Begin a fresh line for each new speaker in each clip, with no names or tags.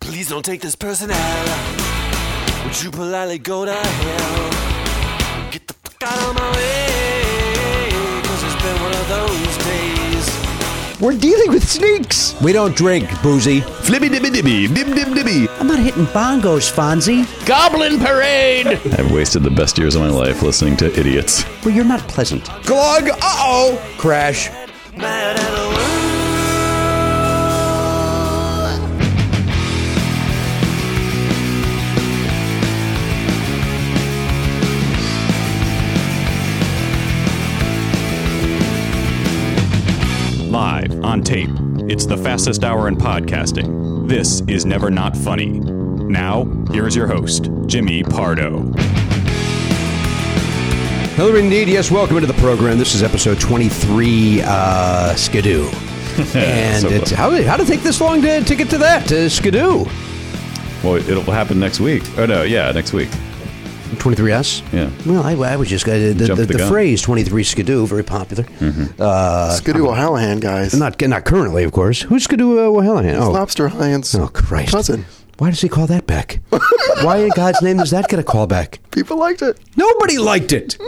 Please don't take this person out. Would you politely go to hell? Get the fuck out of my way. Cause it's been one of those days.
We're dealing with snakes.
We don't drink, boozy.
Flibby dibby dibby, dim dim dibby.
I'm not hitting bongos, Fonzie.
Goblin Parade!
I've wasted the best years of my life listening to idiots.
Well, you're not pleasant.
Glug. Uh oh. Crash.
Mad at the world.
Live, on tape. It's the fastest hour in podcasting. This is Never Not Funny. Now, here's your host, Jimmy Pardo.
Hello, indeed. Yes, welcome into the program. This is episode 23, uh, Skidoo. and
So
it's,
close.
how, how to take this long to, to get to that, to Skidoo?
Well, it'll happen next week. Oh, no, yeah, next week.
23S?
Yeah.
Well, I, I was just going to. The,
Jumped
the, Mm-hmm.
the
the
gun.
phrase 23 Skidoo, very popular.
Skidoo O'Hallahan, guys.
Not not currently, of course. Who's Skidoo uh, Wahalahan? Oh,
Lobster Hyan's
oh, Christ.
cousin.
Why does he call that back? Why in God's name does that get a call back?
People liked it.
Nobody liked it.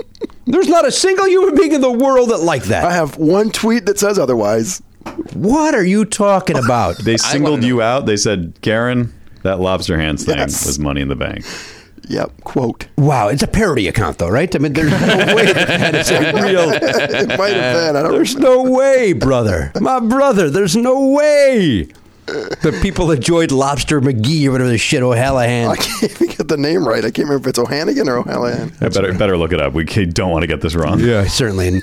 There's not a single human being in the world that liked that.
I have one tweet that says otherwise.
what are you talking about?
They singled you out. They said, Karen, that lobster hands thing
Yes.
was money in the bank.
Yep, quote.
Wow, it's a parody account, though, right? I mean, there's no way. that it's a real.
it might have been. I don't
There's no way, brother. My brother, there's no way. The people enjoyed Lobster McGee or whatever the shit
I
O'Hallahan.
can't even get the name right. I can't remember if it's O'Hannigan or O'Hallahan.
I better, better look it up. We don't want to get this wrong.
Yeah, certainly.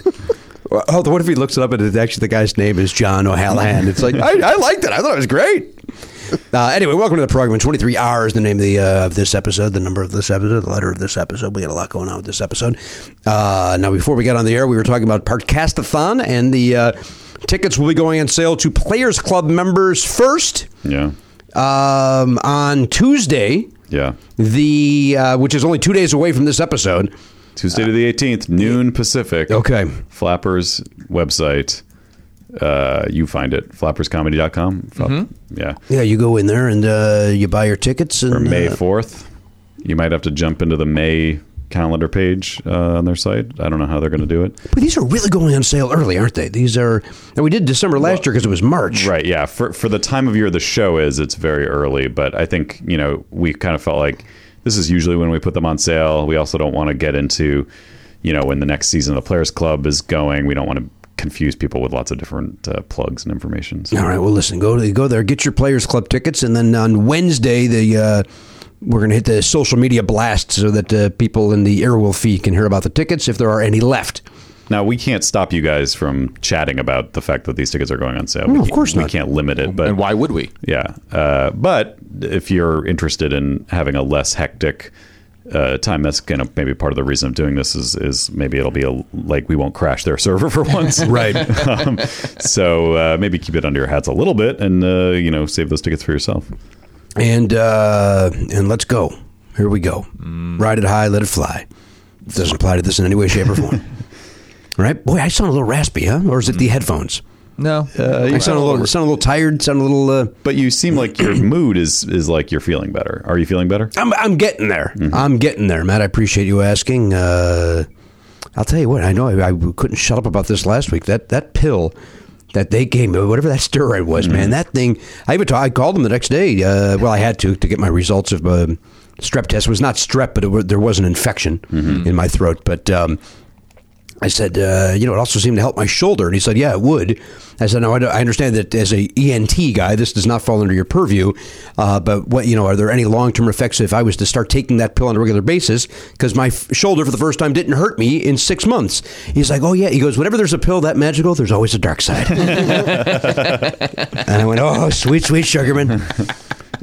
Well, Oh, what if he looks it up and it's actually the guy's name is John O'Hallahan? It's like I, I liked it. I thought it was great. Uh, anyway, welcome to the program. Twenty three R is the name of the uh, of this episode, the number of this episode, the letter of this episode. We got a lot going on with this episode. Uh, now, before we got on the air, we were talking about Podcastathon, and the uh, tickets will be going on sale to Players Club members first
Yeah.
um, on Tuesday.
Yeah.
The uh, which is only two days away from this episode.
Tuesday to the 18th, noon Pacific.
Okay.
Flappers website. Uh, you find it, flapperscomedy.com. Flap- Yeah.
Yeah, you go in there and uh, you buy your tickets and
For May
uh,
4th, you might have to jump into the May calendar page uh, on their site. I don't know how they're going to do it.
But these are really going on sale early, aren't they? These are, and we did December last year because it was March.
Right. Yeah. For, for the time of year the show is, it's very early. But I think, you know, we kind of felt like this is usually when we put them on sale. We also don't want to get into, you know, when the next season of the Players Club is going. We don't want to confuse people with lots of different uh, plugs and information. So.
All right. Well, listen, go to, go there, get your Players Club tickets, and then on Wednesday the. Uh, we're going to hit the social media blast so that uh, people in the Airwolf fee can hear about the tickets if there are any left.
Now we can't stop you guys from chatting about the fact that these tickets are going on sale.
No,
we
of
can't-
course
We
not.
can't limit it, but
and why would we?
yeah. Uh, but if you're interested in having a less hectic uh, time, that's kind of maybe part of the reason of doing this is is maybe it'll be a, like we won't crash their server for once, right? um, so uh, maybe keep it under your hats a little bit, and uh, you know save those tickets for yourself.
And uh, and let's go. Here we go.
Mm.
Ride it high, let it fly. It doesn't apply to this in any way, shape, or form. All right, boy, I sound a little raspy, huh? Or is it the
Mm.
headphones?
No.
I sound a little, sound a little tired. Sound a little. Uh,
But you seem like your mood is is like you're feeling better. Are you feeling better?
I'm, I'm getting there. Mm-hmm. I'm getting there, Matt. I appreciate you asking. Uh, I'll tell you what. I know I, I couldn't shut up about this last week. That that pill that they gave me, whatever that steroid was, man. That thing. I even ta- I called them the next day. Uh, well, I had to to get my results of um strep test. It was not strep, but it, wa- there was an infection in my throat. But um, I said, uh, you know, it also seemed to help my shoulder. And he said, yeah, it would. I said, no, I, don't- I understand that as a ENT guy, this does not fall under your purview. Uh, but what, you know, are there any long term effects if I was to start taking that pill on a regular basis? Because my f- shoulder for the first time didn't hurt me in six months. He's like, oh yeah. He goes, whenever there's a pill that magical, there's always a dark side. and I went, oh, sweet, sweet Sugarman.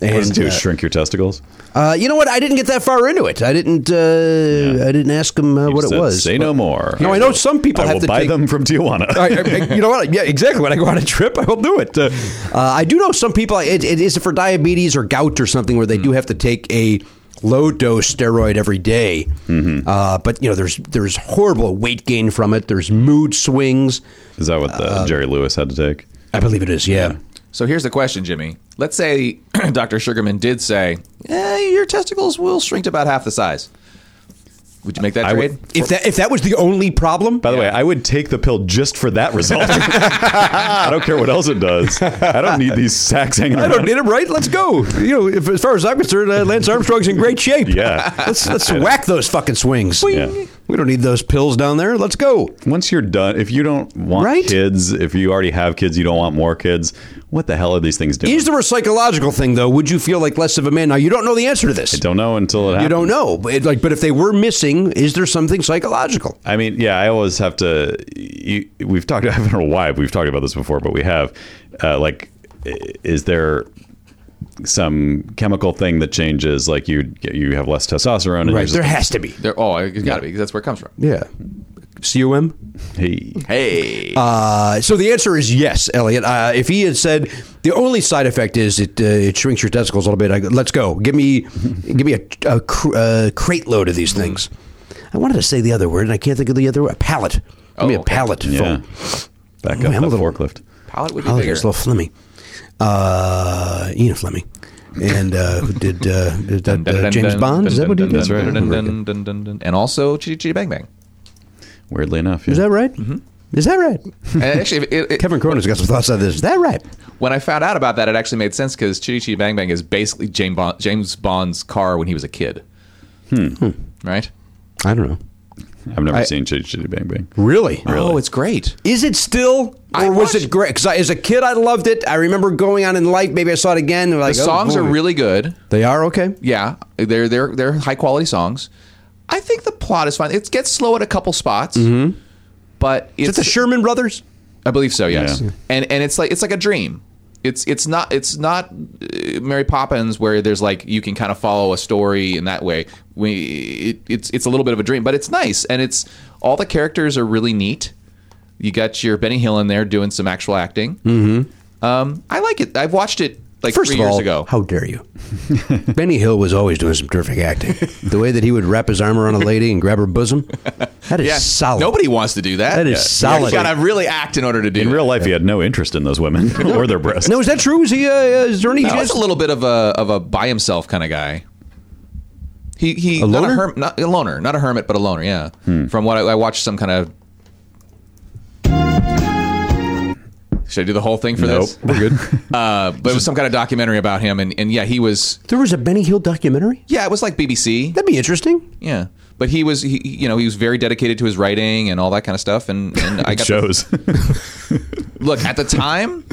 And,
What does it do?
uh,
shrink your testicles?
uh, you know what? I didn't get that far into it. I didn't. Uh, I didn't ask him uh,
You
what it
said,
was.
Say
but-
no more.
No, I know some people
I
have
will
to
buy
take-
them from Tijuana.
I, I- you know what? Yeah, exactly. When I go on a trip, I will do it. Uh, I do know some people. It, it is for diabetes or gout or something where they
Mm.
do have to take a low dose steroid every day.
Mm-hmm.
Uh, but you know, there's there's horrible weight gain from it. There's mood swings. Um,
Is that what the Jerry Lewis had to take?
I believe it is. Yeah.
So here's the question, Jimmy.
let's say Dr. Sugarman did say, eh, your testicles will shrink to about half the size. Would you make that
I
trade?
would-
If that if that was the only problem,
By the way, I would take the pill just for that result. I don't care what else it does. I don't need these sacks hanging
I
around.
don't need him, right? Let's go. You know, if, as far as I'm concerned, uh, Lance Armstrong's in great shape.
Yeah.
let's let's whack those fucking swings.
Yeah.
We don't need those pills down there. Let's go.
Once you're done, if you don't want
Right?
kids, if you already have kids, you don't want more kids. What the hell are these things doing?
Here's the psychological thing, though. Would you feel like less of a man? Now you don't know the answer to this.
don't know until it happens.
You don't know. But it, like, but if they were missing, is there something psychological?
I mean, yeah, I always have to. You, we've talked. I don't know why we've talked about this before, but we have. Uh, like, i- is there some chemical thing that changes? Like you, you have less testosterone. And you're
There
just-
has to be.
There- oh, it's got to be because that's where it comes from.
Yeah. cum.
Hey,
Hey.
Uh, so the answer is yes, Elliot. Uh, if he had said the only side effect is it uh, it shrinks your testicles a little bit, I go, let's go. Give me give me a, a, cr- a crate load of these things. I wanted to say the other word, and I can't think of the other word. A pallet. Give me a
okay.
pallet.
yeah,
Foam.
back
Man,
up
I'm a
that
little-
forklift.
Palette would be
Oh,
bigger.
there's little Flemmy. Uh, Ina Flemmy. And uh, who did, uh, did that,
Dun, dun,
uh,
dun,
James
dun,
Bond?
dun,
Is that
dun,
what he
dun,
did?
dun,
right.
dun, dun, dun, dun, dun. And also Chitty Chitty Bang Bang.
Weirdly enough, yeah.
Is that right?
Mm-hmm.
Is that right?
And actually, it, it,
Kevin Cronin's got some thoughts on this. Is that right?
when I found out about that, it actually made sense because Chitty Chitty Bang Bang is basically James, Bond, James Bond's car when he was a kid. Hmm. Right?
I don't know.
I've never
I-
seen Chitty Chitty Bang Bang.
Really?
Oh, it's great.
Is it still, or
I
was
watched-
it great? Because as a kid, I loved it. I remember going on in life. Maybe I saw it again. and
The
Like, oh,
songs are
boy.
really good.
They are okay.
Yeah, they're they're they're high quality songs. I think the plot is fine. It gets slow at a couple spots, but
Mm-hmm. Is
it's
it the Sherman Brothers?
I believe so. Yes,
Yeah.
and and it's like it's like a dream. It's it's not it's not uh, Mary Poppins where there's like you can kind of follow a story in that way. We it, it's it's a little bit of a dream, but it's nice and it's all the characters are really neat. You got your Benny Hill in there doing some actual acting. Mm-hmm. Um, I like it. I've watched it like
First
three
of all,
years ago.
how dare you? Benny Hill was always doing some terrific acting. the way that he would wrap his arm around a lady and grab her bosom, that is
Yeah,
solid.
Nobody wants to do that.
That is solid.
You got to really act in order to do
In
it.
real life, he had no interest in those women or their breasts.
No, is that true? Is he? Uh, is there any?
He
chance-
was a little bit of a of a by himself kind of guy. He he
A
not
loner?
a herm, not a loner, not a hermit, but a loner. Yeah.
Hmm.
From what I, I watched, some kind of. Should I do the whole thing for
nope,
this?
we're good.
Uh, but it was some kind of documentary about him, and, and yeah, he was
There was a Benny Hill documentary.
yeah, it was like BBC.
That'd be interesting.
Yeah, but he was he, he- you know he was very dedicated to his writing and all that kind of stuff, and and I
It
got the
shows.
look at the time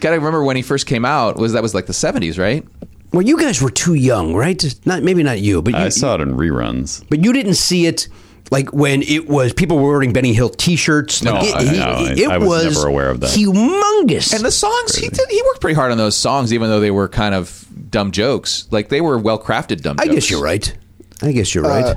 gotta remember when he first came out was that was like the 70s right
Well, you guys were too young, right? Not maybe not you, but you,
Uh,
I saw it in reruns.
But you didn't see it like when it was people were wearing Benny Hill T-shirts.
No,
like, it,
I- no, I- I was never aware of that.
Humongous.
and the songs he did he worked pretty hard on those songs even though they were kind of dumb jokes like they were well crafted dumb
I
jokes
guess you're right. I guess you're right.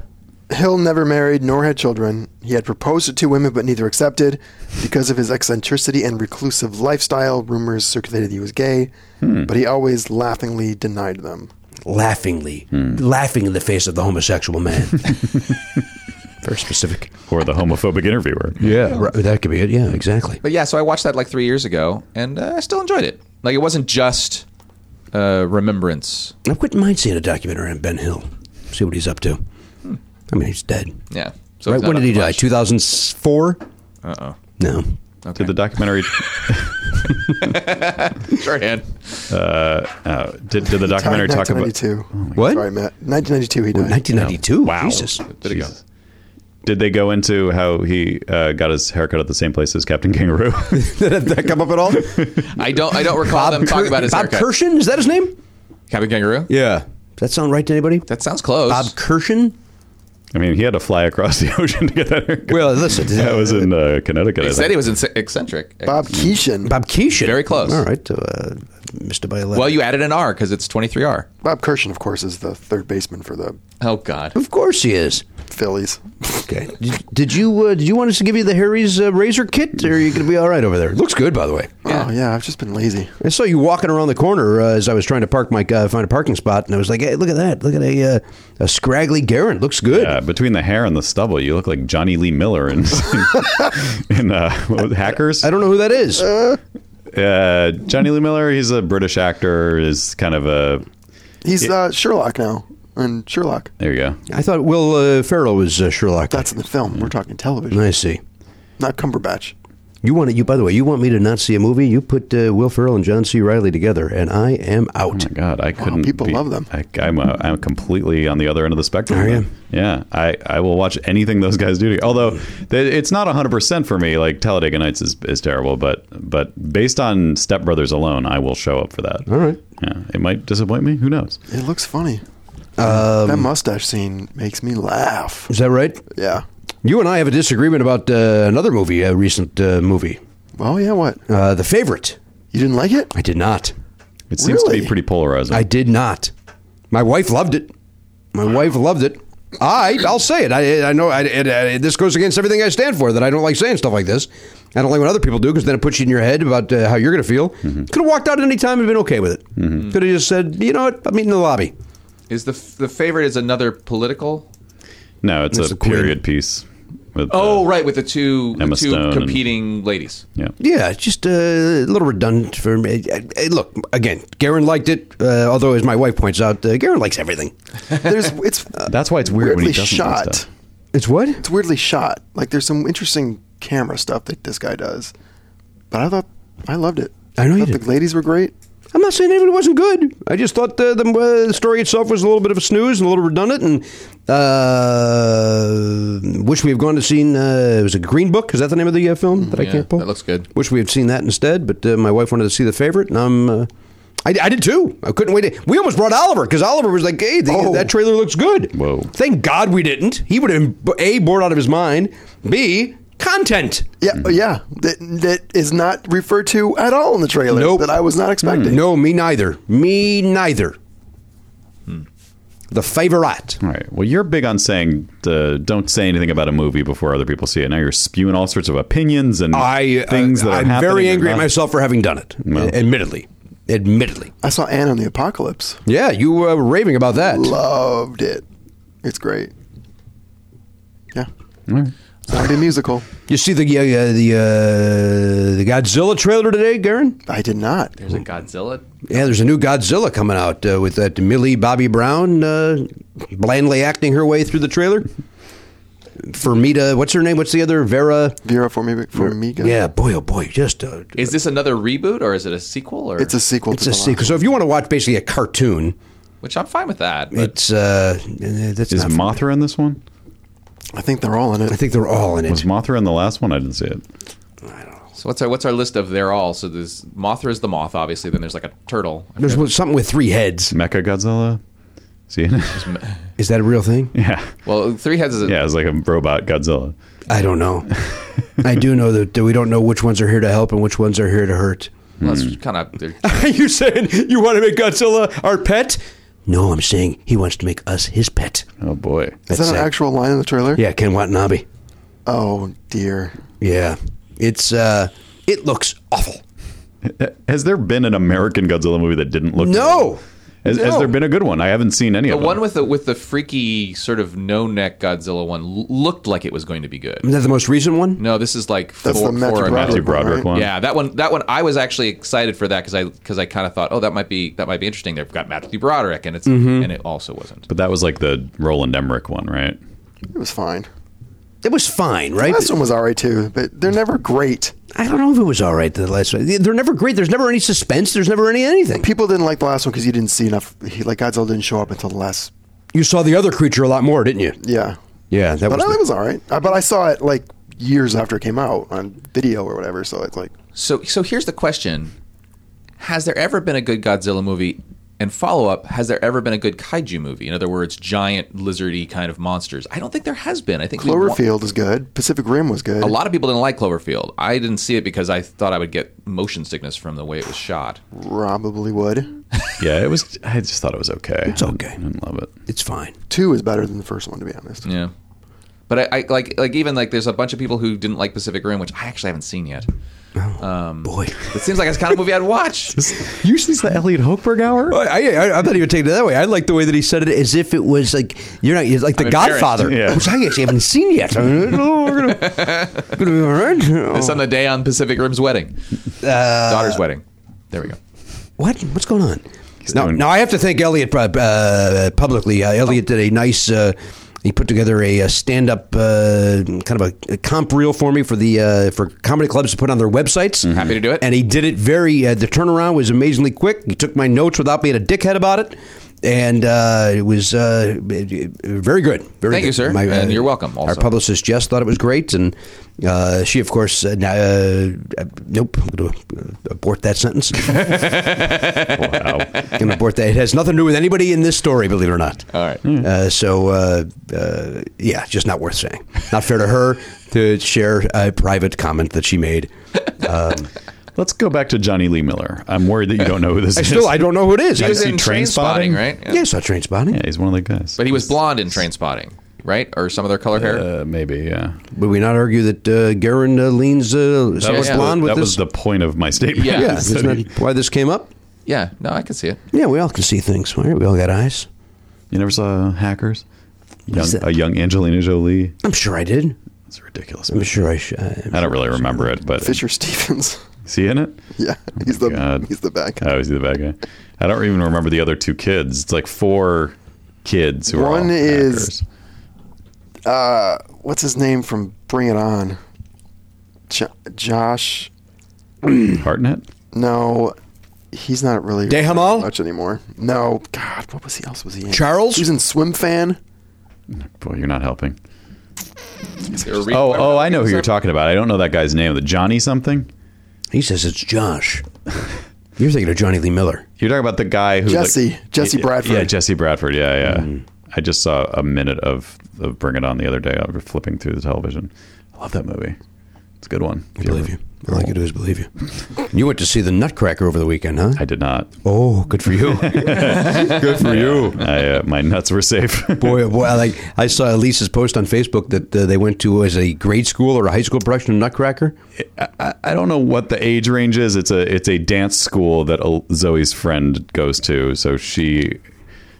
Hill never married nor had children. He had proposed to two women but neither accepted. Because of his eccentricity and reclusive lifestyle, rumors circulated he was gay,
Hmm.
but he always laughingly denied them.
Laughingly, laughing in the face of the homosexual man. Very specific.
Or the homophobic interviewer.
Yeah, right, that could be it. Yeah, exactly.
but yeah so i watched that like three years ago and uh, i still enjoyed it like it wasn't just uh, remembrance
I wouldn't mind seeing a documentary on Ben Hill. See what he's up to. I mean, he's dead.
yeah so
right?
it's not
When did
up
he
to
die?
much.
Two thousand four.
uh-oh
No.
Did the documentary
shorthand
uh, did, did the
Died
documentary talk about
1992.
What?
Sorry, Matt. 1992 he died.
1992.
Wow.
Jesus.
There you go.
Jesus. Did they go into how he uh, got his haircut at the same place as Captain Kangaroo?
Did that come up at all?
i don't i don't recall them talking about his
Bob
haircut
Kirshen? Is that his name?
Captain kangaroo
Yeah. Does that sound right to anybody?
that sounds close
Bob Kirshen?
I mean, he had to fly across the ocean to get that haircut.
Well, listen.
that was in uh, Connecticut. I
they said
think.
he was inc- eccentric
Bob Keeshan. Bob,
Bob Keeshan.
Very close.
All right. Uh, Mr. By
well you added an r because it's 23r
Kirshen, of course, is the third baseman for the
oh god
Of course he is.
Phillies.
Okay. Did, did you uh, did you want us to give you the Harry's uh, razor kit, or are you going to be all right over there? Looks good, by the way.
Yeah.
Oh, yeah, I've just been lazy.
I saw you walking around the corner uh, as I was trying to park my uh, find a parking spot, and I was like, "Hey, look at that! Look at a uh, a scraggly Garand. Looks good."
Yeah, Uh, between the hair and the stubble, you look like Johnny Lee Miller in, in, uh, what was it, Hackers.
I don't know who that is.
Uh, Johnny Lee Miller, he's a British actor, is kind of a.
He's uh, Sherlock now, and Sherlock.
There you go.
I thought Will uh, Ferrell was uh, Sherlock.
That's in the film. We're talking television,
Mm-hmm.
I see.
not Cumberbatch.
You want you? By the way, you want me to not see a movie? You put uh, Will Ferrell and John C. Riley together, and I am out.
Oh my God, I couldn't.
people
be-
love them.
I, I'm a, I'm completely on the other end of the spectrum.
Are
then.
you?
Yeah, I, I will watch anything those guys do. To, although they, it's not 100 percent for me. Like Talladega Nights is, is terrible, but but based on Step Brothers alone, I will show up for that.
All right.
Yeah, it might disappoint me. Who knows?
It looks funny.
Um,
that mustache scene makes me laugh.
Is that right?
Yeah.
You and I have a disagreement about uh, another movie, a recent uh, movie,
Well, yeah. What?
uh, The Favorite.
You didn't like it?
I did not.
It seems to be
Really?
pretty polarizing.
I did not. My wife loved it. My wife loved it. I, I'll say it. I, I know I, it, I, this goes against everything I stand for. That I don't like saying stuff like this. I don't like when other people do because then it puts you in your head about uh, how you're going to feel. Could have walked out at any time and been okay with it. Could have just said, you know what, I'm meeting in the lobby.
Is the the favorite is another political?
no, it's,
It's
a
the Queen.
period piece. With,
Oh,
uh,
right, with the two the
Emma
two
Stone and-
competing ladies.
Yeah.
Yeah, it's just uh, a little redundant for me. Uh, uh, Look, again, Garen liked it. Uh, although, as my wife points out, uh, Garen likes everything. uh,
There's it's
That's why it's weird when
weirdly
he doesn't do
shot.
stuff.
It's what?
It's weirdly shot. Like there's some interesting camera stuff that this guy does. But I thought I loved it.
I know you
thought
did.
the ladies were great.
I'm not saying it wasn't good. I just thought the, the uh, story itself was a little bit of a snooze and a little redundant, and uh, wish we had gone to seen. Uh, it was a Green Book. Is that the name of the uh, film that I
Yeah,
can't pull?
that looks good.
Wish we had seen that instead. But uh, my wife wanted to see the favorite, and I'm. Uh, I, I did too. I couldn't wait. To, we almost brought Oliver because Oliver was like, "Hey, the,
Oh.
that trailer looks good."
Whoa.
Thank God we didn't. He would have been a bored out of his mind. B content.
Yeah, yeah. That that is not referred to at all in the trailer.
Nope. Mm,
That I was not expecting.
No, me neither. Me neither. The favorite.
All right. Well, you're big on saying uh, don't say anything about a movie before other people see it. Now you're spewing all sorts of opinions and
I
things
uh,
that are
I'm
happening
very
or
angry at
not.
myself for having done it. Admittedly, admittedly.
I saw Anne on the Apocalypse.
Yeah, you were raving about that.
Loved it. It's great. Yeah. Zombie musical.
You see the uh, uh, the uh, the Godzilla trailer today, Garen?
I did not.
There's a Godzilla.
Yeah, there's a new Godzilla coming out uh, with that Millie Bobby Brown uh, blandly acting her way through the trailer. For me to what's her name? What's the other Vera?
Vera Formiga. Formiga.
Yeah, boy, oh boy, just a,
Is this another reboot or is it a sequel? Or
It's a sequel
it's
to
a
the
sequel. So if you want to watch basically a cartoon,
which I'm fine with that. But
it's uh, that's
Is
not for-
Mothra in this one?
last. I think they're all in it.
I think they're all in it.
Was Mothra in the last one? I didn't see it.
so what's our what's our list of they're all? So there's Mothra is the moth, obviously. Then there's like a turtle.
There's one- something with three heads.
Mecha Godzilla. See it?
Is that a real thing?
yeah.
Well, three heads is a,
Yeah, it's like a robot Godzilla.
I don't know. I do know that that we don't know which ones are here to help and which ones are here to hurt.
well, it's
mm.
kind of they're-
Are you saying you want to make Godzilla our pet? No, I'm saying he wants to make us his pet.
Oh boy.
Is that
That's
an
it.
actual line in the trailer?
Yeah, Ken Watanabe.
Oh dear.
Yeah, it's uh, it looks awful.
Has there been an American Godzilla movie that didn't look
No.
good? Has, has
No.
there been a good one? I haven't seen any
the
of them.
one with the with the freaky sort of no neck Godzilla one l- looked like it was going to be good.
Is that the most recent one?
No, this is like
Mm. That's
four,
the Matthew
four
Broderick
and-
Matthew Broderick
Right.
one.
Yeah, that one. That one. I was actually excited for that because I because I kind of thought, oh, that might be that might be interesting. They've got Matthew Broderick, and it's and it also wasn't.
But that was like the Roland Emmerich one, right?
It was fine.
It was fine, right?
Last one was alright too, but they're never great.
I don't know if it was all right. The last one. They're never great. There's never any suspense. There's never any anything.
People didn't like the last one because you didn't see enough. He, like Godzilla didn't show up until the last.
You saw the other creature a lot more, didn't you?
Yeah.
Yeah, that
But
was.
I think
the-
it was all right. I, but I saw it like years after it came out on video or whatever. So it's like
So so here's the question: Has there ever been a good Godzilla movie? And follow up: Has there ever been a good kaiju movie? In other words, giant lizardy kind of monsters. I don't think there has been. I think we want-
Cloverfield is good. Pacific Rim was good.
A lot of people didn't like Cloverfield. I didn't see it because I thought I would get motion sickness from the way it was shot.
probably would.
Yeah, it was. I just thought it was okay. It's
okay.
I didn't love it.
it's fine.
Two is better than the first one, to be honest.
Yeah. But I, I like like even like there's a bunch of people who didn't like Pacific Rim, which I actually haven't seen yet. um,
boy.
it seems like it's the kind of movie I'd watch.
Usually it's the Elliot Hochberg hour.
Oh, I, I, I'm not even taking it that way. I like the way that he said it as if it was like you're not it's like the
I'm embarrassed.
Godfather,
Yeah.
which I actually haven't seen yet. I mean, oh, we're gonna, gonna be all right.
It's on the day on Pacific Rim's wedding,
Uh,
daughter's wedding. There we go.
What? What's going on? Now,
doing-
now I have to thank Elliot uh, uh, publicly. Uh, Elliot did a nice. Uh, he put together a, uh stand-up uh, kind of a, a comp reel for me for the uh, for comedy clubs to put on their websites.
Mm, Happy to do it.
And he did it very. Uh, the turnaround was amazingly quick. He took my notes without being a dickhead about it, and uh, it was uh, very good. Very
Thank you,
good. uh,
sir. And you're welcome,
Our
also.
publicist Jess thought it was great, and uh, she, of course, uh, now, uh, uh, nope, I'm going to abort that sentence.
Wow.
Gonna abort that. It has nothing to do with anybody in this story, believe it or not.
All right.
Uh, so, uh, uh, yeah, just not worth saying. Not fair to her to share a private comment that she made. Um,
Let's go back to Johnny Lee Miller. I'm worried that you don't know who this
I
is.
still, I don't know who it is.
He
I
was
see
in
Train
Train Spotting,
Spotting.
right? Yeah.
yeah, I saw train spotting,
Yeah, he's one of the guys.
But he was blonde in Train Spotting, right? Or some of their color hair.
uh, maybe, yeah.
Would we not argue that uh, Garen uh, leans uh, somewhat
was the-
blonde with
that
this?
was the point of my statement.
Yeah.
yeah,
is that
isn't
he-
that why this came up?
yeah. No, I can see it.
Yeah, we all can see things. All right, we all got eyes.
you never saw Hackers? Young,
is that?
a young Angelina Jolie.
I'm sure I did.
It's a ridiculous.
I'm
movie.
sure I uh, should. I,
I don't really remember it, but
Fisher Stevens.
see in it.
yeah, he's the
God.
he's the bad guy.
Oh, is he the bad guy? I don't even remember the other two kids. It's like four kids who are
One
all
is-
hackers.
What's his name from Bring It On? Jo- Josh.
Hartnett.
No, he's not really
Dehamal?
much anymore. No, God, what was he else? Was he in?
Charles?
He was in Swim Fan.
Boy, you're not helping.
They were re-
Oh, oh, I know who you're talking about. I don't know that guy's name. The Johnny something.
he says it's Josh. You're thinking of Johnny Lee Miller.
You're talking about the guy who like-
Jesse. Jesse
Yeah,
Bradford. Mm.
Yeah, Jesse Bradford. Yeah, yeah. I just saw a minute of, of Bring It On the other day. I was flipping through the television. I love that movie. It's a good one.
I believe you. All I can do is believe you. You went to see the Nutcracker over the weekend, huh?
I did not.
oh, good for you. good for you.
I, uh, my nuts were safe.
Boy, boy, I like I saw Elisa's post on Facebook that uh, they went to as a grade school or a high school production of Nutcracker.
I, I don't know what the age range is. It's a it's a dance school that El- Zoe's friend goes to, so she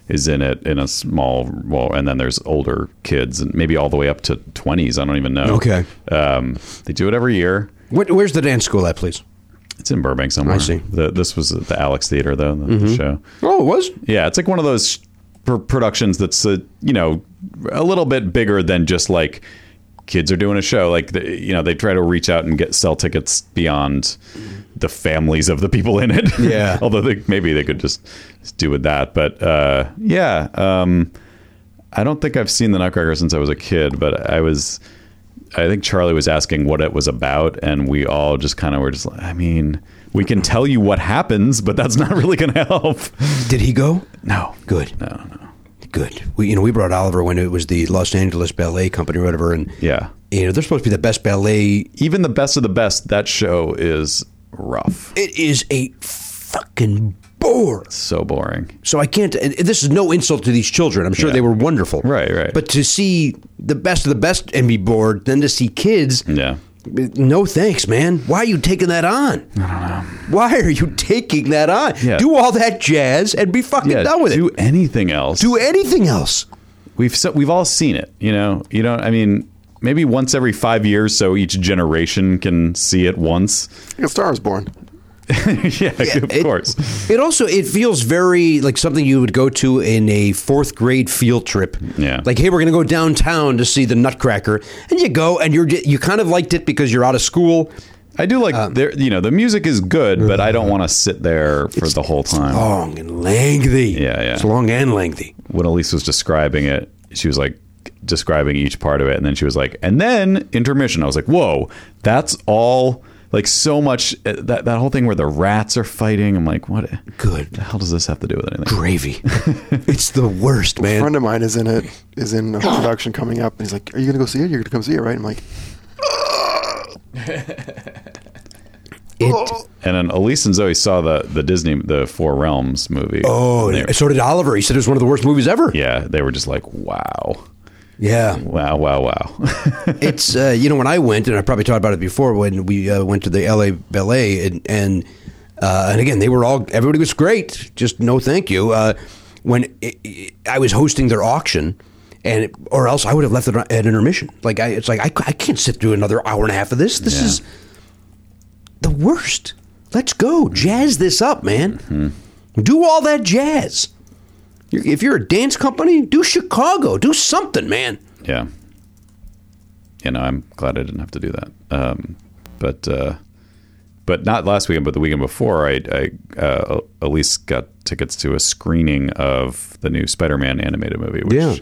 is in it in a small well, and then there's older kids and maybe all the way up to twenties. I don't even know.
Okay.
um, they do it every year.
What, where's the dance school at, please?
It's in Burbank somewhere.
I see.
The, this was at the Alex Theater though. The, the show.
Oh, it was.
Yeah, it's like one of those pr- productions that's uh, you know a little bit bigger than just like kids are doing a show. Like the, you know they try to reach out and get sell tickets beyond the families of the people in it.
Yeah.
although they, maybe they could just do with that. But uh, yeah, um, I don't think I've seen the Nutcracker since I was a kid, but I was. I think Charlie was asking what it was about, and we all just kind of were just like, I mean, we can tell you what happens, but that's not really going to help.
Did he go?
No.
Good.
No, no.
Good. We, you know, we brought Oliver when it was the Los Angeles Ballet Company or whatever, and
Yeah.
you know, they're supposed to be the best ballet.
Even the best of the best, that show is rough.
It is a fucking bore.
So boring.
So I can't. And this is no insult to these children. I'm sure
Yeah.
they were wonderful.
Right, right.
But to see the best of the best and be bored, then to see kids.
Yeah.
No thanks, man. Why are you taking that on? I don't know. Why are you taking that on?
Yeah.
Do all that jazz and be fucking
Yeah.
done with
do
it.
anything else.
Do anything else.
we've so, we've all seen it. You know. You know. I mean, maybe once every five years, so each generation can see it once.
Like a Star is Born.
yeah, Of
it-
course.
It also it feels very like something you would go to in a fourth grade field trip.
Yeah.
Like, hey, we're gonna go downtown to see the Nutcracker, and you go, and you're you kind of liked it because you're out of school.
I do like
um,
there. You know, the music is good, but
Mm-hmm.
I don't want to sit there for the whole time.
Long and lengthy.
Yeah, yeah.
It's long and lengthy.
when Elise was describing it, she was like describing each part of it, and then she was like, and then intermission. I was like, whoa, that's all. Like so much uh, that that whole thing where the rats are fighting. I'm like, what?
Good.
The hell does this have to do with anything?
Gravy. it's the worst,
A
man.
friend of mine is in it. Is in a production coming up, and he's like, "Are you gonna go see it? You're gonna come see it, right?" I'm like,
It,
And then Elise and Zoe saw the the Disney the Four Realms movie.
oh,
And they-
and so did Oliver. He said it was one of the worst movies ever.
yeah, they were just like, wow.
Yeah.
Wow, wow, wow.
it's uh, you know when I went and I probably talked about it before when we uh, went to the L.A. Ballet and and uh, and again they were all everybody was great just no thank you uh, when i i I was hosting their auction and it- or else I would have left it at intermission like I it's like I, c- I can't sit through another hour and a half of this this
Yeah.
is the worst let's go jazz this up man do all that jazz You're- if you're a dance company do Chicago do something man
yeah. You know, I'm glad I didn't have to do that. Um, but uh, but not last weekend, but the weekend before, I, I uh, Elise got tickets to a screening of the new Spider-Man animated movie, which
Yeah.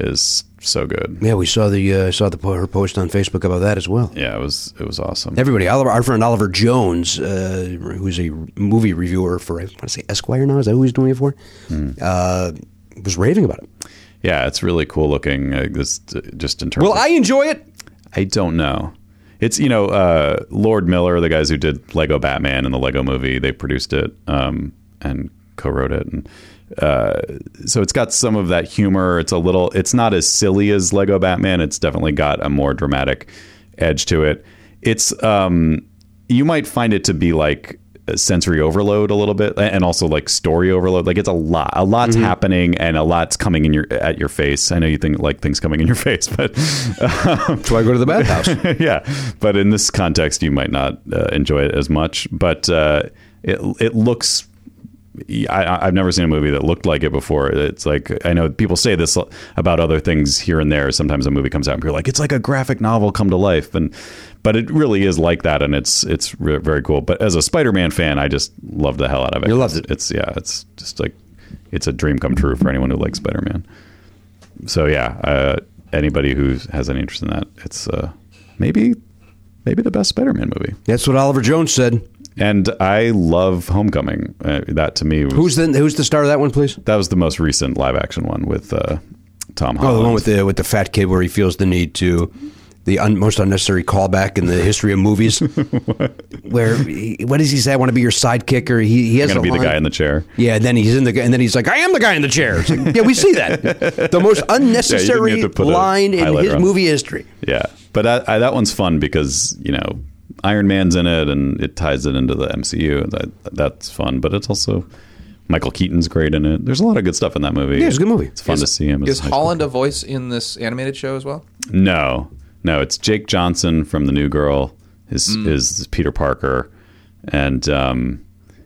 is so good.
Yeah, we saw the uh, saw the po- her post on Facebook about that as well.
Yeah, it was it was awesome.
Everybody, Oliver, our friend Oliver Jones, uh, who's a movie reviewer for I want to say Esquire now, is that who he's doing it for? Uh, was raving about it.
yeah, it's really cool looking. Uh, this just in terms.
Will
of-
I enjoy it?
I don't know. It's you know uh, Lord Miller, the guys who did Lego Batman and the Lego Movie, they produced it um, and co-wrote it, and uh, so it's got some of that humor. It's a little, it's not as silly as Lego Batman. It's definitely got a more dramatic edge to it. It's um, you might find it to be like sensory overload a little bit, and also like story overload. Like it's a lot, a lot's happening, and a lot's coming in your at your face. I know you think like things coming in your face, but um,
That's why I go to the bathhouse.
yeah, but in this context, you might not uh, enjoy it as much. But uh, it it looks. I, I've never seen a movie that looked like it before. It's like I know people say this about other things here and there. Sometimes a movie comes out and people are like, "It's like a graphic novel come to life," and but it really is like that, and it's it's re- very cool. But as a Spider-Man fan, I just love the hell out of it.
You loved it.
It's yeah, it's just like it's a dream come true for anyone who likes Spider-Man so yeah, uh, anybody who has any interest in that, it's uh, maybe maybe the best Spider-Man movie.
That's what Oliver Jones said.
And I love Homecoming. Uh, that to me was
Who's the Who's the star of that one, please?
that was the most recent live action one with uh, Tom Holland.
Oh, the one with the with the fat kid where he feels the need to. The un, most unnecessary callback in the history of movies, where he, what does he say? I want to be your sidekick, or he, he has
going to
a
be the
line-
guy in the chair.
Yeah, and then he's in the and then he's like, "I am the guy in the chair." It's like, yeah, we see that. The most unnecessary
to put a
line in
highlighter
his
on.
movie history.
Yeah, but I, I, that one's fun because you know Iron Man's in it, and it ties it into the MCU. That that's fun, but it's also Michael Keaton's great in it. There's a lot of good stuff in that movie.
Yeah, it's a good movie.
It's fun to see him. as
Is
a high school
Holland a voice in this animated show as well?
No, no, it's Jake Johnson from The New Girl. Is is Peter Parker, and um,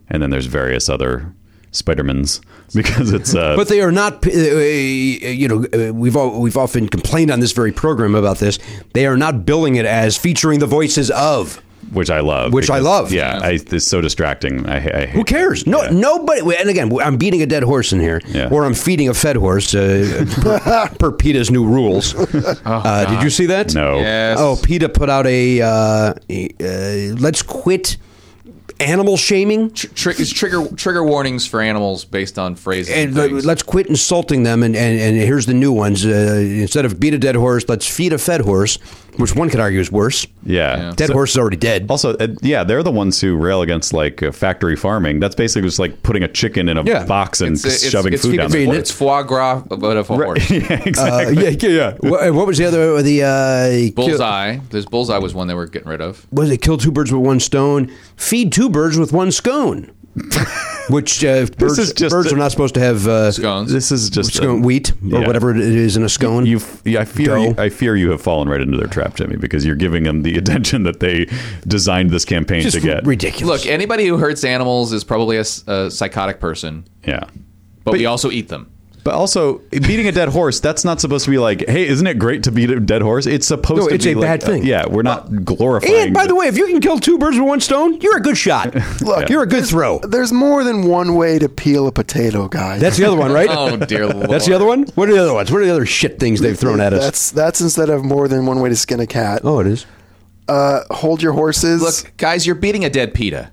and then there's various other Spidermans because it's uh,
But they are not, uh, you know, uh, we've all, we've often complained on this very program about this. They are not billing it as featuring the voices of.
which I love,
Which I love.
Yeah, I, it's so distracting. I, I hate
Who cares? No,
yeah.
nobody. And again, I'm beating a dead horse in here,
Yeah.
or I'm feeding a fed horse uh, per, per PETA's new rules. uh, did you see that?
Oh, No.
Yes.
Oh, PETA put out a uh, a, uh, let's quit animal shaming
Tri- it's trigger trigger warnings for animals based on phrases.
and
And
le-
things.
let's quit insulting them. And, and, and here's the new ones. Uh, instead of beat a dead horse, let's feed a fed horse, which one could argue is worse.
Yeah.
Dead
So-
horse is already dead.
Also, uh, yeah, they're the ones who rail against like uh, factory farming. That's basically just like putting a chicken in a
Yeah.
box and
it's, it's,
shoving
it's,
food down
it's,
the
it's,
plate.
it's foie gras, but of a horse.
yeah,
Uh,
exactly.
yeah, yeah, yeah. What, what was the other? The uh, kill,
Bullseye. This bullseye was one they were getting rid of.
was it? Kill two birds with one stone. Feed two birds with one scone. Which uh, birds,
is just
birds
a-
are not supposed to have uh,
Scones.
This is just a-
scone wheat or
Yeah.
whatever it is in a scone.
You, f- yeah, I fear,
Dough.
you, I fear you have fallen right into their trap, Jimmy, because you're giving them the attention that they designed this campaign
just
to get.
ridiculous.
Look, anybody who hurts animals is probably a, s- a psychotic person,
Yeah,
but, we also eat them.
but also beating a dead horse. That's not supposed to be like, hey, isn't it great to beat a dead horse? It's supposed
No,
to
it's
be
a
like,
bad thing.
yeah, we're not glorifying.
and by the way, if you can kill two birds with one stone, you're a good shot. Look, you're a good throw.
There's more than one way to peel a potato, guys.
That's the other one, right?
Oh dear lord!
That's the other one. What are the other ones? What are the other shit things they've thrown at us?
That's that's instead of more than one way to skin a cat.
oh, it is.
Uh, hold your horses.
Look, guys, you're beating a dead PETA.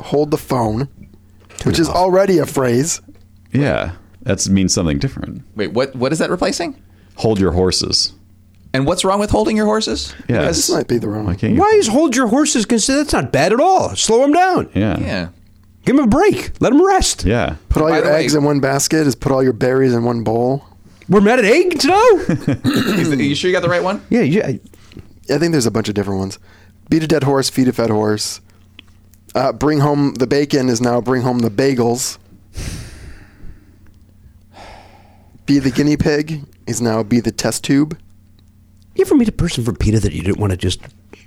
Hold the phone, which is already a phrase.
yeah, that means something different.
Wait, what? What is that replacing?
Hold your horses.
And what's wrong with holding your horses?
Yeah,
This might be the wrong.
Why
one.
can't you-
Why is hold your horses considered? That's not bad at all. Slow them down.
Yeah,
Yeah.
Give them a break. Let them rest.
yeah.
Put all
By
your
the way-
eggs in one basket. Is put all your berries in one bowl.
We're mad at eggs now.
Is the- you sure you got the right one?
yeah, yeah.
I think there's a bunch of different ones. Beat a dead horse, feed a fed horse. Uh, bring home the bacon is now bring home the bagels. Be the guinea pig is now be the test tube.
You ever meet a person from PETA that you didn't want to just?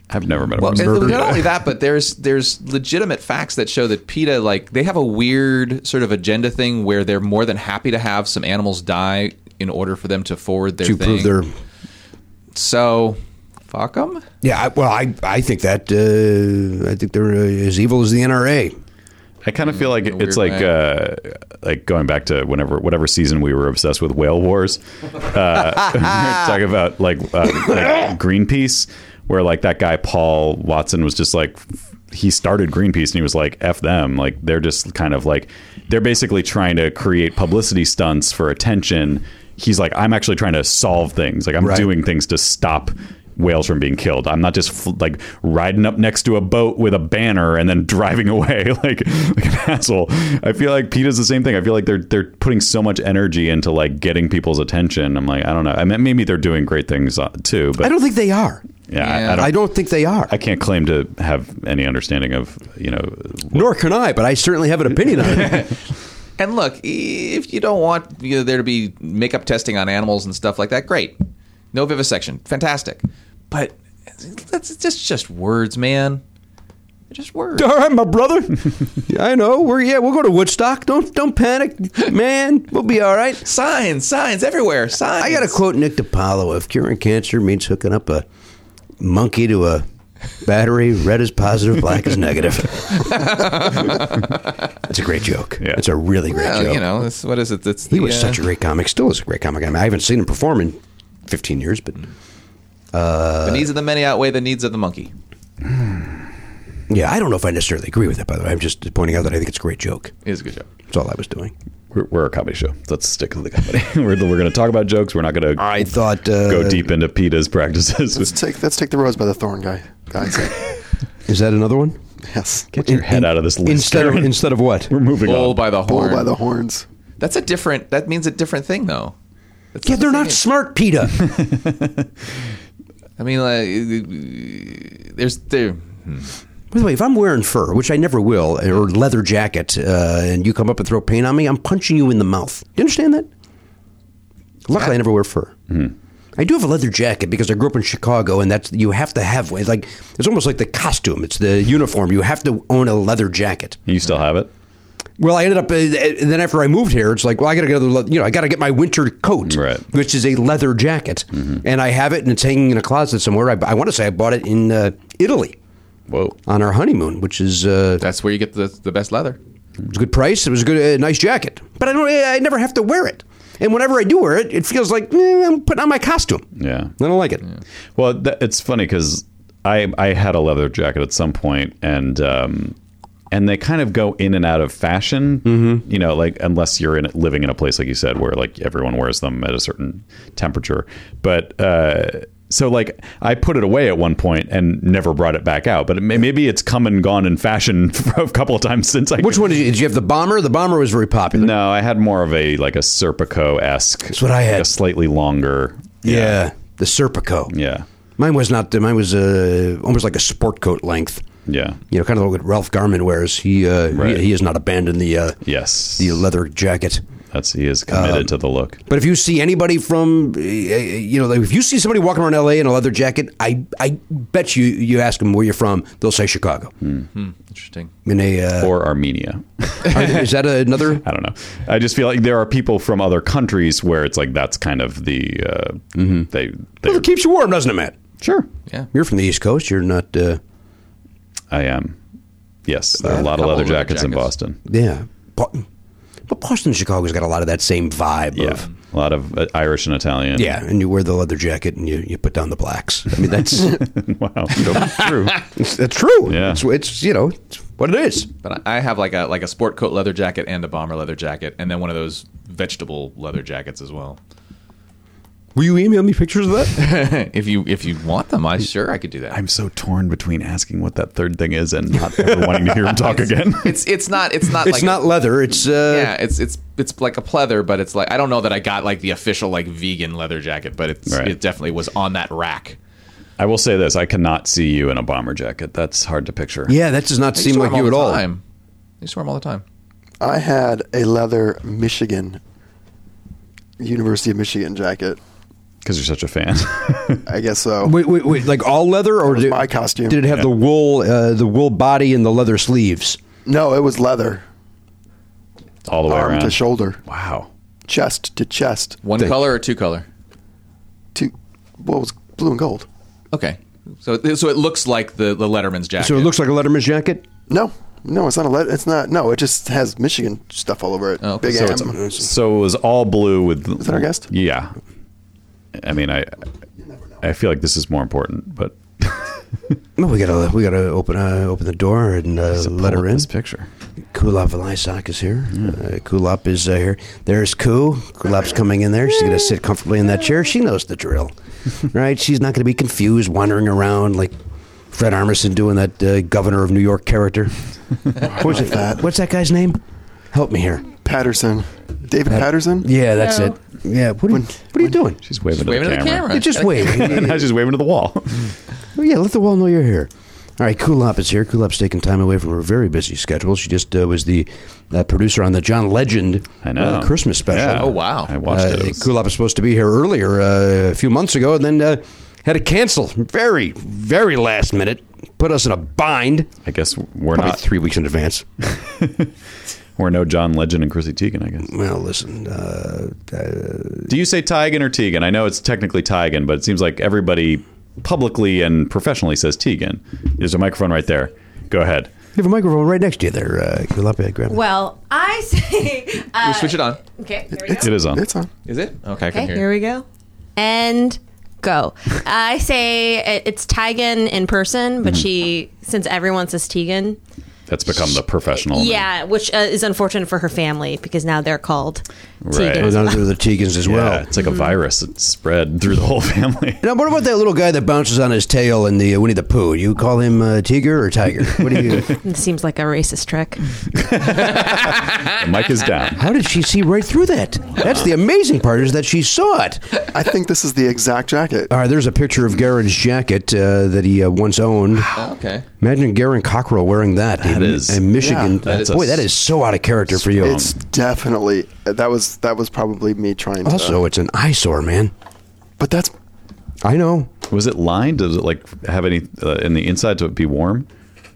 I've never met a
Well,
person.
and not only that, but there's there's legitimate facts that show that PETA like they have a weird sort of agenda thing where they're more than happy to have some animals die in order for them to forward their
To
thing.
prove their.
so fuck them.
Yeah, I, well, I I think that uh, I think they're uh, as evil as the NRA.
I kind of feel like
Mm, a
it's
weird
like uh, like going back to whenever whatever season we were obsessed with whale wars. Uh, we were talking about like, uh, like Greenpeace, where like that guy Paul Watson was just like he started Greenpeace and he was like f them, like they're just kind of like they're basically trying to create publicity stunts for attention. He's like I'm actually trying to solve things, like I'm
Right.
doing things to stop whales from being killed. I'm not just fl- like riding up next to a boat with a banner and then driving away like like an asshole. I feel like PETA's the same thing. I feel like they're they're putting so much energy into like getting people's attention. I'm like, I don't know. I mean, maybe they're doing great things uh, too, but
I don't think they are.
yeah, I- I,
Yeah.
don't.
I
I
don't think they are.
can't claim to have any understanding of you know.
Nor can I, but I certainly have an opinion on it.
And look, if you don't want you know, there to be makeup testing on animals and stuff like that, great. No vivisection, fantastic. But that's just just words, man. They're just words.
All right, my brother. I know. We're yeah. We'll go to Woodstock. Don't don't panic, man. We'll be all right.
Signs, signs everywhere. Signs.
I got to quote Nick DiPaolo. If curing cancer means hooking up a monkey to a battery, red is positive, black is negative. That's a great joke.
Yeah.
It's a really great
Yeah,
joke.
you know, it's, what is it? It's
he
the,
was
uh,
such a great comic. Still is a great comic. I, mean, I haven't seen him perform in 15 years, but
the needs of the many outweigh the needs of the monkey.
yeah, I don't know if I necessarily agree with it. By the way, I'm just pointing out that I think it's a great joke.
It is a good joke.
That's all I was doing.
We're, we're a comedy show. Let's stick to the comedy. we're we're going to talk about jokes. We're not going to
I thought uh,
go deep into PETA's practices.
Let's take let's take the rose by the thorn, guy. Guys,
Is that another one?
yes.
Get your head out of this list.
Instead of
Aaron.
instead of what?
we're moving
Bull
on.
by the
Bull
horn.
by the horns.
That's a different. That means a different thing, though. That's
Yeah,
the
they're
same
not
thing.
smart, PETA.
I mean, like, there's there.
By the way, if I'm wearing fur, which I never will, or leather jacket, uh, and you come up and throw paint on me, I'm punching you in the mouth. Do you understand that? Luckily, I never wear fur. I do have a leather jacket because I grew up in Chicago, and that's you have to have one. It's like it's almost like the costume. It's the uniform. You have to own a leather jacket.
You still have it?
Well, I ended up, uh, and then after I moved here, it's like, well, I got to get another, le- you know, I got to get my winter coat,
Right.
which is a leather jacket, and I have it, and it's hanging in a closet somewhere. I, I want to say I bought it in uh, Italy
Whoa.
on our honeymoon, which is uh,
That's where you get the the best leather.
it was a good price. It was a good, uh, nice jacket, but I don't, I never have to wear it, and whenever I do wear it, it feels like eh, I'm putting on my costume.
Yeah.
I don't like it.
Well, that, it's funny because I I had a leather jacket at some point, and um, and they kind of go in and out of fashion. Mm-hmm. You know, like unless you're in living in a place like you said where like everyone wears them at a certain temperature. But uh, so like I put it away at one point and never brought it back out. But it may, maybe it's come and gone in fashion a couple of times since I.
Which one did you, did you have? The bomber. The bomber was very popular.
No, I had more of a like a Serpico esque. That's
what I had.
a slightly longer.
Yeah. the Serpico.
Yeah.
mine was not. Mine was uh, almost like a sport coat length.
Yeah.
you know, kind of like what Ralph Garman wears. He uh,
Right.
he, he has not abandoned the uh,
Yes.
the leather jacket.
That's he is committed to the look.
But if you see anybody from, uh, you know, like if you see somebody walking around L.A. in a leather jacket, I I bet you you ask them where you're from, they'll say Chicago.
Interesting.
In a uh,
Hmm. Or Armenia.
are- is that another?
I don't know. I just feel like there are people from other countries where it's like that's kind of the uh, they
Well,
they
it keeps you warm, doesn't it, Matt?
sure.
Yeah.
You're from the East Coast. You're not. Uh,
I am. Yes, there are a lot of
couple
leather
of leather
jackets, in
jackets.
Boston.
yeah, Bo- but Boston, and Chicago's got a lot of that same vibe
Yeah,
of.
a lot of uh, Irish and Italian.
Yeah, and you wear the leather jacket and you, you put down the blacks. I mean, that's
wow, true.
that's true.
Yeah.
It's, it's you know it's what it is.
But I I have like a like a sport coat leather jacket and a bomber leather jacket, and then one of those vegetable leather jackets as well.
Will you email me pictures of that?
if you if you want them, I sure I could do that.
I'm so torn between asking what that third thing is and not ever wanting to hear him talk again.
It's it's not it's not
it's
like
not leather. It's uh,
yeah it's it's it's like a pleather, but it's like I don't know that I got like the official like vegan leather jacket, but it's
Right.
it definitely was on that rack.
I will say this: I cannot see you in a bomber jacket. That's hard to picture.
yeah. That does not
I
seem
used to wear
like
them
you at
the
all.
Time. I used to wear them all the time.
I had a leather Michigan, University of Michigan jacket.
because you're such a fan.
I guess so.
Wait, wait, wait! Like all leather, or
was
did,
my costume.
Did it have the wool, uh, the wool body, and the leather sleeves?
No, it was leather,
All the way
arm
around.
to shoulder,
Wow.
chest to chest.
One color or two color?
Two, well, it was blue and gold.
Okay, so it- so it looks like the the Letterman's jacket.
So it looks like a Letterman's jacket.
No, no, it's not a leather. It's not. No, it just has Michigan stuff all over it.
okay.
Big
So
M.
So it was all blue with. Is
that our guest?
Yeah. I mean, I. I feel like this is more important, but
No, we gotta we gotta open uh, open the door and uh, let her in.
this picture.
Kulop Velisak is here. Uh, Kulop is uh, here. There's Ku. Kulop's coming in there. She's going to sit comfortably in that chair. She knows the drill, right? She's not going to be confused wandering around like Fred Armisen doing that uh, governor of New York character. What's, it, what's that guy's name? Help me here.
Patterson, David Patterson.
Yeah, that's it. Yeah, what are, you- what are you doing?
She's waving,
waving
to the camera.
camera.
Just wait.
I was just waving to the wall.
Well, Oh, yeah, let the world know you're here. All right, Kulop is here. Kulop's taking time away from her very busy schedule. She just uh, was the uh, producer on the John Legend
I know.
Uh, Christmas special.
Yeah.
Oh, wow.
I watched
Uh,
it. it was-
Kulop was supposed to be here earlier uh, a few months ago, and then uh, had to cancel very, very last minute. Put us in a bind.
I guess we're
Probably
not.
three weeks in advance.
We're no John Legend and Chrissy Teigen. I guess.
well, listen, uh,
Do you say Teigen or Teigen? I know it's technically Teigen, but it seems like everybody publicly and professionally says Teigen. There's a microphone right there. Go ahead.
you have a microphone right next to you there, uh, Kulop. Yeah, grab it.
Well, I say. Uh,
We switch it on.
Okay, here we
It's-
go.
It is on.
It's on.
Is it okay? I can
Okay,
hear.
here we go. And go. I say it, it's Tigan in person, but she, since everyone says Tegan,
That's become the professional. name.
yeah, which uh, is unfortunate for her family because now they're called
Right.
Tegan.
And those are the Tegans as
Yeah,
well.
it's like a virus. It's spread through the whole family.
Now, what about that little guy that bounces on his tail in the uh, Winnie the Pooh? You call him uh, Tiger or Tiger? What do you?
It seems like a racist trick.
The mic is down.
How did she see right through that? That's the amazing part is that she saw it.
I think this is the exact jacket.
All right, there's a picture of Garen's jacket uh, that he uh, once owned.
Okay.
Imagine Garen Cockrell wearing that. That in,
is-
in Michigan.
Yeah,
that is a
Boy, that is so out of character for you.
It's definitely that was that was probably me trying to.
also, it's an eyesore, man.
but that's
I know.
Was it lined? Does it like have any uh, in the inside to be warm?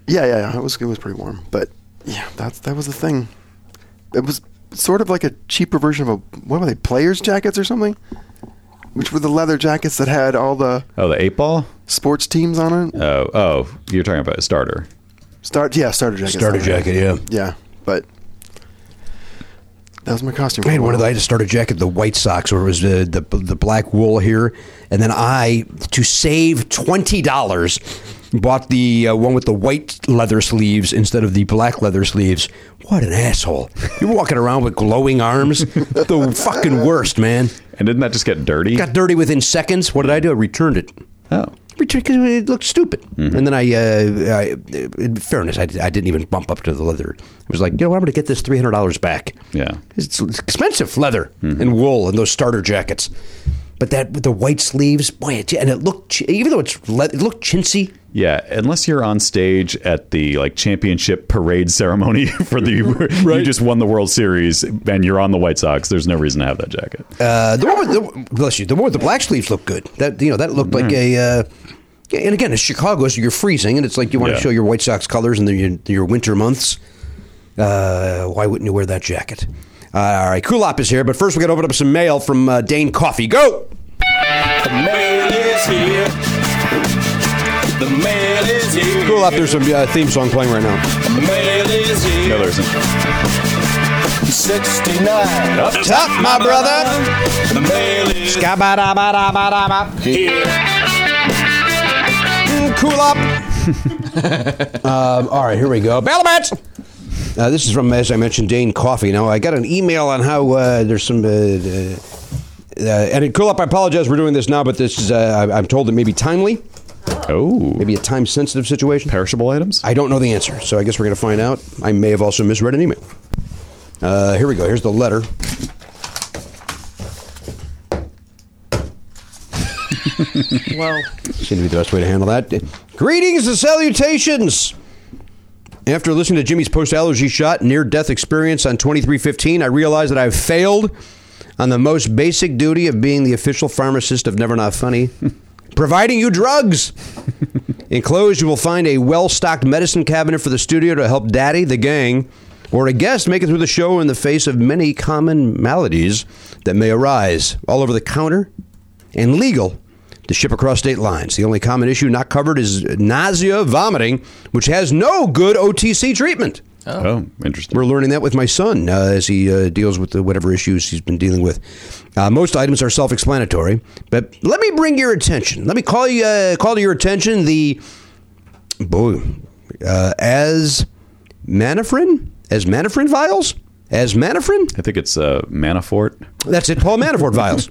yeah, yeah, yeah. It was it was pretty warm, but yeah, that's that was the thing. It was sort of like a cheaper version of a what were they players jackets or something, which were the leather jackets that had all the
Oh, the eight ball.
sports teams on it.
Oh, oh, you're talking about a starter.
Start yeah, starter jacket.
Starter jacket, yeah.
Yeah, but that was my costume.
I had one of the, I had to start a jacket, the White Sox, where it was uh, the, the the black wool here, and then I, to save twenty dollars, bought the uh, one with the white leather sleeves instead of the black leather sleeves. What an asshole! You're walking around with glowing arms, the fucking worst, man.
And didn't that just get dirty?
Got dirty within seconds. What did I do? I returned it.
Oh,
Returned because it looked stupid. And then I, uh, I, in fairness, I, I didn't even bump up to the leather. It was like, you know, what, I'm going to get this three hundred dollars back.
yeah.
It's it's expensive leather and wool and those starter jackets. But that with the white sleeves, boy, it, and it looked chi- even though it's le- it looked chintzy.
Yeah, unless you're on stage at the like championship parade ceremony for the you just won the World Series and you're on the White Sox, there's no reason to have that jacket.
Uh, the one with the, bless you, the one with the black sleeves looked good. That you know that looked like a. Uh, yeah, and again, it's Chicago, so you're freezing, and it's like you want
Yeah.
to show your White Sox colors in the, your, your winter months. Uh, why wouldn't you wear that jacket? Uh, all right, Kulop is here, but first we got to open up some mail from uh, Dane Coffee. Go.
The mail is here. The mail is here.
Kulop, there's a uh, theme song playing right now.
The mail is here.
No, there isn't.
69.
Up
top, my brother.
The mail is here.
Mm, Cool up. um, all right, here we go. Battle match. Uh, this is from, as I mentioned, Dane Coffee. Now, I got an email on how uh, there's some uh, uh, Uh, and Kulop, I apologize. We're doing this now, but this is, uh, I- I'm told it may be timely,
Oh,
maybe a time sensitive situation.
perishable items.
I don't know the answer, so I guess we're going to find out. I may have also misread an email. Uh, here we go. Here's the letter.
Whoa.
Seems to be the best way to handle that. Greetings and salutations. After listening to Jimmy's post allergy shot near death experience on 2315, I realized that I've failed on the most basic duty of being the official pharmacist of Never Not Funny, providing you drugs. Enclosed, you will find a well stocked medicine cabinet for the studio to help Daddy, the gang, or a guest make it through the show in the face of many common maladies that may arise all over the counter and legal to ship across state lines. The only common issue not covered is nausea, vomiting, which has no good OTC treatment.
Oh, interesting.
We're learning that with my son uh, as he uh, deals with the whatever issues he's been dealing with. Uh, most items are self-explanatory, but let me bring your attention. Let me call you uh, call to your attention the boy uh, as Manafrin as Manafrin vials as Manafrin.
I think it's uh, Manafort.
That's it, Paul Manafort vials.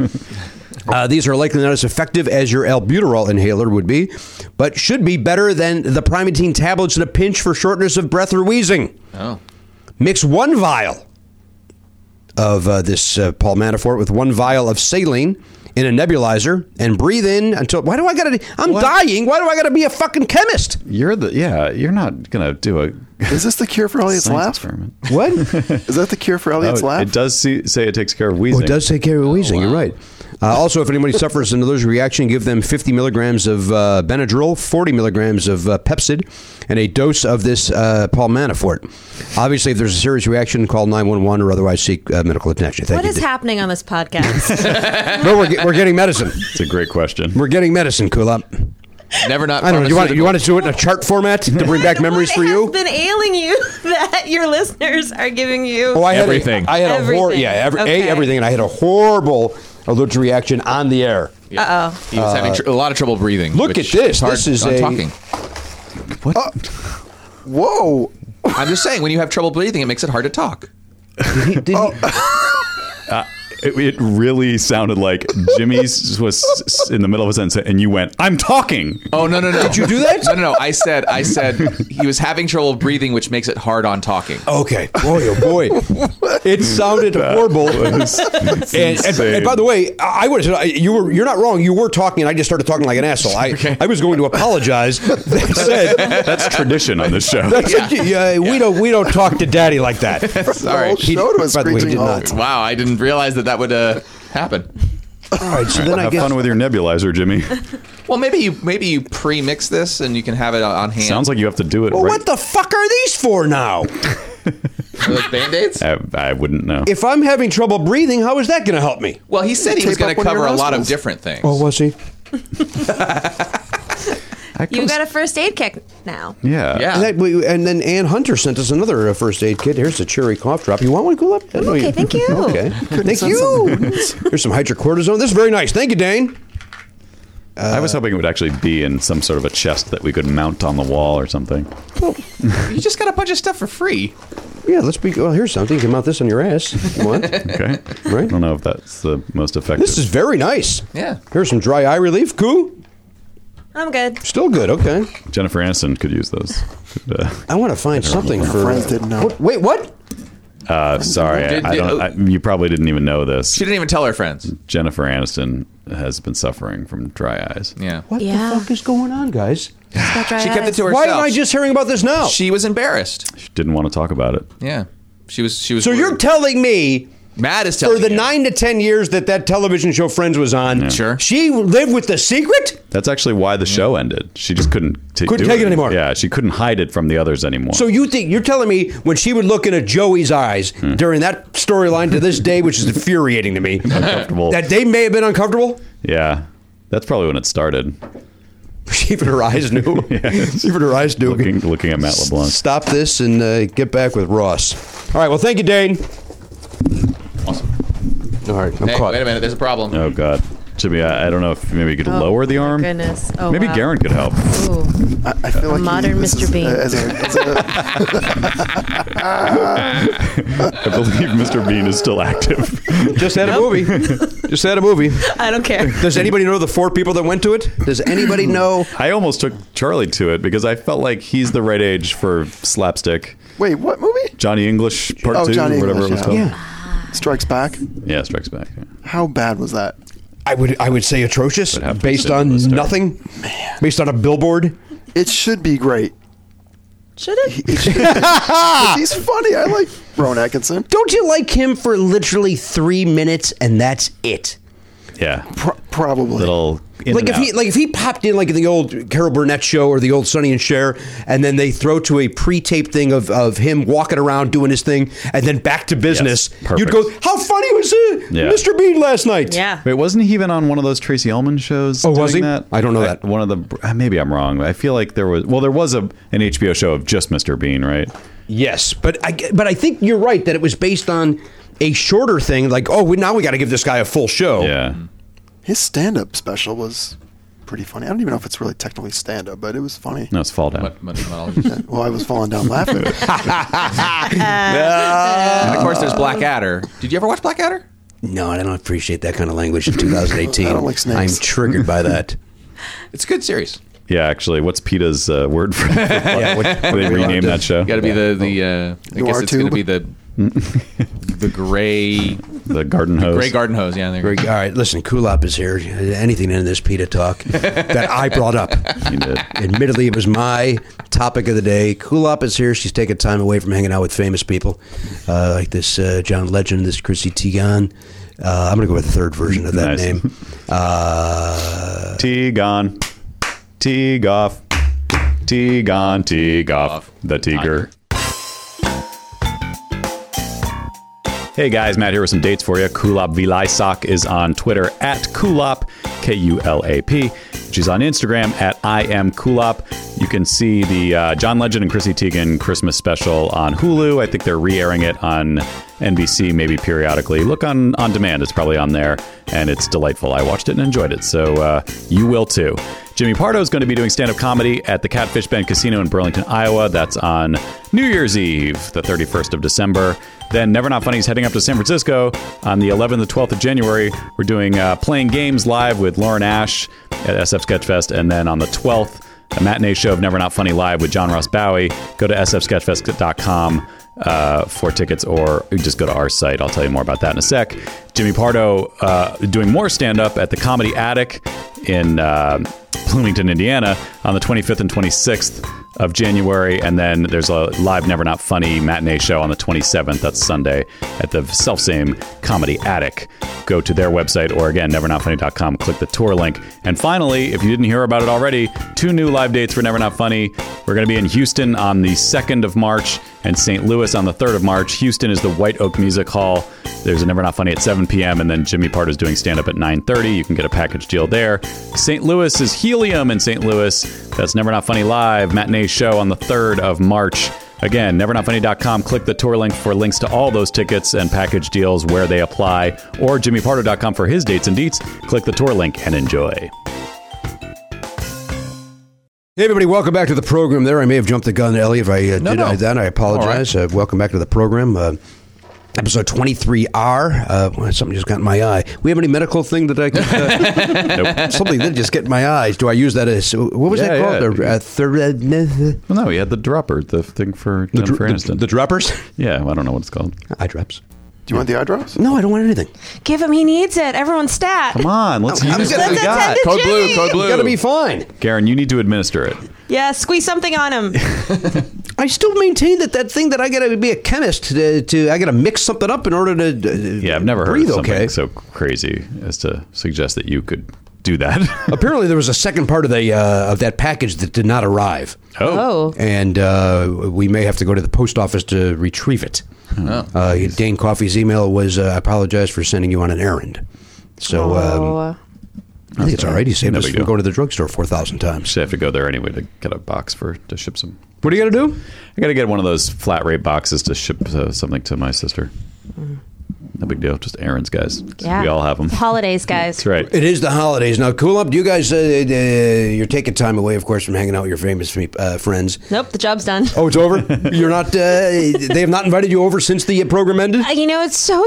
Uh, these are likely not as effective as your albuterol inhaler would be, but should be better than the Primatine tablets in a pinch for shortness of breath or wheezing.
Oh.
Mix one vial of uh, this uh, Paul Manafort with one vial of saline in a nebulizer and breathe in until. Why do I gotta? I'm dying. Why do I gotta be a fucking chemist?
You're the yeah. You're not gonna do a
Is this the cure for Elliot's
science
laugh?
experiment.
What?
Is that the cure for Elliot's
Oh,
laugh?
it does see, say it takes care of wheezing.
Oh, it does take care of wheezing. You're right. Uh, also, if anybody suffers an allergic reaction, give them 50 milligrams of uh, Benadryl, 40 milligrams of uh, Pepsid, and a dose of this uh, Paul Manafort. Obviously, if there's a serious reaction, call 911 or otherwise seek uh, medical attention. Thank
What
you.
is happening on this podcast?
No, we're, ge- we're getting medicine.
It's a great question.
We're getting medicine, Kulop.
Never not.
I don't know. You want, you
pharmaceutical.
want to do it in a chart format to bring back memories for
What
you?
has been ailing you that your listeners are giving you?
Oh, I had
Everything.
A, I had a hor-
Everything.
yeah, every,
Okay.
a everything, and I had a horrible allergic reaction on the air.
He was having tr- a lot of trouble breathing.
look
which
at this.
is hard
This is
on
a-
talking.
Whoa.
I'm just saying, when you have trouble breathing, it makes it hard to talk.
It, it really sounded like Jimmy's was s- in the middle of a sentence, and you went, "I'm talking."
Oh no no no! Did
you do that?
No no no! I said I said he was having trouble breathing, which makes it hard on talking.
Okay. Boy, oh boy. it sounded horrible.
and,
And, and- and by the way, I I would have said you were you're not wrong. You were talking, and I just started talking like an asshole. I, I was going to apologize. That said,
that's tradition on this show.
that's yeah. we don't we don't talk to Daddy like that.
Sorry.
whole show to a
by the way, he did
screeching
not.
halt.
Wow, I didn't realize that that would uh, happen.
All right. So then I
Have
guess
fun with your nebulizer, Jimmy.
Well, maybe you maybe you pre-mix this and you can have it on on hand.
Sounds like you have to do it.
well,
right.
what the fuck are these for now?
like band-aids.
I, I wouldn't know.
If I'm having trouble breathing, how is that going to help me? Oh,
Well, he said he
Tape
was
up
going to
one of your
cover a lot of
nostrils.
different things.
was he?
you got a first aid kick now.
yeah.
Yeah.
And, that, we- and then Ann Hunter sent us another uh, first aid kit. Here's a cherry cough drop. You want one, Cool Up?
okay, thank you.
Okay. thank
send
you. Here's some hydrocortisone. This is very nice. Thank you, Dane.
I was hoping it would actually be in some sort of a chest that we could mount on the wall or something.
You just got a bunch of stuff for free.
Yeah, let's be. Well, here's something. You can mount this on your ass. if you want.
Okay.
Right.
I don't know if that's the most effective.
This is very nice.
Yeah.
Here's some dry eye relief. Cool.
I'm good.
Still good. Okay.
Jennifer Aniston could use those. Could, uh,
I want to find something for.
Friends didn't know.
What- Wait, what?
uh, sorry, I-
Did-
I
did-
don't. I, you probably didn't even know this.
She didn't even tell her friends.
Jennifer Aniston has been suffering from dry eyes.
Yeah.
What
Yeah.
the fuck is going on, guys?
She kept it to herself.
Why am I just hearing about this now?
She was embarrassed.
She didn't want to talk about it.
Yeah. She was. She was.
so you're
worried.
telling me
Matt is
for
telling
the
you.
nine to ten years that that television show Friends was on,
Sure.
she lived with the secret.
That's actually why the show ended. She just couldn't t-
Couldn't
do
take it anymore.
Yeah, she couldn't hide it from the others anymore.
So you think you're telling me when she would look into Joey's eyes
Hmm.
during that storyline to this day, which is infuriating to me,
uncomfortable.
that they may have been uncomfortable?
yeah, that's probably when it started.
Even her eyes knew. Even her eyes knew.
Looking, looking at Matt LeBlanc.
Stop this and uh, get back with Ross. All right. Well, thank you, Dane.
Awesome.
All right, I'm
Hey,
caught.
wait a minute. There's a problem.
Oh God, Jimmy, I, I don't know if maybe you could lower the
Oh my
arm.
goodness. Oh,
maybe
wow.
Garen could help.
Ooh.
I, I feel like
Modern
this
Mr.
is- uh,
Bean.
as a- as a-
I believe Mr. Bean is still active.
Just had a movie. Just had a movie.
I don't care.
Does anybody know the four people that went to it? Does anybody know?
I almost took Charlie to it because I felt like he's the right age for slapstick.
wait, what movie?
Johnny English Part
Oh,
Two,
Johnny
or whatever
English,
it was called.
yeah.
Strikes Back.
Yeah, Strikes Back. yeah.
How bad was that?
I would I would say atrocious
have to
based
sit
on
on the start.
nothing, based on a billboard.
It should be great.
Should it?
It should be. 'Cause he's funny. I like Rowan Atkinson.
Don't you like him for literally three minutes and that's it?
Yeah,
Pro- probably.
little in
like
and
if he
out.
like if he popped in like in the old Carol Burnett show or the old Sonny and Cher, and then they throw to a pre-taped thing of, of him walking around doing his thing, and then back to business. you'd
perfect.
go, how funny was uh,
Yeah.
Mr. Bean last night?
Yeah.
Wait, wasn't he even on one of those Tracy Ullman shows?
Oh, was
doing
he?
That?
I don't know that.
One of the uh, maybe I'm wrong. I feel like there was well, there was a an HBO show of just Mr. Bean, right?
Yes, but I but I think you're right that it was based on a shorter thing. Like, oh, we, now we got to give this guy a full show.
Yeah,
His stand up special was pretty funny. I don't even know if it's really technically stand up, but it was funny.
no, it's Fall Down.
Mon- monologues.
Well, I was falling down laughing.
and of course, there's Blackadder. Did you ever watch Blackadder?
No, I don't appreciate that kind of language in 2018.
I don't like snakes.
I'm triggered by that.
It's a good series.
Yeah, actually, what's PETA's uh, word for? yeah, they rename that show.
You got to be the the. Uh, I guess
Noir
it's going
tube.
to be the the gray
the Garden Hose.
gray garden hose. Yeah, there you go.
All right, listen, Kulop is here. Anything in this PETA talk that I brought up.
You did.
Admittedly, it was my topic of the day. Kulop is here. She's taking time away from hanging out with famous people uh, like this uh, John Legend, this Chrissy Teigen. Uh, I'm going to go with the third version of that
Nice.
name. Uh,
Tea gone, tea off, tea gone, tea off. The Tiger. Hey guys, Matt here with some dates for you. Kulap Vilaysak is on Twitter at Kulap, K U L A P. She's on Instagram at I am Kulap. You can see the uh, John Legend and Chrissy Teigen Christmas special on Hulu. I think they're re airing it on NBC maybe periodically. Look on, on demand, it's probably on there, and it's delightful. I watched it and enjoyed it, so uh, you will too. Jimmy Pardo is going to be doing stand up comedy at the Catfish Bend Casino in Burlington, Iowa. That's on New Year's Eve, the 31st of December. Then Never Not Funny is heading up to San Francisco on the 11th and 12th of January. We're doing uh, Playing Games live with Lauren Ash at SF Sketchfest. And then on the 12th, a matinee show of Never Not Funny live with John Ross Bowie. Go to sfsketchfest.com uh, for tickets or just go to our site. I'll tell you more about that in a sec. Jimmy Pardo uh, doing more stand up at the Comedy Attic in uh, Bloomington, Indiana on the 25th and 26th of January. And then there's a live Never Not Funny matinee show on the 27th. That's Sunday at the selfsame Comedy Attic. Go to their website or again, nevernotfunny.com. Click the tour link. And finally, if you didn't hear about it already, two new live dates for Never Not Funny. We're going to be in Houston on the 2nd of March and St. Louis on the 3rd of March. Houston is the White Oak Music Hall. There's a Never Not Funny at 7 p.m. and then Jimmy Pardo's doing stand up at 9:30. You can get a package deal there. St. Louis is Helium in St. Louis. That's Never Not Funny live matinee show on the 3rd of March. Again, nevernotfunny.com. Click the tour link for links to all those tickets and package deals where they apply, or jimmypardo.com for his dates and deets. Click the tour link and enjoy.
Hey everybody, welcome back to the program. There, I may have jumped the gun, Ellie. If I uh, did
no.
that, I apologize. Uh, welcome back to the program. Uh, Episode 23R. Uh, well, something just got in my eye. We have any medical thing that I could. Uh, Something that just get in my eyes. Do I use that as. What was
Yeah,
that called?
yeah.
The, uh, thir-
Well, no, he had the dropper, the thing for
the, dr- the, the droppers?
yeah, I don't know what it's called.
Eye drops.
Do you want the eyebrows?
No, I don't want anything.
Give him. He needs it. Everyone's stat.
Come on, let's use
Let's
what we
attend
got.
to
Code
Jimmy.
blue, code blue.
Gotta be fine.
Garen, you need to administer it.
Yeah, squeeze something on him.
I still maintain that that thing that I gotta be a chemist to, to I gotta mix something up in order to. Uh,
Yeah, I've never heard
breathe
of something
okay.
so crazy as to suggest that you could do that.
Apparently, there was a second part of the uh, of that package that did not arrive,
Oh.
and uh, we may have to go to the post office to retrieve it.
Hmm.
uh, Dane Coffey's email was, uh, "I apologize for sending you on an errand." So um,
Oh.
I think it's all right. He saved
No
us
big
from
deal.
going to the drugstore four thousand times.
Should have to go there anyway to get a box for to ship some.
What are you gonna do?
I got to get one of those flat rate boxes to ship uh, something to my sister. No big deal. Just errands, guys.
Mm. Yeah.
We all have them.
Holidays, guys.
That's right.
It is the holidays now. Cool up. Do you guys? Uh, uh, you're taking time away, of course, from hanging out with your famous fe- uh, friends.
Nope, the job's done.
Oh, it's over. You're not. Uh, they have not invited you over since the program ended.
Uh, You know, it's so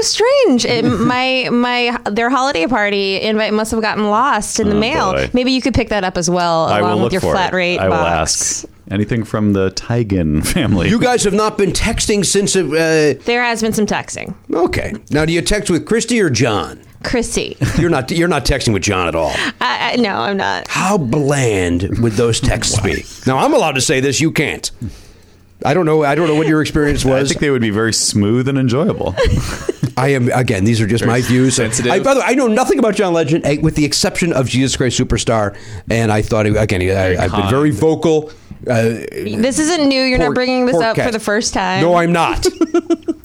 strange. It, my my their holiday party invite must have gotten lost in the
Oh,
mail.
boy.
Maybe you could pick that up as well,
I will
along
look
with your
for
flat
it.
rate
I will
box.
ask anything from the Tigan family.
You guys have not been texting since. Uh,
There has been some texting.
okay. Now, do you text with Christy or John?
Chrissy,
You're not. You're not texting with John at all.
I, I, no, I'm not.
How bland would those texts be? Now, I'm allowed to say this. You can't. I don't know. I don't know what your experience
I
was.
think they would be very smooth and enjoyable.
I am again. These are just my views.
sensitive.
I, by the way, I know nothing about John Legend, eh, with the exception of Jesus Christ Superstar. And I thought he- again, he- I, I've been very vocal. Uh,
This isn't new. You're
pork-
not bringing this
pork
up for
cat.
the first time.
No, I'm not.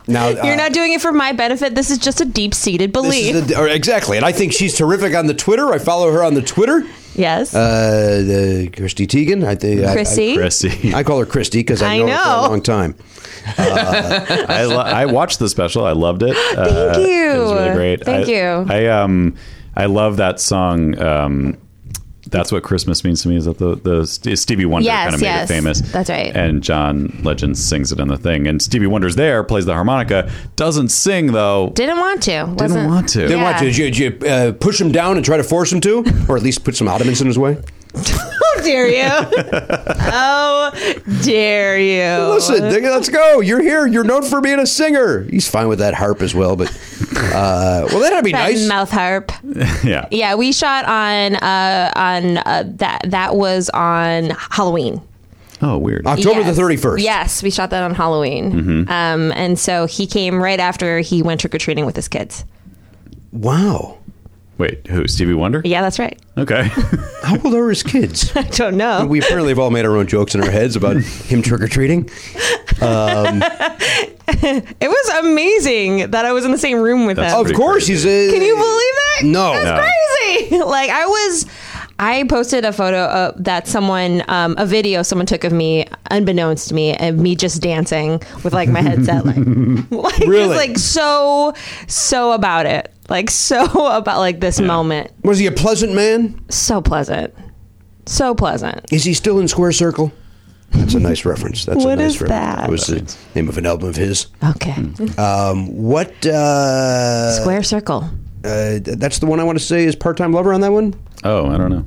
now uh,
You're not doing it for my benefit. This is just a deep seated
this
belief.
is the- or exactly, and I think she's terrific on the Twitter. I follow her on the Twitter.
yes.
Uh, the Christy Teigen. I think I-
Chrissy.
Chrissy.
I, I call her Christy because I,
I
know, her for
know.
a long time.
I, lo- I watched the special. I loved it. Thank It was really
you.
great.
Thank
I,
you.
I um, I love that song. Um, that's what Christmas means to me. Is that the the St- Stevie Wonder
Yes,
kind of made
yes.
it famous?
That's right.
And John Legend sings it in the thing. And Stevie Wonder's there, plays the harmonica, doesn't sing though.
didn't want to. Wasn't,
didn't want to.
Then
Yeah.
what? Did you, did you uh, push him down and try to force him to, or at least put some ottomans in his way?
How dare you? oh, dare you?
Listen, dig- let's go. You're here. You're known for being a singer. He's fine with that harp as well, but uh, well, that'd be
That
nice.
mouth harp.
Yeah.
Yeah, we shot on uh, on uh, that. That was on Halloween.
Oh, weird.
October
Yes.
the Mm-hmm. thirty first.
Yes, we shot that on Halloween. Um, and so he came right after he went trick or treating with his kids.
Wow.
Wait, who? Stevie Wonder?
Yeah, that's right.
Okay.
How old are his kids?
I don't know.
we apparently have all made our own jokes in our heads about him trick or treating.
It was amazing that I was in the same room with
That's
him.
Of
Pretty
course,
crazy.
he's a.
Can you believe that?
No.
That's crazy. Like I was I posted a photo of that someone um, a video someone took of me unbeknownst to me and me just dancing with like my headset like like just
Really?
like so so about it. Like so about like this moment.
Was he a pleasant man?
So pleasant. So pleasant.
Is he still in Square Circle? That's a nice reference. That's
What
a nice
is
reference.
that?
It was the name of an album of his.
Okay.
Hmm.
Um, what? Uh,
Square circle.
Uh, that's the one I want to say is part time lover on that one.
oh, I don't know.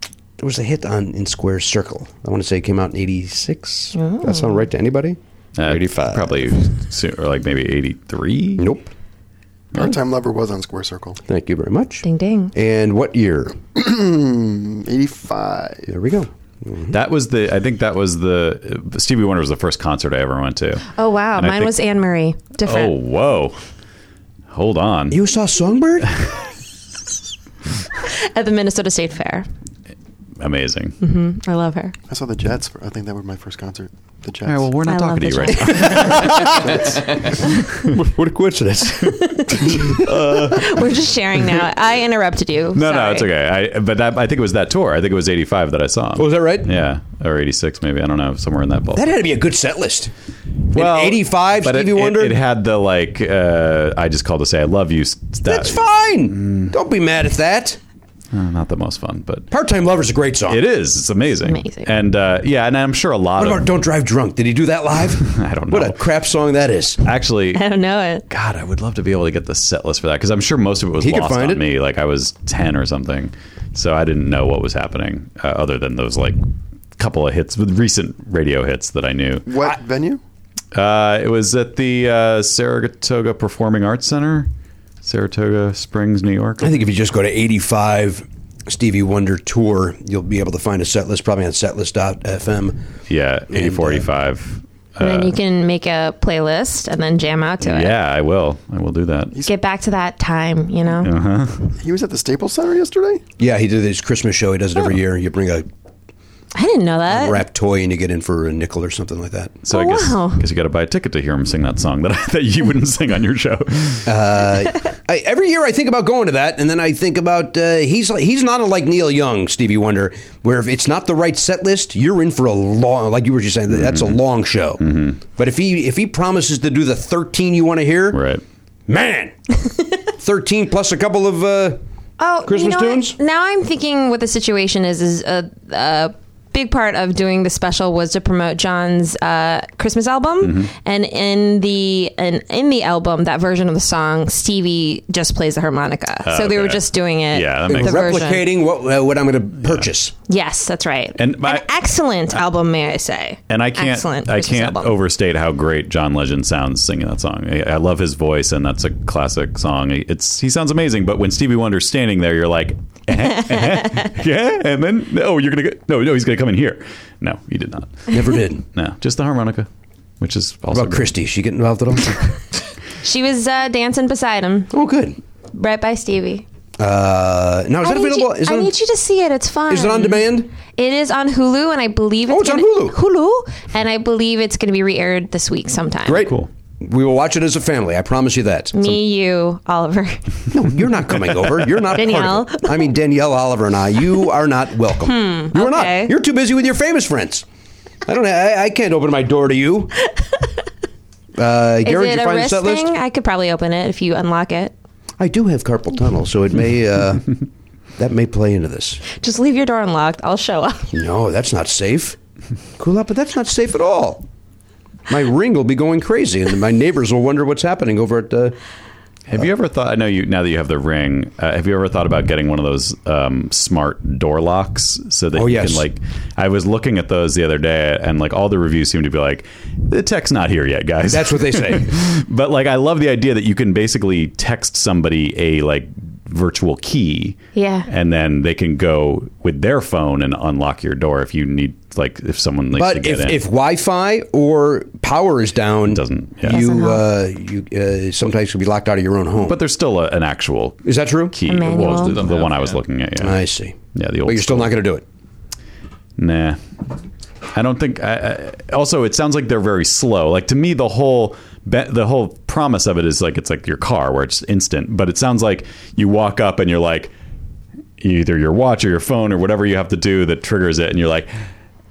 There was a hit on in Square Circle. I want to say it came out in '86. That sound right to anybody?
Uh,
85.
Probably soon, or like maybe 83.
Nope.
Mm.
Part-time lover was on Square Circle.
Thank you very much.
Ding ding.
And what year?
Eighty-five.
There we go.
That was the. I think that was the Stevie Wonder was the first concert I ever went to.
Oh wow.
And I
Mine
think-
was Anne Marie.
Oh
Different.
whoa! Hold on.
You saw Songbird?
At the Minnesota State Fair.
Amazing.
I love her.
I saw the Jets. For, I think that was my first concert. The Jets.
All right. Well, we're
I
not
love
talking to you
the
right now.
what a coincidence!
We're just sharing now. I interrupted
No,
you.
no,
Sorry.
it's okay. I, but that, I think it was that tour. I think it was '85 that I saw.
was Oh, that right?
Yeah, or '86 maybe. I don't know. Somewhere in that ballpark.
That had to be a good set list.
well,
in '85,
but it-
Stevie
it,
Wonder.
It, had the like. Uh, I just called to say I love you. That,
That's
Mm.
fine. Don't be mad at that.
Not the most fun, but
Part time lover's a great song.
it is. It's amazing.
amazing.
And uh, yeah, and I'm sure a lot
What
of
about Don't Drive Drunk? Did he do that live?
I don't know.
What a crap song that is.
actually
I don't know it.
God, I would love to be able to get the set list for that because I'm sure most of it was
He could
lost
find
on
it.
me. Like I was ten or something, so I didn't know what was happening uh, other than those like couple of hits, with recent radio hits that I knew.
what venue?
Uh, it was at the uh, Saratoga Performing Arts Center, Saratoga Springs, New York.
I think if you just go to 85 Stevie Wonder tour, you'll be able to find a set list probably on setlist.fm.
Yeah, eighty four, eighty five.
And then you can make a playlist and then jam out to it.
Uh, Yeah, I will. I will do that.
Get back to that time, you know?
He was at the Staples Center yesterday.
Yeah, he did his Christmas show. He does it every year. You bring a
I didn't know that.
wrapped toy and you get in for a nickel or something like that.
So I
Oh,
guess
wow.
guess you got to buy a ticket to hear him sing that song that that you wouldn't sing on your show.
I, every year I think about going to that, and then I think about uh, he's like, he's not like Neil Young, Stevie Wonder, where if it's not the right set list, you're in for a long. Like you were just saying, that's a long show. But if he if he promises to do the 13 you want to hear,
Right.
Man, thirteen plus a couple of. Uh,
Oh,
Christmas
you know
tunes?
what? Now I'm thinking what the situation is is a, a big part of doing the special was to promote John's uh, Christmas album,
Mm-hmm.
and in the and in the album that version of the song Stevie just plays the harmonica, so they were
Oh, okay.
just doing it.
Yeah, that
the
makes
version.
replicating what uh, what I'm going to purchase.
Yes, that's right.
And my-
An excellent album, may I say?
And I can't,
Excellent
I
Christmas
can't
album.
overstate how great John Legend sounds singing that song. I, I love his voice, and that's a classic song. It's he sounds amazing. But when Stevie Wonder's standing there, you're like, eh, eh, yeah, and then no, you're gonna go, no, no, he's gonna come in here. No, he did not.
Never did.
No, just the harmonica, which is also
About
great.
Christie, she get involved at all?
She was uh, dancing beside him,
oh, good.
right by Stevie.
Uh, now is
I
that
need
available?
You,
is,
I
that,
need you to see it. It's fun.
is it on demand?
It is on Hulu, and I believe it's,
Oh, it's on
gonna-
Hulu.
Hulu, and I believe it's going to be re-aired this week sometime.
Great.
Cool.
We will watch it as a family. I promise you that.
Me, you, Oliver.
No, you're not coming over. You're not
Danielle.
Part of it. I mean Danielle, Oliver, and I. You are not welcome. you are
Hmm, okay.
not. You're too busy with your famous friends. I don't. I, I can't open my door to you. Uh, Gary,
is
did you
it a
find
wrist
set list?
thing? I could probably open it if you unlock it.
I do have carpal tunnel, so it may uh, that may play into this.
Just leave your door unlocked. I'll show up.
No, that's not safe. Cool up, but that's not safe at all. My ring will be going crazy, and my neighbors will wonder what's happening over at. Uh,
Have you ever thought? I know you now that you have the ring. Uh, have you ever thought about getting one of those um, smart door locks so that
Oh,
you
yes.
can like? I was looking at those the other day, and like all the reviews seem to be like, the tech's not here yet, guys.
that's what they say.
but like, I love the idea that you can basically text somebody a like virtual key,
Yeah.
and then they can go with their phone and unlock your door if you need like if someone needs to
But if,
get in.
if Wi-Fi or power is down,
doesn't, yeah.
you
Doesn't
uh, you uh, sometimes can be locked out of your own home?
but there's still a, an actual
is that true?
key.
A manual.
Well, the,
Doesn't
the
have,
one I was
yeah.
looking at. Yeah.
I see.
Yeah, the old
But you're still not going to do it.
Nah. I don't think. I, I, also, it sounds like they're very slow. Like to me, the whole be, the whole promise of it is like it's like your car where it's instant. But it sounds like you walk up and you're like either your watch or your phone or whatever you have to do that triggers it, and you're like,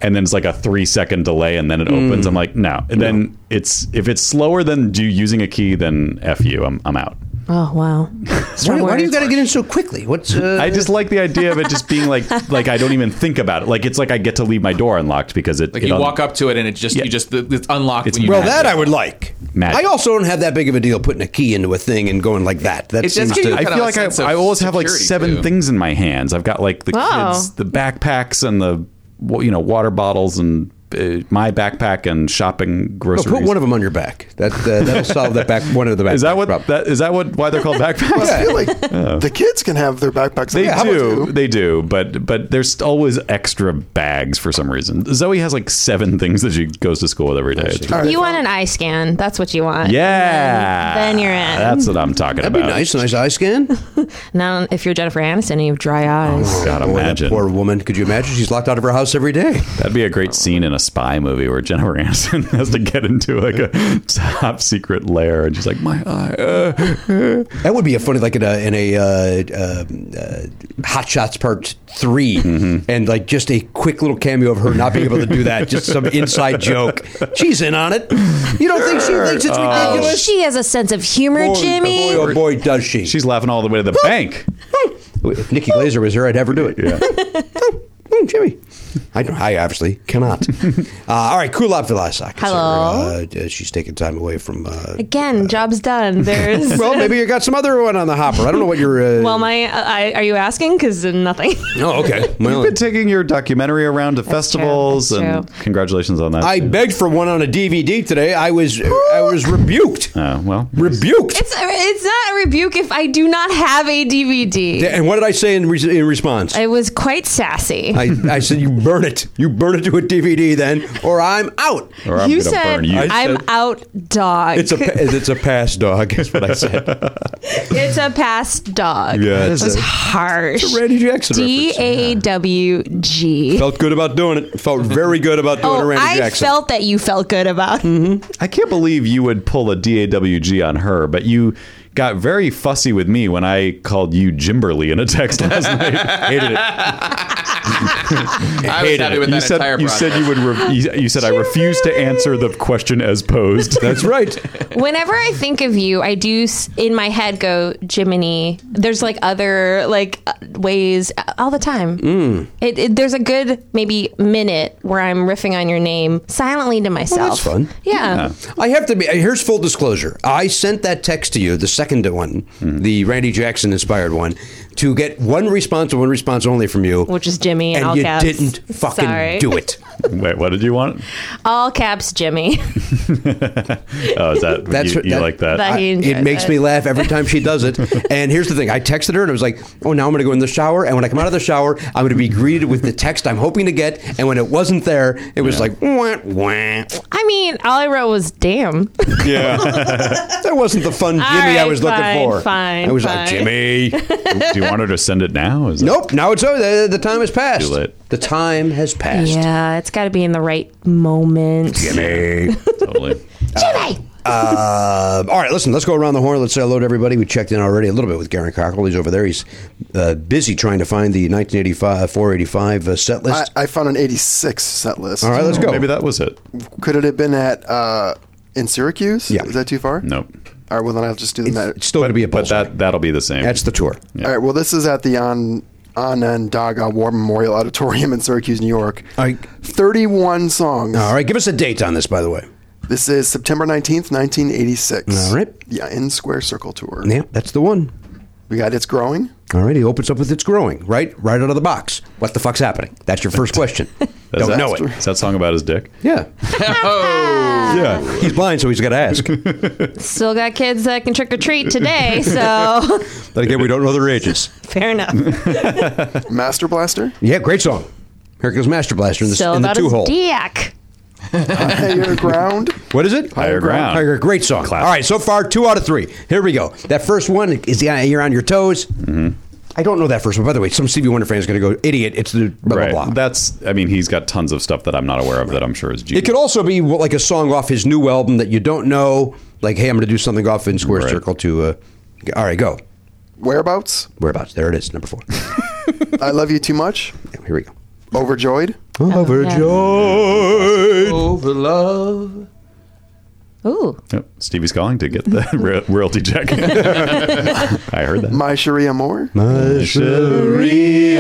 and then it's like a three second delay, and then it
Mm.
opens. I'm like, no. And then it's if it's slower than you using a key, then f you. I'm I'm out.
Oh wow.
Why,
Strong
why do you
words.
got to get in so quickly? What's uh,
I just like the idea of it just being like like I don't even think about it. Like it's like I get to leave my door unlocked because it
Like
it
you
un-
walk up to it and it just
Yeah.
you just it's unlocked
It's
when you
well,
magic.
that I would like.
Magic.
I also don't have that big of a deal putting a key into a thing and going like that. That
It does
seems
give you
to.
I
kind of
feel
a
like I,
sense of
I always have like
security,
seven
too.
things in my hands. I've got like the
Wow.
kids, the backpacks, and the well, you know water bottles, and uh, my backpack and shopping
Oh,
groceries.
put one of them on your back. That uh, that'll solve that back. One of the back.
is that what
problem.
that is that what why they're called backpacks?
I feel like the kids can have their backpacks.
They
Yeah, how about
do,
you?
they do, but but there's always extra bags for some reason. Zoe has like seven things that she goes to school with every day. It's-
You want an eye scan. That's what you want.
Yeah,
Then, then you're in.
That's what I'm talking
That'd be
about.
nice. Nice eye scan.
Now, if you're Jennifer Aniston and you have dry eyes,
God,
Boy, that
imagine
poor woman. Could you imagine? She's locked out of her house every day.
That'd be a great scene in a spy movie where Jennifer Aniston has to get into like a top secret lair and she's like, "My eye." Uh.
That would be a funny, like in a, in a uh, um, uh, Hot Shots Part 3
Mm-hmm.
and like just a quick little cameo of her not being able to do that, just some inside joke. She's in on it. You don't think she thinks it's
oh,
ridiculous?
she has a sense of humor,
Boy, Boy,
Jimmy.
oh boy, does she!
She's laughing all the way to the bank.
if Nikki Glazer was here, I'd have her do it. Mm, Jimmy, I don't. I obviously cannot. uh, all right, Kulop Vilasak. is
Hello.
here. Uh, she's taking time away from. Uh,
Again, job's done. There's
well, maybe you got some other one on the hopper. I don't know what you're. Uh,
Well, my I, are you asking? Because nothing.
Oh, okay.
You've
Well,
been taking your documentary around to festivals,
true.
and
That's
congratulations on that.
I begged for one on a DVD today. I was I was rebuked.
Oh, well,
Rebuked.
It's it's not a rebuke if I do not have a DVD.
And what did I say in, re- in response? I,
It was quite sassy.
I, said, "You burn it. You burn it to a DVD, then, or I'm out."
or I'm
you
gonna
said
burn you.
I'm out, dog.
It's a pa- it's a pass, dog. Is what I said.
it's a past dog.
Yeah,
it
it's
was
a-
harsh.
Randy Jackson.
D
reference.
A W G.
Felt good about doing it. Felt very good about doing a
Oh,
Randy
I
Jackson.
felt that you felt good about.
I can't believe you would pull a DAWG on her, but you got very fussy with me when I called you Jimberly in a text last night.
Hated it.
I was happy with
you
that
said
entire
you
process.
said you would. Re- you, you said I refuse to answer the question as posed.
That's right.
Whenever I think of you, I do s- in my head go Jiminy. There's like other like uh, ways uh, all the time. Mm. It, it, there's a good maybe minute where I'm riffing on your name silently to myself.
that's fun.
Yeah.
I have to be. Here's full disclosure. I sent that text to you, the second one, the Randy Jackson inspired one, to get one response and one response only from you.
Which is Jimmy in
and
all
you
caps.
didn't fucking
Sorry.
do it.
Wait, what did you want?
All caps, Jimmy.
Oh, is that
That's
you,
what-
you
that-
like that?
That-
I-
He enjoys
it makes
it.
me laugh every time she does it. and here's the thing: I texted her and I was like, "Oh, now I'm going to go in the shower." And when I come out of the shower, I'm going to be greeted with the text I'm hoping to get. And when it wasn't there, it was like, wah, wah.
I mean, all I wrote was damn.
"That wasn't the fun Jimmy
All
I
right,
was
fine,
looking for."
fine,
I was
fine.
like, "Jimmy."
do you want her to send it now? Is that-
Nope. Now it's over. The, the time has passed.
Too late.
The time has passed.
yeah, it's got to be in the right moment.
Jimmy.
totally.
Jimmy!
Uh, all right, listen, let's go around the horn. Let's say hello to everybody. We checked in already a little bit with Garen Cockrell. He's over there. He's uh, busy trying to find the 1985 485 uh, set
I,
list.
I found an 86 set list.
all right, let's go.
Maybe that was it.
Could it have been at uh, in Syracuse?
Yeah.
Is that too far?
Nope.
All right. Well, then I'll just do the Met.
It's still going to be a
But
pulse.
that that'll be the same.
That's the tour.
All right. Well, this is at the on Onondaga War Memorial Auditorium in Syracuse, New York.
All right.
31 songs.
All right, give us a date on this, by the way.
This is September 19th, 1986.
All right.
Yeah, in Square Circle Tour.
Yeah, that's the one.
We got It's Growing.
All right, he opens up with It's Growing, right? Right out of the box. What the fuck's happening? That's your first question.
Is
Don't
that-
know it.
Is that song about his dick?
Yeah.
Oh.
yeah. He's blind, so he's got to ask. But
Still got kids that can trick or treat today, so
again, we don't know their ages.
fair enough.
Master Blaster.
Yeah, great song. Here goes Master Blaster in the,
Still
in the
about
two
his
hole.
dick.
Higher Ground.
What is it?
Higher Ground.
Higher Great song.
Classic.
All right, so far two out of three. Here we go. That first one is the you're on your toes.
Mm-hmm.
I don't know that first one. By the way, some Stevie Wonder fan is going to go idiot. It's the blah
right.
blah blah.
That's. I mean, he's got tons of stuff that I'm not aware of that I'm sure is
it
genius.
could also be well, like a song off his new album that you don't know. Like, hey, I'm going to do something off in Square
Right.
Circle to. Uh, g- all right, go.
Whereabouts.
Whereabouts? There it is, number four.
I Love You Too Much.
Here we go.
Overjoyed.
Oh,
Overjoyed.
Over love.
Ooh.
Yep. Stevie's calling to get the ro- royalty check. I heard that.
My Sharia Moore.
Lovely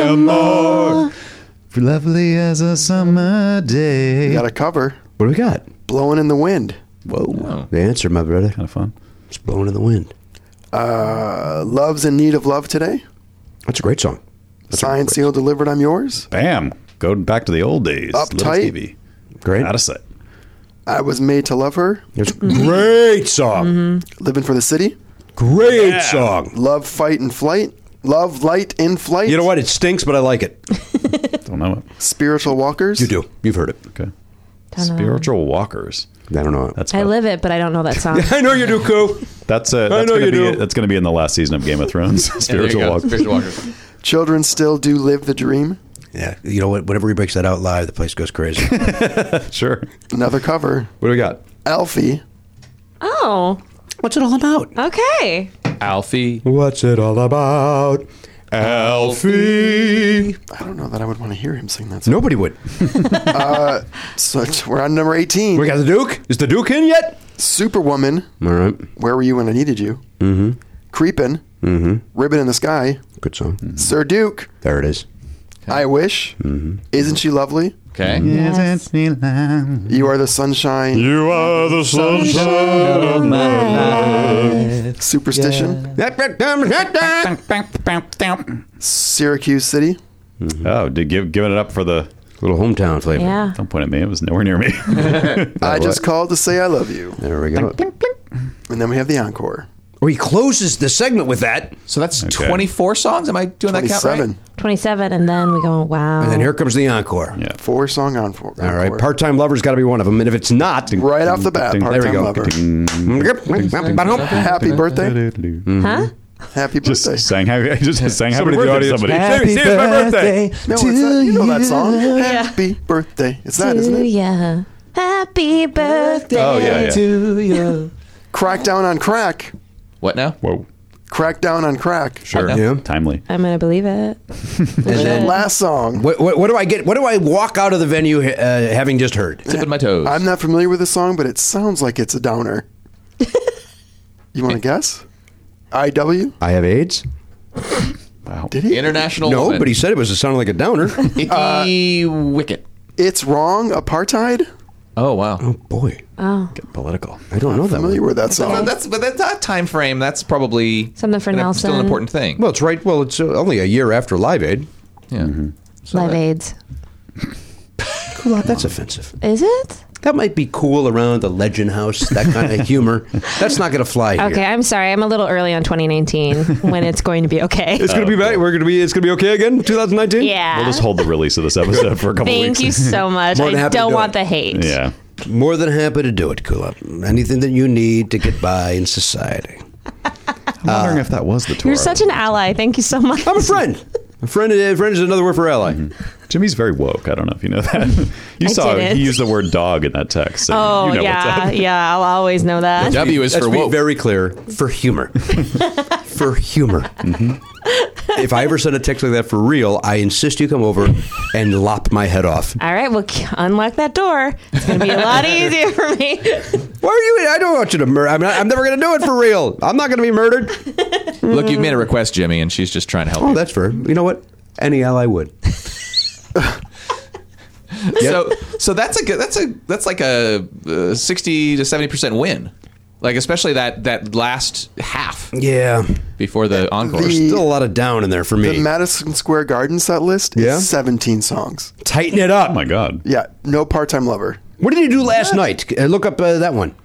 as a summer day.
Got a cover.
What do we got?
Blowing in the Wind.
Whoa. The answer, my brother.
Kind of fun.
It's blowing in the wind.
Uh, Love's in Need of Love Today.
That's a great song.
Signed, sealed, delivered. I'm yours.
Bam. Going back to the old days. Little
Uptight.
Stevie.
Great.
Out of sight.
I was made to love her.
It's great song.
Living for the city.
Great song.
Love, fight, and flight. Love, light, in flight.
You know what? It stinks, but I like it.
Don't know it.
Spiritual walkers.
You do. You've heard it.
Okay.
know.
Spiritual walkers.
I don't know.
That's
I
about-
live it, but I know that song.
I know you do, Coo.
That's uh, that's
know
gonna
you
be
do.
that's gonna be in the last season of Game of Thrones. Spiritual
walk.
walkers.
Spiritual walkers.
Children still do live the dream.
yeah. You know what? Whenever he breaks that out live, the place goes crazy. what
Sure.
Another cover.
do we got?
Alfie.
oh,
What's it all about?
okay.
Alfie.
What's it all about? Alfie.
I don't know that I would want to hear him sing that. Song. Uh,
Nobody would.
So it's- we're on number 18.
We got the Duke. Is the Duke in yet?
Superwoman.
All right.
Where were you when I needed you? Mm-hmm. Creepin'. Mm-hmm. Ribbon in the sky.
Good song.
Sir Duke.
There it is.
I wish.
Mm-hmm.
Isn't she lovely?
Okay.
Mm-hmm. Yes.
You are the sunshine.
You are the sunshine.
Superstition. Syracuse City.
Oh, did give giving it up for the
Little hometown flavor.
Yeah.
don't point at me. It was nowhere near me.
I just called to say I love you.
There we go.
And then we have the encore.
Or he closes the segment with that.
So that's 24 songs. Am I doing that count right?
27.
27, and then we go, wow.
And then here comes the encore.
Yeah.
Four song encore.
All right.
encore.
Part time lover's got to be one of them. And if it's not,
right off the bat.
There
Part
we
time
go.
lover.
Happy
Happy birthday.
Huh?
Happy
Just
birthday.
sang happy. Just sang happy
Somebody in the
birthday to
audience.
somebody.
Happy
Steve, it's my birthday.
No, it's not. You know that song. Happy birthday. It's that, isn't
To
it?
ya. Happy birthday.
Oh yeah. yeah.
Crack down on crack.
What now?
Whoa.
Crack Down on Crack.
Sure.
Yeah.
Timely.
I'm gonna believe it.
And
then-
then last song.
What, what, what do I get? What do I walk out of the venue uh, having just heard?
Tipping my toes.
I'm not familiar with this song, but it sounds like it's a downer. you want to guess? IW?
I have AIDS.
Did he?
International.
No,
woman.
but he said it was a sounded like a downer.
Icky wicket.
It's Wrong, Apartheid?
Oh wow.
Boy,
Oh.
Get political.
I don't know that.
Familiar
One.
with that
Well,
song.
that's but that's not time frame. That's probably
Something for
an- Still
Nelson.
an important thing.
Well, it's right. Well, it's uh, only a year after Live Aid.
yeah.
mm-hmm.
Live AIDS.
Cool, Oh, that's offensive.
Is it?
That might be cool around the Legend House, that kind of humor. That's not going to fly here.
Okay, I'm sorry. I'm a little early on 2019 when it's going to be okay.
It's going to be back. We're going to be. It's going to be okay again. 2019.
yeah.
We'll just hold the release of this episode for a couple
Thank you
weeks.
so much.
More than
I
happy to
don't
do
want
it.
the hate.
Yeah.
More than happy to do it, Kula. Anything that you need to get by in society.
I'm wondering if that was the tour.
You're such an ally. Thank you so much.
I'm a friend. A friend, a friend is another word for ally.
Mm-hmm.
Jimmy's very woke. I don't know if you know that. you
I
saw
didn't.
he used the word dog in that text. so
Oh
you know
yeah,
What's up.
yeah. I'll always know that.
W is
Let's
for
be
woke.
very clear for humor. for humor.
Mm-hmm.
If I ever send a text like that for real, I insist you come over and lop my head off.
All right, well, k- unlock that door. It's gonna be a lot easier for me.
Why are you? I don't want you to murder. I'm, not, I'm never going to do it for real. I'm not going to be murdered.
Look, you've made a request, Jimmy, and she's just trying to help.
Oh,
you.
that's fair. You know what? Any ally would.
So, so that's a good. That's a that's like a uh, sixty to seventy percent win. Like especially that that last half
Yeah.
before the encore.
the-
Still a lot of down in there for
The
me.
Madison Square Garden set list
Yeah?
is 17 songs.
Tighten it up.
Oh my god.
Yeah, no part-time lover.
What did you do last night? Uh, look up uh, that one.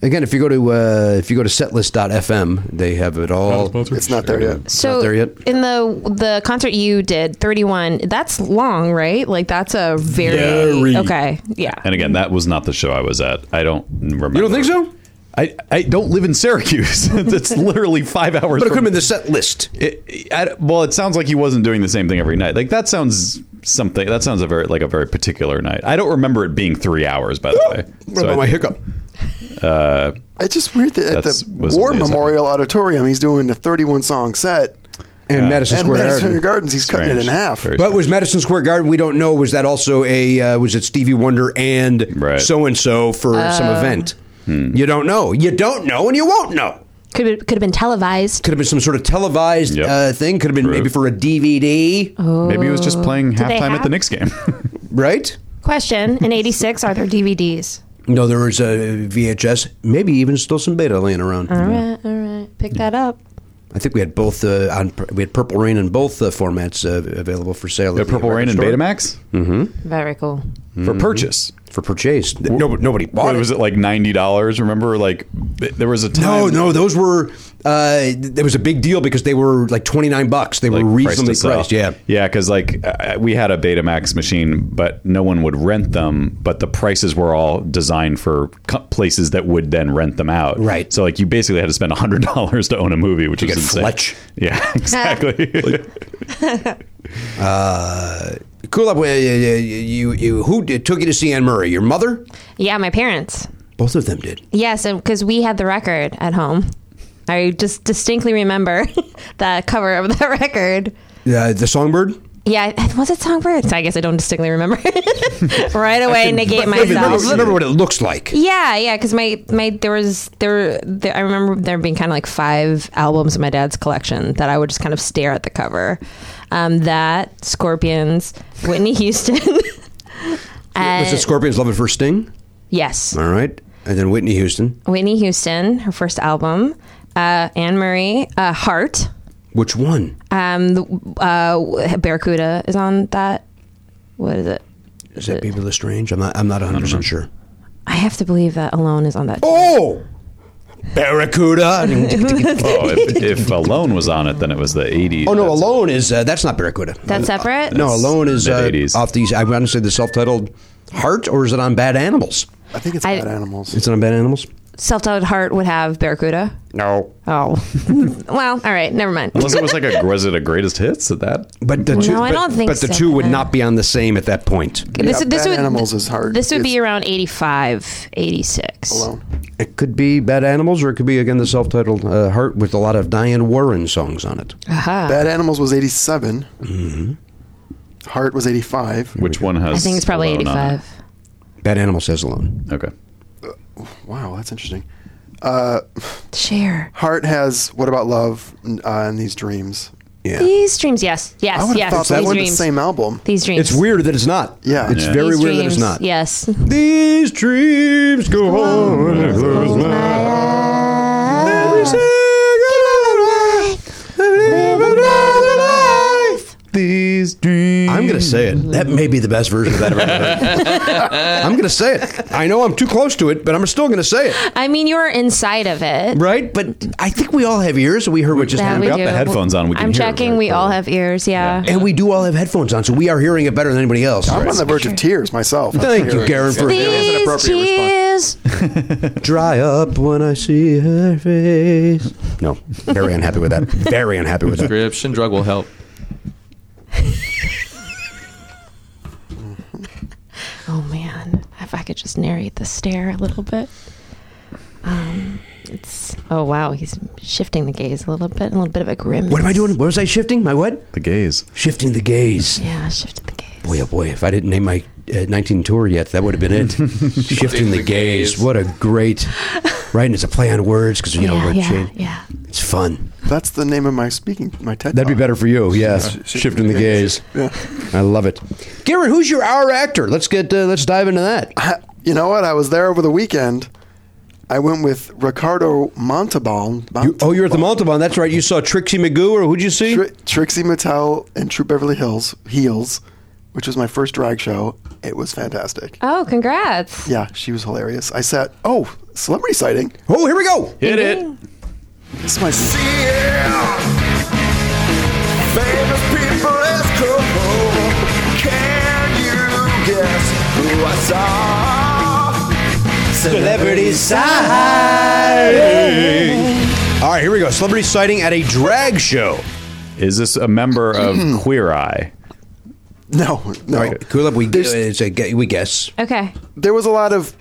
Again, if you go to uh, if you go to setlist.fm, they have it all.
It's not there yet.
So
there yet?
in the the concert you did, 31. That's long, right? Like that's a very
Very.
okay. Yeah.
And again, that was not the show I was at. I don't remember.
You don't think so?
I, I don't live in Syracuse. it's literally five hours.
But it could
from-
have been the set list.
It, I, well, it sounds like he wasn't doing the same thing every night. Like that sounds something. That sounds a very like a very particular night. I don't remember it being three hours. By the way,
What about
I-
my hiccup?
It's just weird that at
That's-
the
was
War
amazing.
Memorial Auditorium, he's doing a 31 song set,
And Madison
and
Square
Madison Square
Garden.
Gardens, he's cutting it in
Strange.
half.
Very
But was Madison Square Garden? We don't know. Was that also a uh, was it Stevie Wonder and
Right. hmm.
so and so for some event? You don't know. You don't know, and you won't know.
Could have, could have been televised.
Could have been some sort of televised
Yep.
uh, thing. Could have been
True.
maybe for a DVD,
Maybe he was just playing
Did they
halftime at
have-
the Knicks game.
right?
Question: In '86, are there DVDs?
No, there was a VHS, maybe even still some beta laying around.
All right, all right. Pick that up.
I think we had both uh, on. We had Purple Rain in both uh, formats uh, available for sale. at
the
the
Purple
record
Rain and
store
Betamax
Very cool.
for
Mm-hmm.
purchase.
for purchase. No, nobody bought
What
it.
was it like ninety dollars? Remember, like th- there was a
No,
time.
no, those were. Uh, there was a big deal because they were like twenty nine bucks. They
like,
were
price to
reasonably
sell.
priced. Yeah,
yeah, because like uh, we had a Betamax machine, but no one would rent them. But the prices were all designed for co- places that would then rent them out.
Right.
So like you basically had to spend hundred dollars to own a movie, which is
get
insane.
Fletch.
Yeah, exactly.
cool up. uh, You, you, you who did, took you to see Anne Murray? Your mother?
Yeah, my parents.
Both of them did.
Yes, because we had the record at home. I just distinctly remember the cover of that record.
Uh, the Songbird.
Yeah, I- was it Songbirds? I guess I don't distinctly remember. right away, negate
Remember,
myself.
remember what it looks like.
Yeah, yeah, because my my there was there, there I remember there being kind of like five albums in my dad's collection that I would just kind of stare at the cover. Um, that Scorpions, Whitney Houston. and,
Was it Scorpions' Love at First Sting?
Yes,
All right, and then Whitney Houston.
Whitney Houston, her first album. Uh, Anne Marie, uh, Heart.
Which one?
Um, the, uh, Barracuda is on that. What is it?
Is that Baby Lestrange? I'm not. I'm not 100 percent sure.
I have to believe that Alone is on that.
Oh, Barracuda.
oh, if, if Alone was on it, then it was the eighties.
oh no, Alone is uh, that's not Barracuda.
That's separate.
No, Alone is uh,
mid-eighties.
off these. I want to say the self-titled Heart, or is it on Bad Animals?
I think it's
I-
Bad Animals.
It's on Bad Animals.
Self Doubt Heart would have Barracuda.
No.
Oh, well, all right, never mind.
Unless it was like a was it a greatest hits at that?
But the two,
I
but,
don't think
but the
so.
two would not be on the same at that point.
This,
Yeah, Bad Animals is hard.
This would be
It's-
around 85, 86.
alone.
It could be Bad Animals, or it could be again the self-titled uh, Heart with a lot of Diane Warren songs on it.
Uh,
Bad Animals was 87.
Mm-hmm.
Heart was 85.
Which one has?
I think it's probably
Stallone on
85.
it?
Bad Animals says alone.
Okay.
Wow, that's interesting.
Share.
Heart has What About Love uh, and These Dreams.
Yeah.
These dreams, yes.
I
Yes,
would have
yes.
thought
these
that was the
dreams.
same album.
These dreams.
It's weird that it's not.
Yeah.
It's
Yeah.
very
These
weird
dreams.
that it's not.
Yes.
These dreams go on and close my eyes. Every single night.
These dreams.
I'm gonna say it. That may be the best version of that. I've ever heard. I'm gonna say it. I know I'm too close to it, but I'm still gonna say it.
I mean, you're inside of it.
Right? But I think we all have ears, and we heard what just
That
happened.
we
got
do.
the headphones on, we can
I'm
hear it,
checking.
right?
we all have ears. Yeah.
And we do all have headphones on, so we are hearing it better than anybody else.
I'm on the verge of tears myself.
Thank you, Garen, for
That's an
These
appropriate response.
tears.
dry up when I see her face. No, very unhappy with that. Very unhappy with that.
Prescription drug will help.
Oh man, if I could just narrate the stare a little bit. Um, it's oh wow, he's shifting the gaze a little bit, a little bit of a grim.
What am I doing? What was I shifting? My what?
the gaze.
Shifting the gaze.
Yeah, shifted the gaze.
Boy, oh boy, if I didn't name my uh, 19 tour yet, that would have been it. Shifting the
the
gaze.
gaze.
What a great, right? And it's a play on words because, you know,
yeah,
we're
yeah,
chain-
yeah.
it's fun.
That's the name of my speaking, my TED
That'd be
Talk.
better for you, yeah. Shifting the gaze. I love it. Garrett, who's your hour actor? Let's get, uh, let's dive into that.
You know what? I was there over the weekend. I went with Ricardo Montalban.
You, oh, you're at the Montalban. That's right. You saw Trixie Magoo, or who'd you see?
Tri- Trixie Mattel and True Beverly Hills Heels, which was my first drag show. It was fantastic.
Oh, congrats!
Yeah, she was hilarious. I sat. Oh, celebrity sighting.
oh, here we go.
Hit it.
This is my.
Famous people is cool. Can you guess who I saw?
Celebrity sighting. All right, here we go. Celebrity sighting at a drag show.
Is this a member of Queer Eye?
No, no.
Cool up. We it's a gu- we guess,
Okay,
There was a lot of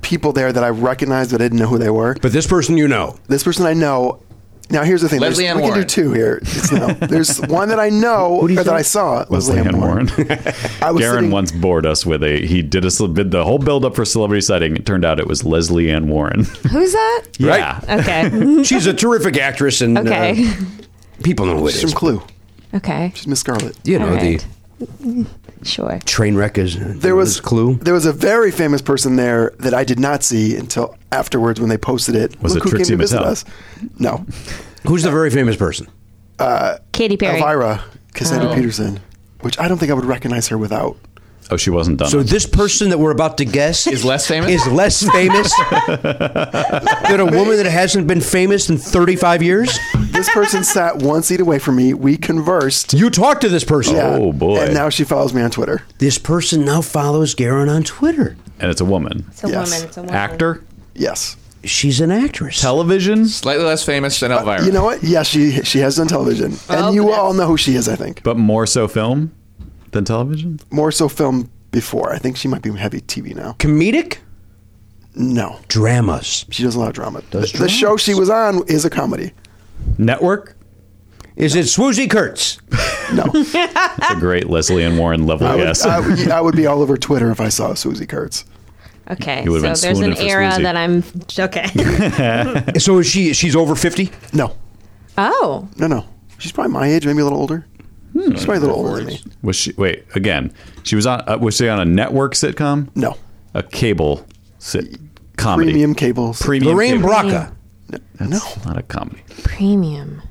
people there that I recognized, but I didn't know who they were.
but this person you know.
This person I know. Now here's the thing. There's-
Leslie Ann
we can
Warren.
do two here. It's no. There's one that I know or that I saw.
Leslie Ann Warren.
I was
Garen
sitting-
once bored us with a. He did us did the whole build up for celebrity sighting. It turned out it was Leslie Ann Warren.
who's that?
yeah.
Okay,
She's a terrific actress, and uh,
okay,
people know who it
She's
is.
from Clue.
okay.
She's Miss Scarlet.
You know
All right.
the
Sure.
train wreck is uh,
There was
clue.
There was a very famous person there that I did not see until afterwards when they posted it.
Was
Look
it
who
Trixie
came to visit
Mattel?
us. No,
Who's the very famous person?
Katy Perry.
Elvira Cassandra Peterson, which I don't think I would recognize her without.
Oh, she wasn't done.
So this person that we're about to guess
Is less famous?
is less famous than a woman that hasn't been famous in 35 years.
This person sat one seat away from me. We conversed.
You talked to this person.
Oh, boy.
And now she follows me on Twitter.
This person now follows Garon on Twitter.
and it's a woman.
It's a
Yes.
woman. It's a woman.
Actor,
Yes.
She's an actress.
television,
Slightly less famous than Elvira.
You know what? Yes, she she has done television, and you all know who she is. I think
but more so film than television.
more so film before. I think she might be heavy TV now.
Comedic
No,
dramas.
she does a lot of drama. the, the show she was on is a comedy.
Network.
Is it Swoozy Kurtz?
No.
It's a great Leslie Ann Warren level
I would,
guess.
I, would, I would be all over Twitter if I saw Susie Kurtz.
You
Okay, so
would've been
there's
swooning
an
for
era
Swoozie.
that I'm okay.
So is she? She's over fifty.
No,
oh,
no, no. She's probably my age, maybe a little older.
Hmm.
She's probably a little older than me.
was she? Wait, again. She was on. Uh, was she on a network sitcom?
No,
A cable sit comedy.
premium cables.
Premium.
Lorraine
cable.
Bracca.
no,
Not a comedy.
premium.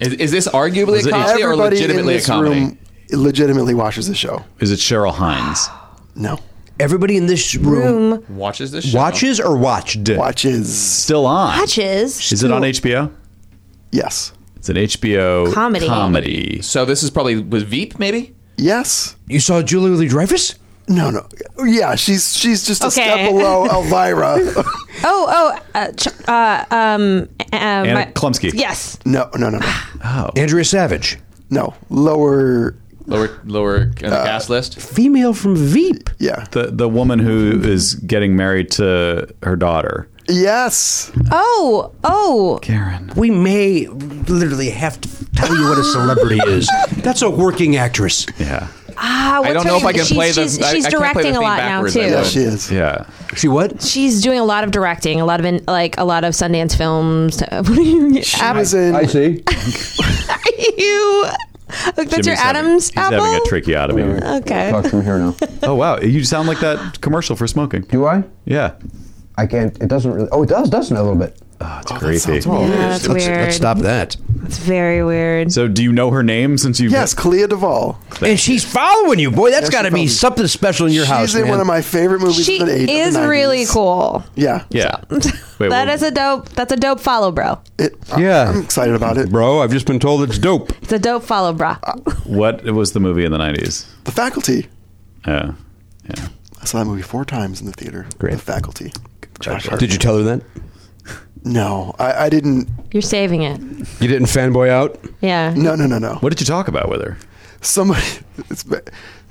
Is, is this arguably
Was
a
it-
comedy or
everybody in
legitimately a
this
comedy?
room legitimately watches the show.
Is it Cheryl Hines?
No,
Everybody in this room
Watches this show.
watches or watched.
watches.
Still on.
Patches.
Is it on HBO?
Yes,
It's an HBO
Comedy.
Comedy.
So this is probably with Veep, maybe?
yes.
You saw Julia Louis Dreyfus.
No, no. Yeah, she's she's just a
Okay.
step below Elvira.
Oh, oh, uh, ch- uh, um, uh, Anna
Klumsky.
Yes.
no, no, no, no. Oh.
Andrea Savage,
No. Lower
Lower, lower on the
Uh,
cast list.
female from Veep.
yeah.
The the woman who is getting married to her daughter,
Yes.
Oh, oh.
Karen.
We may literally have to tell you what a celebrity is. That's a working actress.
Yeah,
Ah, what's
I don't
her
know if
name?
I can
she's,
play the.
She's,
I-
she's
I can't play the
directing a
theme
lot now
backwards, I
too.
Yeah,
would.
she is.
yeah.
She what?
She's doing a lot of directing, a lot of in, like a lot of Sundance films. What are you?
She
Ab-
was in
see.
you. Look, that's your
Jimmy's having-
Adams
he's
apple.
having a tracheotomy.
Okay.
from here now.
Oh wow, you sound like that commercial for smoking.
Do I?
Yeah,
I can't. It doesn't really. Oh, it does, doesn't it? A little bit.
oh, it's creepy.
Yeah, it's
Ah, Let's,
weird.
let's stop that.
It's very weird.
So, do you know her name since you?
Yes, Clea Duvall.
And she's following you, boy. That's
Yeah, she
got to be
followed me.
something special in your
She's
house,
in
man.
one of my favorite movies
she
of the 80s.
is
of the 90s.
really cool.
Yeah.
Yeah. Wait,
that
what-
is a dope. That's a dope follow, bro.
It, I-
Yeah.
I'm excited about it.
Bro, I've just been told it's dope.
It's a dope follow, bro.
Uh,
What was the movie in the nineties?
The Faculty.
Yeah, yeah.
I saw that movie four times in the theater.
Great.
The Faculty. Josh Hartnett.
Did you tell her that?
No, I, I didn't.
You're saving it.
You didn't fanboy out?
Yeah.
No, no, no, no.
What did you talk about with her?
somebody it's,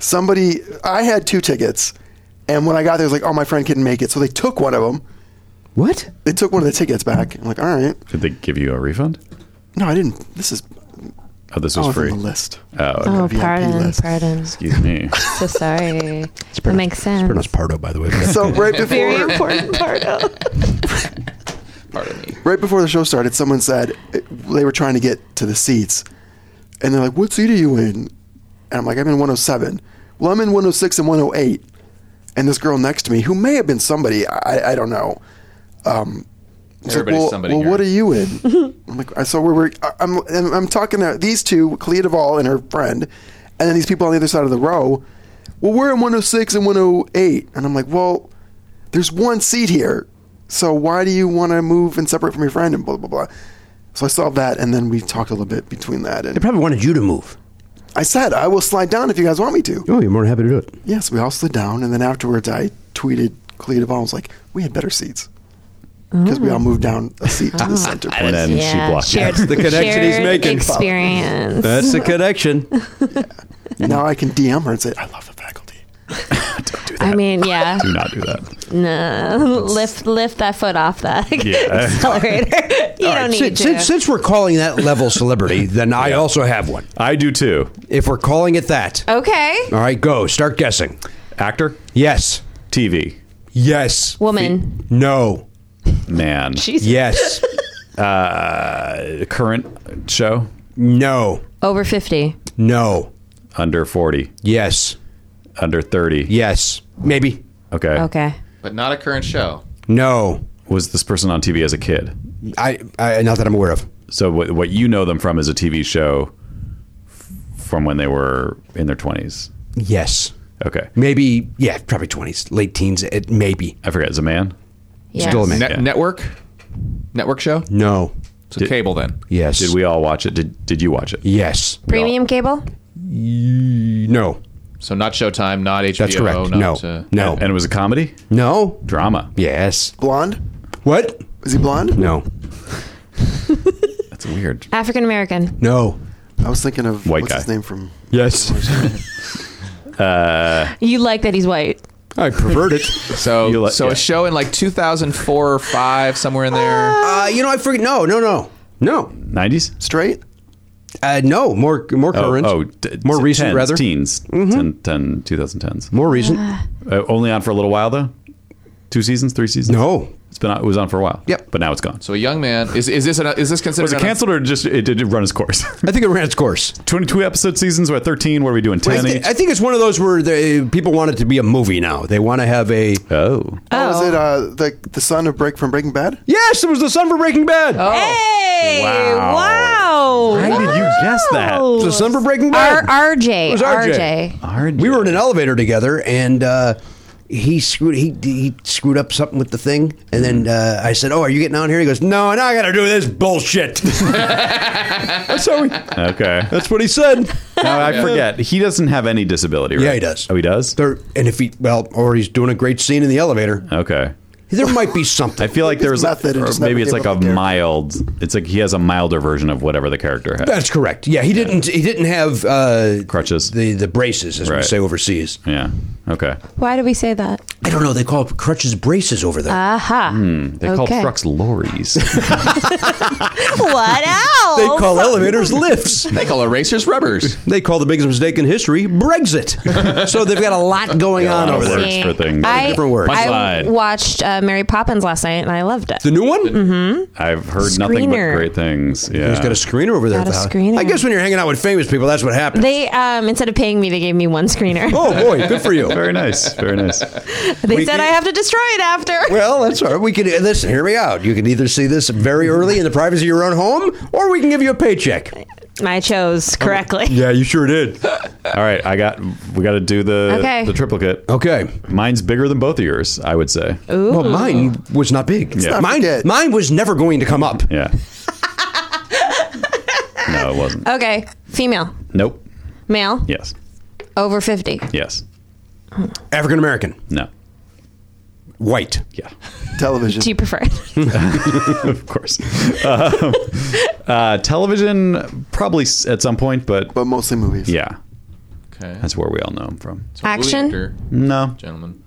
somebody i had two tickets and when i got there it was like oh my friend couldn't make it so they took one of them
What?
they took one of the tickets back i'm like all right
Did they give you a refund?
no i didn't this is
Oh, this
oh,
was
it's on
free.
the list
Oh,
Oh,
VIP
pardon,
list.
pardon.
excuse me.
So sorry. That makes sense.
Pronounced Pardo, by the way.
so right
very
before
important part of.
Pardon me.
right before the show started someone said they were trying to get to the seats and they're like what seat are you in and i'm like i'm in 107 well i'm in 106 and 108 and this girl next to me who may have been somebody i, I don't know um, She's
Everybody's
well,
somebody
Well,
here."
what are you in? I'm like, I- so we're, we're I- I'm, and I'm talking to these two, Clea Duvall and her friend, and then these people on the other side of the row. Well, we're in 106 and 108, and I'm like, well, there's one seat here, so why do you want to move and separate from your friend and blah blah blah. So I solved that, and then we talked a little bit between that,
They
and
probably wanted you to move.
I said I will slide down if you guys want me to.
Oh, you're more than happy to do it.
Yes, we all slid down, and then afterwards, I tweeted Clea Duvall. I was like, we had better seats because
Mm.
we all moved down a seat to the center.
And then she
Yeah,
blocked
shared,
That's
it.
the connection he's
shared
making.
Experience.
That's the connection.
Now I can DM her and say, I love the faculty.
I mean, yeah.
Do not do that.
no, lift lift that foot off that
Yeah.
accelerator. you don't need
Since,
to.
since, since we're calling that level celebrity, then I also have one.
I do too.
If we're calling it that.
okay,
All right, go. Start guessing.
Actor,
Yes.
TV,
Yes.
woman.
No.
man,
She's
Yes.
uh, current show,
No.
over fifty.
No.
under forty,
Yes.
under thirty.
Yes. Maybe.
Okay.
Okay.
But not a current show.
No.
Was this person on TV as a kid?
I, I not that I'm aware of.
So what what you know them from is a TV show f- from when they were in their twenties.
Yes.
Okay.
Maybe yeah, probably 20s, late teens, it maybe.
I forget. Is it a man?
Yes.
Still a man.
Net
Yeah.
Network, network show.
No.
So cable then.
Yes.
Did we all watch it? Did Did you watch it?
Yes.
Premium cable.
No.
So not Showtime, not HBO.
That's correct.
Not,
no.
uh,
no.
And it was a comedy,
no.
drama.
Yes.
Blonde?
What?
Is he blonde?
No.
That's weird.
African American.
No.
I was thinking of
White
what's
guy.
his name from.
Yes.
You like that he's white.
I pervert it.
So
You let-
so
yeah.
a show in like 2004 or five somewhere in there.
Ah.
Uh, you know, I forget. No, no, no. No.
Nineties.
Straight?
Uh, no, more more current.
Oh, d-
more
t-
recent
tens,
rather.
Teens. 10, 10, 2010s.
More recent.
Uh, only on for a little while though. Two seasons, three seasons.
No.
it's been on, it was on for a while.
Yep.
but now it's gone. So
so a young man is is this an, is this considered
was it
an-
canceled or just it did it run its course?
I think it ran its course.
Twenty-two episode seasons. We're at thirteen. What are we doing?
I,
Ten
thi-
each.
I think it's one of those where they, people want it to be a movie now. They want to have a.
oh,
Oh, is it uh, the, the son of Break from Breaking Bad?
Yes, it was the son for Breaking Bad.
Hey! Wow!
Wow. How Oh. did you guess that?
Wow.
It was the son for Breaking
R-
Bad.
RJ.
It was
RJ.
RJ.
We were in an elevator together, and uh, he screwed he he screwed up something with the thing, and then uh,
Mm-hmm.
I said, "Oh, are you getting on here?" He goes, "No, now I got to do this bullshit." that's how we.
okay.
That's what he said.
Now, I forget. He doesn't have any disability, right?
Yeah, he does.
Oh, he does?
There, and if he well, or he's doing a great scene in the elevator.
okay.
There might be something.
Oh. I feel like there's
method and
or
just
maybe
never
it's
give
like a
up the character.
mild. It's like he has a milder version of whatever the character has.
That's correct. Yeah, he didn't. He didn't have uh,
Crutches.
The the braces, as we
Right.
say overseas.
yeah. Okay.
Why do we say that?
I don't know. They call crutches braces over there.
Aha.
They call
Okay.
trucks lorries.
What else?
they call elevators lifts.
They call erasers rubbers.
They call the biggest mistake in history Brexit. so they've got a lot going on
lot of
over there.
words. for things.
I,
Different words.
I
Punchline.
watched uh, Mary Poppins last night and I loved it.
The new one.
Mm-hmm.
I've heard nothing but
Screener.
great things. Yeah.
He's got a screener over there.
Got a
pal.
screener.
I guess when you're hanging out with famous people, that's what happens.
They um, instead of paying me, they gave me one screener.
oh boy, good for you.
very nice. Very nice.
they
we
said
did-
I have to destroy it after.
Well, that's all right. We can listen. Hear me out. You can either see this very early in the privacy of your own home, or we can give you a paycheck.
I chose correctly.
Yeah, you sure did.
All right. I got. We got to do the
Okay.
the triplicate.
Okay.
Mine's bigger than both of yours. I would say.
Well, mine was not big.
not
Mine,
forget.
mine was never going to come up.
Yeah. no, it wasn't.
Okay, female,
Nope.
male,
Yes.
over fifty.
Yes.
African American,
No.
white.
Yeah.
Television.
Do you prefer it?
Of course. Um, uh, television, probably s- at some point, but
but mostly movies.
yeah,
Okay.
that's where we all know him from.
Action?
No.
gentlemen.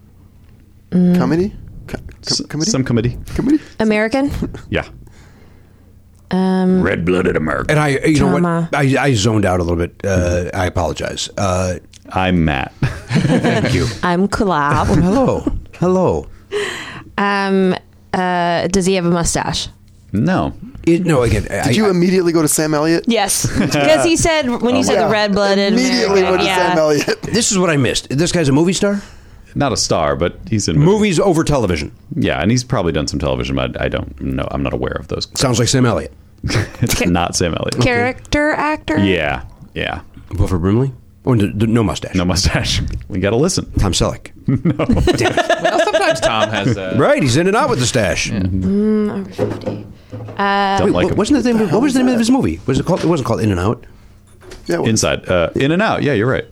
Comedy? Co-
S-
com- comedy?
Some comedy.
comedy?
American.
Yeah.
Um,
Red blooded America.
And I, you know
Drama.
what? I, I zoned out a little bit. Uh, I apologize. Uh,
I'm Matt.
thank you.
I'm collab.
Hello.
Oh.
Hello.
um, uh, does he have a mustache?
no.
It, no, again.
Did you immediately go to Sam Elliott?
Yes, because he said when you said
Yeah.
the red blooded.
Immediately went to Sam Elliott.
this is what I missed. This guy's a movie star.
Not a star, but he's in movies.
Movies over television.
Yeah, and he's probably done some television, but I don't know. I'm not aware of those.
Sounds like Sam Elliott.
It's not Sam Elliott.
Character actor.
Yeah. Yeah.
Wilford Brimley. Oh, no, no mustache.
No mustache. We got to listen.
Tom Selleck.
Well, sometimes Tom has uh, that.
Right, he's in and out with the stash.
Over fifty. Uh,
Don't like
What,
him.
wasn't the name, what was the name of his movie? Was it called? It wasn't called In and Out.
Yeah, well,
Inside. Uh, in and out. Yeah, you're right.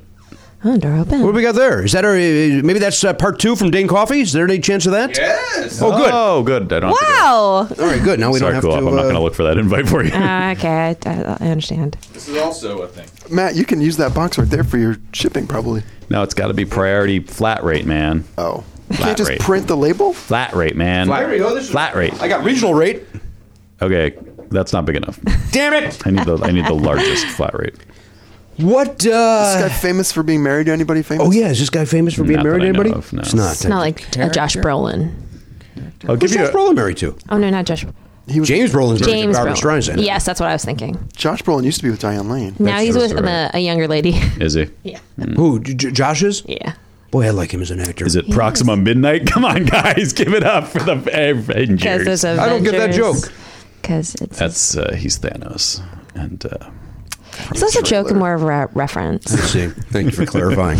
Oh, door
What do
open.
we got there? Is that our, uh, maybe that's uh, part two from Dane Coffee? Is there any chance of that?
Yes.
Oh, good.
Oh, good. I don't. have to go.
Wow.
All right, good. Now we
Sorry,
don't have
cool.
to.
I'm not
uh,
going to look for that invite for you.
Uh, okay, I, I, I understand.
This is also a thing.
Matt, you can use that box right there for your shipping, probably.
no, it's got to be priority flat rate, man.
Oh, you
Flat
can't just
rate.
print the label.
Flat rate, man.
There we go. Oh, This is-
Flat rate.
I got regional rate.
Okay, that's not big enough.
Damn it!
I need the I need the largest flat rate.
What?
This
Uh,
guy famous for being married to anybody famous?
oh yeah, is this guy famous for being
Not
married to
that I know
anybody?
of, no.
It's not.
It's not like a Josh Brolin.
I'll give
Who's
you.
Josh
A,
Brolin married to?
Oh no, not Josh.
He was,
James Brolin's married
James
to Barbara
Brolin.
Streisand.
Yes, that's what I was thinking.
Josh Brolin used to be with Diane Lane.
now he's
that's
with uh,
right.
a, a younger lady.
is he?
yeah.
Who? J- J- Josh is?
Yeah.
Boy, I like him as an actor.
Is it Proxima Midnight? Come on, guys, give it up for the
Because
Avengers.
it's Avengers.
I don't get that joke.
Because it's
That's uh, he's Thanos, and uh,
it's less a joke and more of a re- reference.
Let's see. Thank you for clarifying.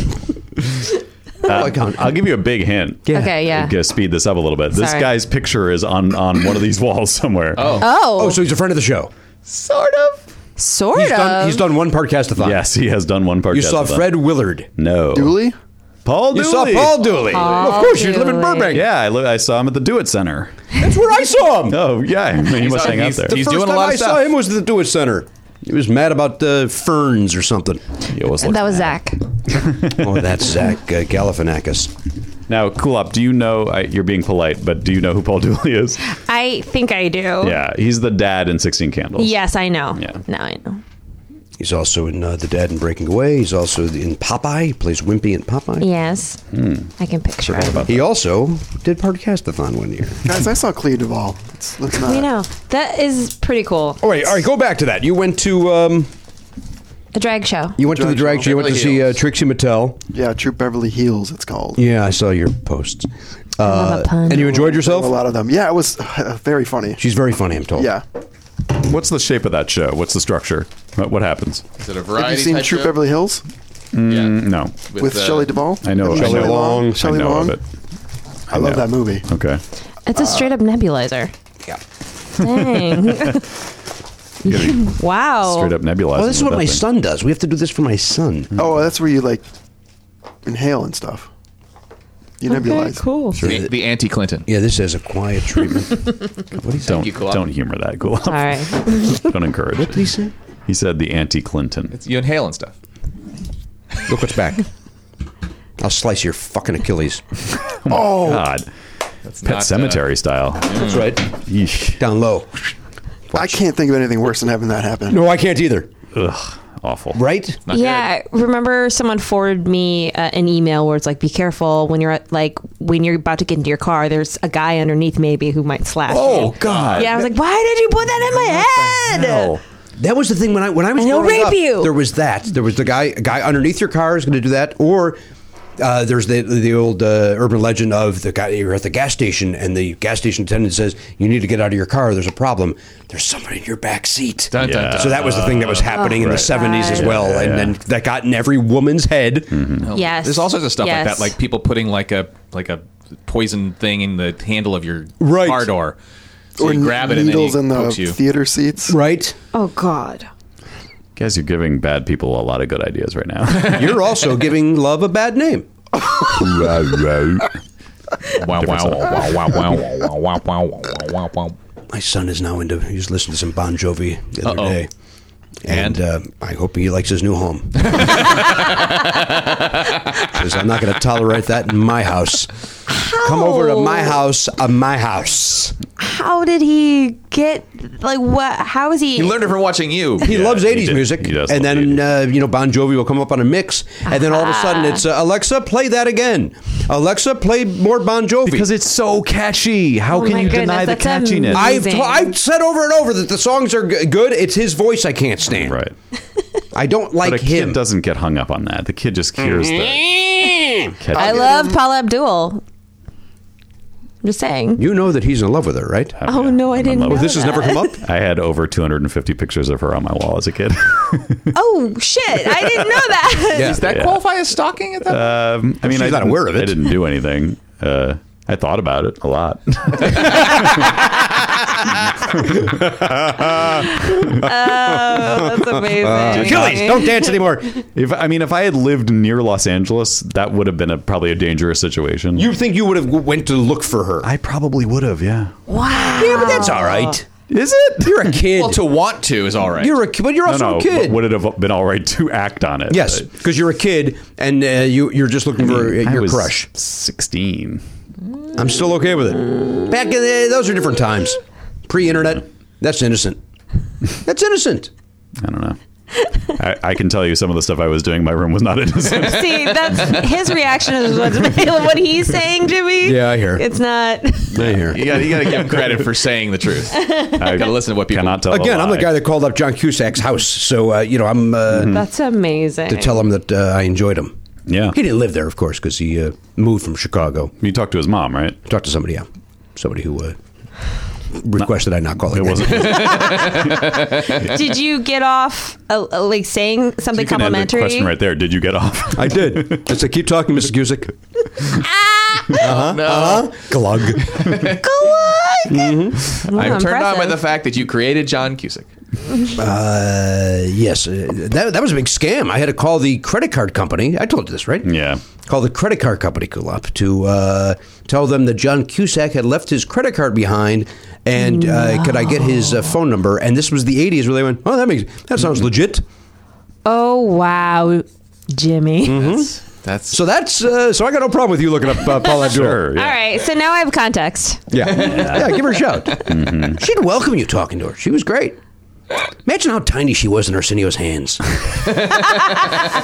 Oh, I can't-
I'll give you a big hint.
Yeah.
Okay. Yeah.
to speed this up a little bit. This
Sorry.
guy's picture is on on one of these walls somewhere. Oh,
Oh,
Oh, so he's a friend of the show.
sort of.
sort
He's
of.
done, he's done one podcastathon.
Yes, he has done one part.
You saw
Jezebel.
Fred Willard.
No.
Dooley.
Paul
You
Dooley.
saw Paul Dooley.
Paul
of course, you live in
Dooley.
Burbank.
Yeah, I, li- I saw him at the Do It Center.
That's where I saw him.
Oh, yeah. I mean, he must hang out
he's-
there.
he's
First
doing a
time
lot of
I saw
stuff.
him was at the Do It Center. He was mad about uh, ferns or something.
He always looks
that was
mad.
Zach.
Oh, that's Zach uh, Galifianakis.
Now, Kulop, do you know? I, you're being polite, but do you know who Paul Dooley is?
I think I do.
Yeah, he's the dad in Sixteen Candles.
Oh. Yes, I know.
Yeah.
Now I know.
He's also in uh, The Dad and Breaking Away. He's also in Popeye. He plays Wimpy in Popeye.
Yes.
Hmm.
I can picture it.
He also did Podcastathon one year.
Guys, I saw Clea Duvall. Let's, let's not.
We know that is pretty cool.
Oh, wait, all right, go back to that. You went to um,
A drag show.
you went to the drag show. You went to see uh, Trixie Mattel.
Yeah, True Beverly Hills. It's called.
Yeah, I saw your posts. Uh,
love a pun.
And you enjoyed
A
yourself?
lot of them. Yeah, it was uh, very funny.
She's very funny, I'm told.
Yeah.
What's the shape of that show? What's the structure? What, what happens?
Is it a
Have you
variety
seen
type
True
show?
Beverly Hills
Yeah.
No,
with,
uh,
Shelley Duvall?
I know.
Shelley
I know
Long.
I
Shelley
know
Long.
of it.
I love
know.
that movie.
Okay.
It's a straight up nebulizer.
Yeah.
Dang.
Getting
Wow.
straight up nebulized.
Oh, this is what my son does. We have to do this for my son.
Oh, that's where you like inhale and stuff. You
Okay,
nebulize.
cool.
The, the anti-Clinton.
Yeah, this is a quiet treatment.
Don't
you, Kulop.
don't humor that, Kulop.
All right.
Don't encourage.
what did he say?
He said the anti-Clinton.
You inhale and stuff.
Look what's back. I'll slice your fucking Achilles.
Oh God,
That's
Pet
not, Mm. uh, hmm.
Cemetery style.
That's right.
Yeesh.
Down low.
I can't think of anything worse than having that happen.
No, I can't either.
Ugh, awful.
Right?
not
yeah, I remember someone forwarded me uh, an email where it's like, "Be careful when you're at, like when you're about to get into your car. There's a guy underneath maybe who might slash."
Oh
you.
God.
Yeah, I was like, "Why did you put that in my head?"
Hell.
That was the thing when I when I was
And he'll
growing
rape
up,
you.
There was that. There was the guy a guy underneath your car is going to do that, or uh, there's the the old uh, urban legend of the guy you're at the gas station and the gas station attendant says you need to get out of your car. There's a problem. There's somebody in your back seat.
Dun, dun,
Yeah.
dun.
So that was the thing that was happening in the
Oh, Right.
70s as well,
Yeah, Mm-hmm.
and
yeah.
then that got in every woman's head.
Yes.
There's all sorts of stuff like
Yes.
that, like people putting like a like a poison thing in the handle of your
Right.
car door. So you grab it and then he
needles in the
pokes you.
theater seats.
Right?
Oh God.
Guys, you're giving bad people a lot of good ideas right now.
You're also giving love a bad name.
wow, wow, wow, wow, wow, wow, wow, wow, wow, wow, wow, wow.
My son is now into. He was listening to some Bon Jovi the other
Uh-oh.
day, and,
And?
uh, I hope he likes his new home. Because I'm not going to tolerate that in my house. Come over to my house, uh, my house.
How did he get like what? How is he?
He learned it from watching you.
He loves
he
80s
did-
music,
he does
and
love
then uh, you know Bon Jovi will come up on a mix, and then all of a
Ah.
sudden it's uh, Alexa, play that again. Alexa, play more Bon Jovi.
because it's so catchy. How
Oh
can
my
you
goodness,
deny the
that's
catchiness?
amazing.
I've, t- I've said over and over that the songs are g- good. It's his voice I can't stand.
right.
I don't like
But a
him.
kid doesn't get hung up on that. The kid just hears the
Mm-hmm.
catchy.
I love Paula Abdul. I'm just saying.
You know that he's in love with her, right?
Oh,
yeah,
no, I
I'm in
didn't
love with
know
this.
This has never come up.
I had over 250 pictures of her on my wall as a kid.
Oh shit! I didn't know that.
Yeah. Uh,
Does that
Yeah.
qualify as stalking at that point?
Um, I mean, I
not
didn't-
aware of it.
I didn't do anything. Uh, I thought about it a lot.
Oh, that's amazing.
Achilles, don't dance anymore.
if I mean, if I had lived near Los Angeles, that would have been a, probably a dangerous situation.
You think you would have went to look for her?
I probably would have. Yeah.
Wow.
yeah, but
Ah.
that's all right.
Is it?
You're a kid.
Well, to want to is all right.
you're a kid, but you're
No,
also
no.
a
But
kid.
would it have been all right to act on it?
yes, because you're a kid and uh, you you're just looking for uh,
I
your
was
crush.
16.
I'm still okay with it. Back in the, those are different times. Pre-internet, that's innocent. That's innocent.
I don't know. I, I can tell you some of the stuff I was doing. in My room was not innocent.
See, that's his reaction is what's what he's saying, Jimmy.
Yeah, I hear.
It's not.
Right here.
You gotta, you gotta give him credit for saying the truth.
I
gotta listen to what people-
cannot tell. a
Again, I'm the
lie.
guy that called up John Cusack's house, so uh, you know I'm uh,
Mm-hmm.
That's amazing.
to tell him that uh, I enjoyed him.
Yeah.
He didn't live there, of course, because he uh, moved from Chicago.
You talked to his mom, right?
Talk to somebody, yeah, somebody who uh, requested I not call it.
It wasn't.
Did you get off uh, uh, like saying something
You can end the
complimentary?
question right there. Did you get off?
I did. I said, "Keep talking, Mrs. Gusick."
No.
Glug. Mm-hmm.
I'm
Wow,
turned on by
impressive.
the fact that you created John Cusick.
Uh, yes, uh, that, that was a big scam. I had to call the credit card company. I told you this, right?
Yeah.
Call the credit card company, Kulop, to uh, tell them that John Cusack had left his credit card behind, and uh, could I get his uh, phone number? And this was the '80s, where they went, "Oh, that makes that sounds legit."
Oh wow, Jimmy.
Mm-hmm.
That's
So that's uh, so I got no problem with you looking up uh, Paul Abdul.
Sure.
All
Yeah.
right, so now I have context.
Yeah. yeah, give her a shout.
Mm-hmm.
She'd welcome you talking to her. She was great. Imagine how tiny she was in Arsenio's hands. I
Uh-huh.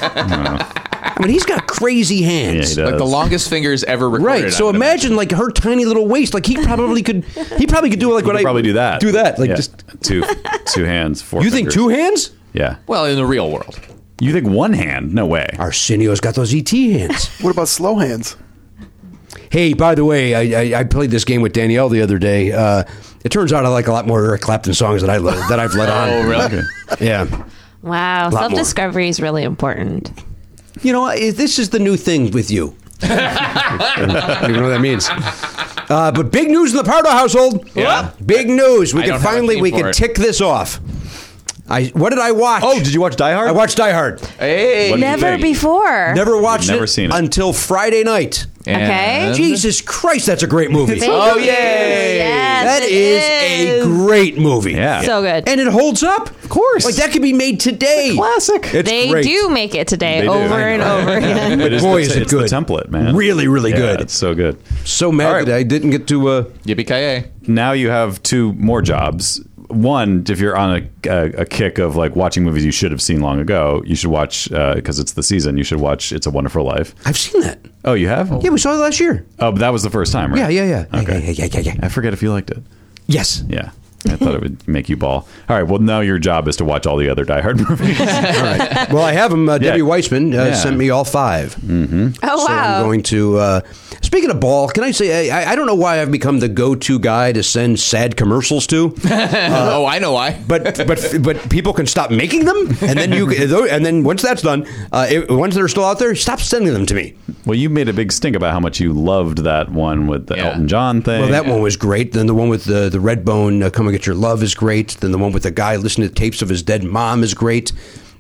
mean, he's got crazy
Yeah, he
hands.
like the
does.
longest fingers ever recorded.
Right,
I
so
would
imagine like her tiny little waist. Like he probably could, he probably could do like what
could
I
probably do that.
Do that, like
Yeah.
just.
two two hands, four.
You think
fingers.
two hands?
Yeah.
Well, in the real world.
You think one hand? No way.
Arsenio's got those ET hands.
What about slow hands?
Hey, by the way, I, I, I played this game with Danielle the other day. Uh, it turns out I like a lot more Eric Clapton songs that I lo- that I've let on.
Oh, really?
Yeah.
Wow,
more.
self discovery is really important.
You know, I- this is the new thing with you. I don't even know what that means. Uh, but big news in the Pardo household.
Yeah.
Big news. We
I
can
don't have a
finally
theme
we
for
can
it.
tick this off. I what did I watch?
Oh, did you watch Die Hard?
I watched Die Hard.
Hey,
What do you
Never
think?
before.
Never watched
never
it,
seen it.
until Friday night.
Okay.
And-
Jesus Christ, that's a great movie.
Thank
Oh,
you.
yay.
Yes,
that
it
is, a
is.
great movie.
Yeah.
So good.
And it holds up. Of
course.
Like that could be made today.
classic.
It's
they
great.
do make it today
They do.
over
I
and
know.
over again.
But it's
Boy,
the,
is it
it's the
good.
template, man.
Really, really
Yeah,
good.
It's so good.
So mad
All right.
that I didn't get to uh
Yippee-ki-yay.
Now you have two more jobs. One, if you're on a, a, a kick of like watching movies you should have seen long ago, you should watch because it's the season. You should watch "It's a Wonderful Life."
I've seen that.
Oh, you have?
Yeah, we saw it last year. Uh,
Oh, but that was the first time, right?
Yeah, yeah, yeah. Yeah,
Okay.
Yeah, yeah, yeah, yeah, yeah.
I forget if you liked it.
Yes.
Yeah. I thought it would make you ball. All right. Well, now your job is to watch all the other Die Hard movies.
Well, I have them. Uh, Debbie Weissman uh,
Yeah.
sent me all five.
Oh
Mm-hmm. So
wow.
I'm going to. Uh, speaking of ball, can I say I, I don't know why I've become the go-to guy to send sad commercials to,
oh, I know why.
but but but people can stop making them, and then you and then once that's done, uh, it, once they're still out there, stop sending them to me.
well, you made a big stink about how much you loved that one with the
Yeah.
Elton John thing.
Well, that one was great. Then the one with the the red bone uh, "Come and Get Your Love" is great. Then the one with the guy listening to tapes of his dead mom is great.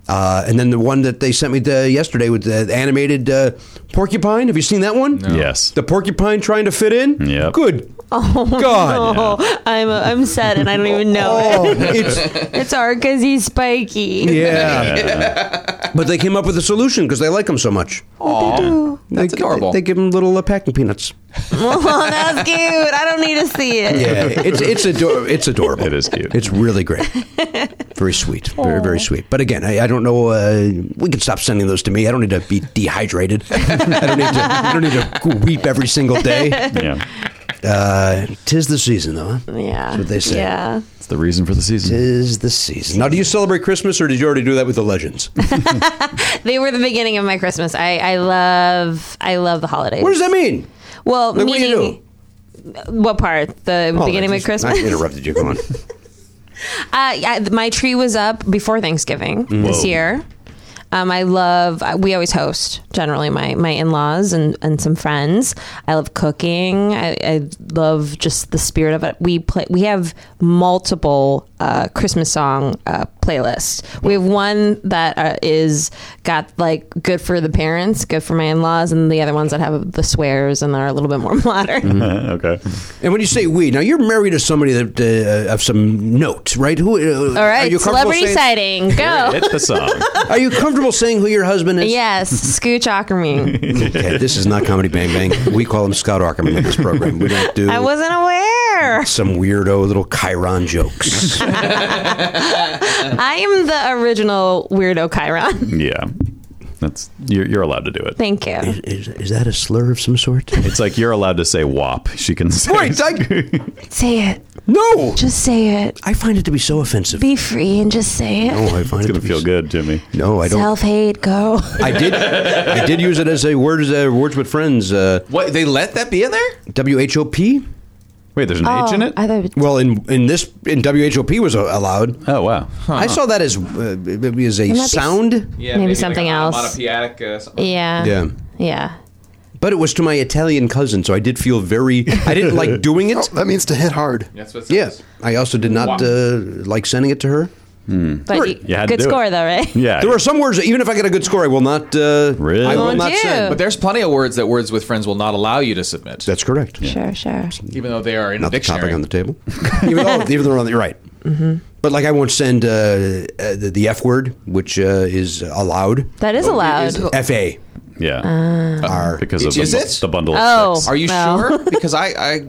Uh, and then the one that they sent me the, yesterday with the animated uh, porcupine. Have you seen that one?
Yes.
The porcupine trying to fit in.
Yep.
Good. Oh God.
Oh, I'm I'm sad and I don't even know.
Oh,
it.
it's
It's hard because he's spiky.
yeah.
Yeah.
But they came up with a solution because they like him so much.
Aw, that's
Oh, they,
adorable.
They, give him little uh, packing peanuts.
Oh, that's cute. I don't need to see it.
Yeah, it's it's ador- it's adorable.
It is cute.
It's really great. Very sweet. Very very sweet. But again, I, I don't know. Uh, we can stop sending those to me. I don't need to be dehydrated. I don't need to. I don't need to weep every single day.
yeah.
Uh, tis the season, though. huh?
Yeah.
That's what they say.
Yeah.
It's the reason for the season.
Tis the season. Now, do you celebrate Christmas, or did you already do that with the legends?
They were the beginning of my Christmas. I, I love I love the holidays.
What does that mean?
Well,
Like, what do you
meaning what part? The
Oh,
beginning
I
of
just-
Christmas.
I interrupted you. Come on.
Uh, yeah, th- my tree was up before Thanksgiving this year. Um, I love. I- We always host generally my my in laws and and some friends. I love cooking. I, I love just the spirit of it. We play. We have multiple uh, Christmas song uh, playlists. We have one that uh, is got like good for the parents, good for my in laws, and the other ones that have the swears and are a little bit more
Mm-hmm.
modern.
okay.
And when you say we, now you're married to somebody that uh, of some note, right? Who? Uh,
All
are
right,
you comfortable
celebrity
saying,
sighting. Go.
Hit the song.
Are you comfortable saying who your husband is?
Yes, Scooch Ackerman.
Okay, this is not comedy bang bang. We call him Scott Ackerman in this program. We don't do
I wasn't aware.
some weirdo little Chiron jokes.
I am the original weirdo Chiron.
Yeah. That's you're, you're allowed to do it.
Thank you.
is, is that a slur of some sort?
It's like you're allowed to say "wop." She can say.
Right, I,
Say it.
no,
Just say it.
I find it to be so offensive.
Be free and just say it.
No, I find
it's
it to
gonna
be
feel
so-
good, Jimmy.
No, I don't.
Self hate. Go.
I did. I did use it as a words uh, words with friends. Uh,
What they let that be in there?
W H O P.
Wait, there's an H in it.
Oh, I thought.
Well, in in this in W H O P was uh, allowed.
oh wow.
I saw that as uh, maybe as a
might be s-
sound.
Yeah,
Maybe maybe like something a- else.
uh,
Yeah.
Yeah.
Yeah.
But it was to my Italian cousin, so I did feel very. I didn't like doing it.
Oh, That means to hit hard.
That's
Yeah, I also did not uh, like sending it to her.
But you,
You had to
good
do
score
it.
though, right?
Yeah.
There are some words that even if I get a good score, I will not. Uh,
Really?
I will
Won't
not
you?
send.
But there's plenty of words that Words with Friends will not allow you to submit,
That's correct.
Sure. Sure.
even though they are in
Not
the
the
dictionary.
topic on the table. even, though, even though you're right.
Mm-hmm.
But like I won't send uh, uh, the, the F word, which uh, is allowed.
That is allowed.
Is-
F A
yeah.
R.
because of
Is
the, bu-
it?
the bundle.
Uh, Oh.
Of six.
Are you
Well.
sure? Because I, I,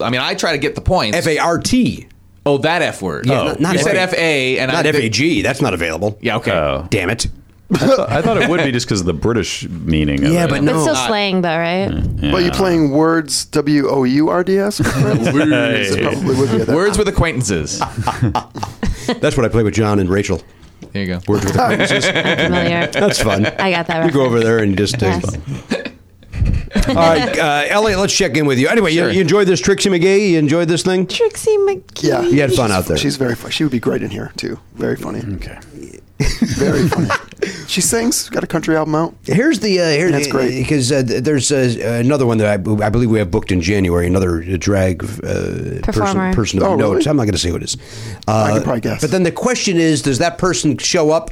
I mean, I try to get the points.
F A R T.
Oh, that F word.
Yeah,
oh,
not- not
you said
F
F A, and
Not
I
F A G. That's not available.
Yeah, okay.
Oh.
Damn it.
I thought it would be just because of the British meaning. Of
Yeah,
it.
but
But
no.
still slang though, right?
Yeah.
But you playing words W O U R D S? It probably would be at that.
Words with acquaintances.
That's what I play with John and Rachel.
There you go.
Words with acquaintances.
Familiar.
That's fun.
I got that.
You go over
reference.
there and just. uh,
Yes.
All right, uh, Elliot, let's check in with you. Anyway, you, you enjoyed this Trixie McGee? You enjoyed this thing?
Trixie McGee.
Yeah.
You had fun out there.
She's very funny. She would be great in here too. Very funny.
Okay.
Very funny. She sings. Got a country album out.
Here's the uh, here,
That's great.
because uh, th- there's uh, another one that I, I believe we have booked in January. Another drag uh, person,
Performer.
person of
Oh,
note.
really?
I'm not going to say who it is. Uh,
I could probably guess.
But then the question is, does that person show up?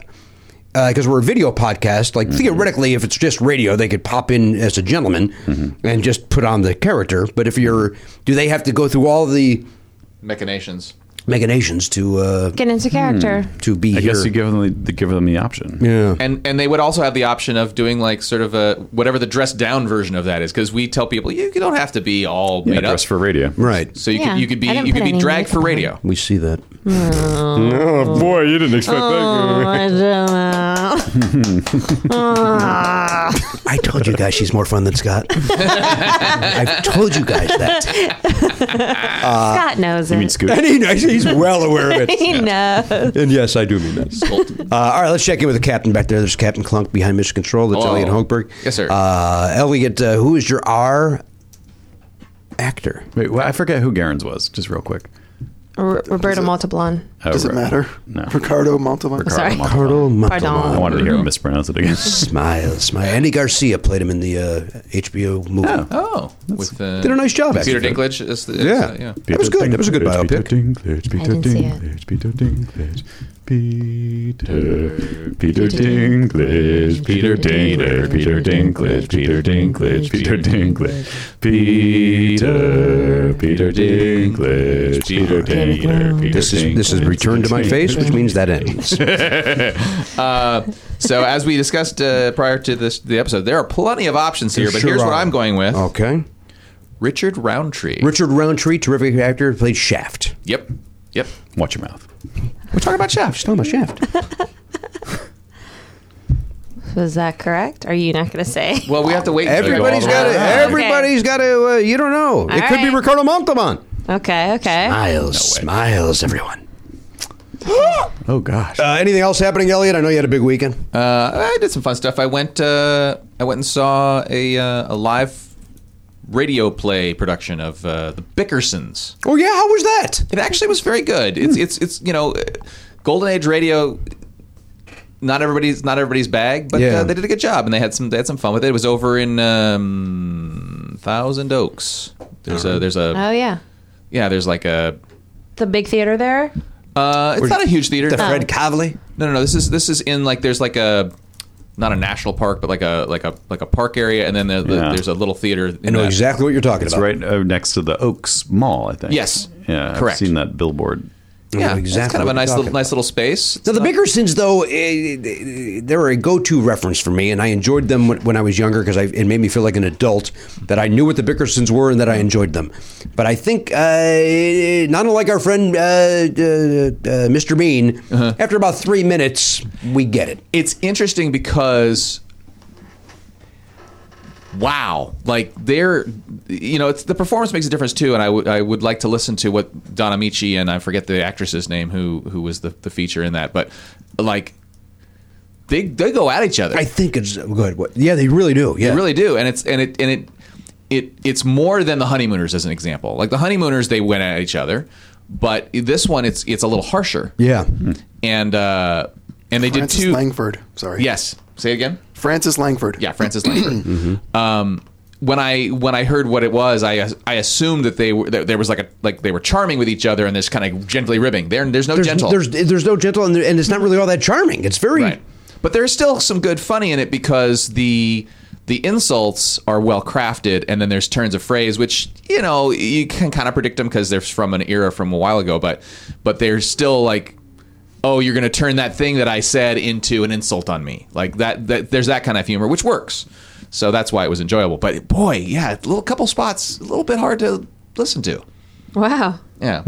Because we're a video podcast, like
Mm-hmm.
theoretically, if it's just radio, they could pop in as a gentleman
Mm-hmm.
and just put on the character. But if you're, do they have to go through all the
Machinations.
machinations to uh,
Get into character.
to be
I
here?
guess you give them the, the- give them the option.
yeah.
And and they would also have the option of doing like sort of a whatever the dressed down version of that is because we tell people you, you don't have to be all
Yeah,
made up.
dress for radio.
right.
so you
Yeah,
could you could be
I didn't
you could
put
be
any
dragged for
makeup on.
radio.
We see that.
Oh boy, you didn't expect
Oh, I don't know.
I told you guys she's more fun than Scott. I've told you guys that. Uh,
Scott knows it.
You mean Scoot?
And he, knows- he's well aware of it.
he knows.
And yes, I do mean that. Uh, all right, let's check in with the captain back there. There's Captain Clunk behind Mission Control. That's
Hello.
Elliot Hochberg.
Oh. Yes, sir.
Uh, Elliot, uh, who is your R actor?
Wait, well, I forget who Garen's was. Just real quick.
R- Roberta Montalban.
Oh,
Does it
right.
matter?
No.
Ricardo Montalban.
Ricardo
Sorry.
Montalban.
Cardo
I
Pardon.
wanted to hear him mispronounce it again.
Smile, smile. Andy Garcia played him in the uh, HBO movie.
Oh, with uh,
Did a nice job,
Peter
actually.
Dinklage is the,
Yeah.
is the- yeah.
That was good. That was a good biopic.
I didn't see it.
Peter Dinklage, Peter, Peter Dinklage, Peter Dinklage, Peter Dinklage, Peter Dinklage, Peter Dinklage, Peter, Peter Dinklage, Peter Dinklage. Peter
This is this is Return to My Face, which means that ends.
So as we discussed uh, prior to this the episode, there are plenty of options here, but
Sure
here's what
are.
I'm going with:
Okay.
Richard Roundtree.
Richard Roundtree, terrific actor, played Shaft.
Yep, yep.
Watch your mouth.
We're talking about Shaft.
Still my Shaft.
Was that correct? Are you not going to say?
Well, we have to wait. until we go all
Everybody's
the way
got to.
around.
Everybody's got to. Uh, you don't know. it could be
right.
Ricardo Montalban.
Okay,
Eh.
okay.
Smiles, smiles, everyone.
Oh gosh.
Uh, anything else happening, Elliot? I know you had a big weekend.
Uh, I did some fun stuff. I went. Uh, I went and saw a uh, a live radio play production of uh, the Bickersons.
oh yeah, how was that?
It actually was very good. It's
Hmm.
it's it's you know, golden age radio. Not everybody's not everybody's bag, but
Yeah.
uh, they did a good job and they had some they had some fun with it. It was over in um, Thousand Oaks. There's
Uh-huh.
a there's a
Oh, yeah.
yeah there's like a
The big theater there?
uh, it's not a huge theater.
The Fred Cavley.
No, no, no. This is this is in like there's like a not a national park, but like a like a like a park area, and then there,
Yeah.
there's a little theater.
I
In
know
that.
exactly what you're talking
It's
about.
right uh, next to the Oaks Mall, I think.
Yes.
Yeah, I've
Correct.
seen that billboard.
I know
Yeah, It's
exactly
kind of
what you're
a nice
talking
little nice little space.
Now, the Bickersons, though, eh, they were a go-to reference for me, and I enjoyed them when, when I was younger because it made me feel like an adult that I knew what the Bickersons were and that I enjoyed them. But I think, uh, not unlike our friend uh, uh, uh, Mr. Bean,
Uh-huh.
after about three minutes, we get it.
it's interesting because wow like they're you know it's the performance makes a difference too and i would i would like to listen to what donna michi and i forget the actress's name who who was the, the feature in that but like they they go at each other
I think it's good. What? Yeah, they really do. Yeah,
they really do and it's and it and it it it's more than the honeymooners as an example like the honeymooners they went at each other but this one it's it's a little harsher
Yeah.
Hmm. and uh and they
Francis
did two
Langford. Sorry.
yes say it again
Francis Langford.
yeah, Francis Langford. um, when I when I heard what it was, I I assumed that they were that there was like a like they were charming with each other and this kind of gently ribbing. There, there's no
There's,
gentle.
there's there's no gentle, and, there- and it's not really all that charming. It's very
right, but there's still some good funny in it because the the insults are well crafted, and then there's turns of phrase, which you know you can kind of predict them because they're from an era from a while ago. But but they're still like. Oh, you're going to turn that thing that I said into an insult on me, like that. That there's that kind of humor, which works. So that's why it was enjoyable. But boy, yeah, a little couple spots, a little bit hard to listen to.
Wow.
Yeah,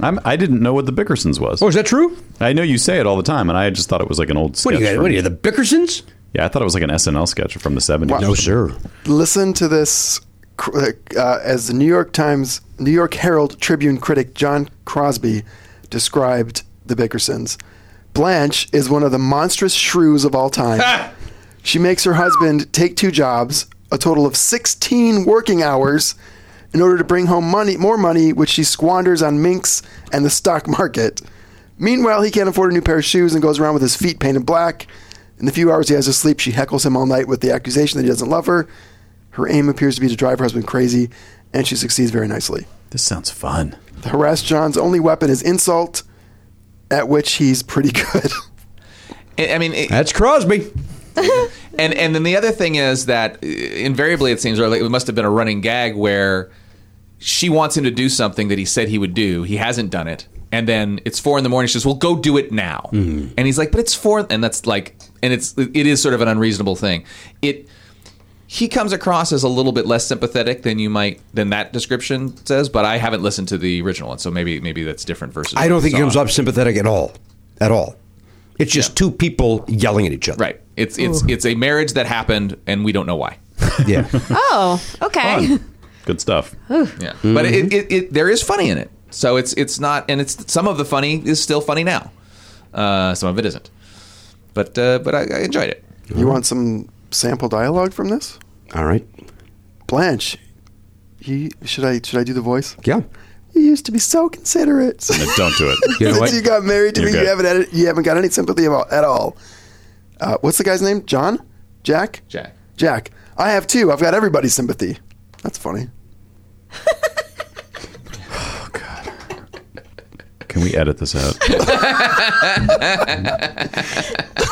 I'm, I didn't know what the Bickersons was.
Oh, is that true?
I know you say it all the time, and I just thought it was like an old sketch.
What are you? guys-
from-
What are you? The Bickersons?
yeah, I thought it was like an SNL sketch from the 70s.
Uh,
Wow. No,
sir.
Listen to this cr- uh, as the New York Times, New York Herald Tribune critic John Crosby described the Bickersons. Blanche is one of the monstrous shrews of all time. she makes her husband take two jobs, a total of 16 working hours, in order to bring home money, more money, which she squanders on minks and the stock market. Meanwhile, he can't afford a new pair of shoes and goes around with his feet painted black In the few hours he has to sleep, she heckles him all night with the accusation that he doesn't love her. Her aim appears to be to drive her husband crazy, and she succeeds very nicely.
This sounds fun.
The harassed John's only weapon is insult, at which he's pretty good.
I I mean, it-
That's Crosby.
and and then the other thing is that uh, invariably it seems or like it must have been a running gag where she wants him to do something that he said he would do. He hasn't done it, and then it's four in the morning. She says, "Well, go do it now,"
Hmm.
and he's like, "But it's four, and that's like, and it's it is sort of an unreasonable thing. It he comes across as a little bit less sympathetic than you might than that description says, but I haven't listened to the original one, so maybe maybe that's different versus
I don't think
it
he comes up sympathetic at all, at all. It's just two people yelling at each other.
right. It's it's it's a marriage that happened, and we don't know why.
Yeah.
Oh, okay.
Fun. Good stuff.
Yeah, but it, it, it there is funny in it, so it's it's not, and it's some of the funny is still funny now, uh, some of it isn't, but uh, but I, I enjoyed it.
You want some sample dialogue from this?
all right.
Blanche, he should I should I do the voice?
Yeah.
You used to be so considerate.
No, don't do it.
You know
Since
what?
you got married to
You're
me,
good.
you haven't had, you haven't got any sympathy about at all. Uh, what's the guy's name? John? Jack?
Jack.
Jack. I have two. I've got everybody's sympathy. That's funny.
Can we edit this out?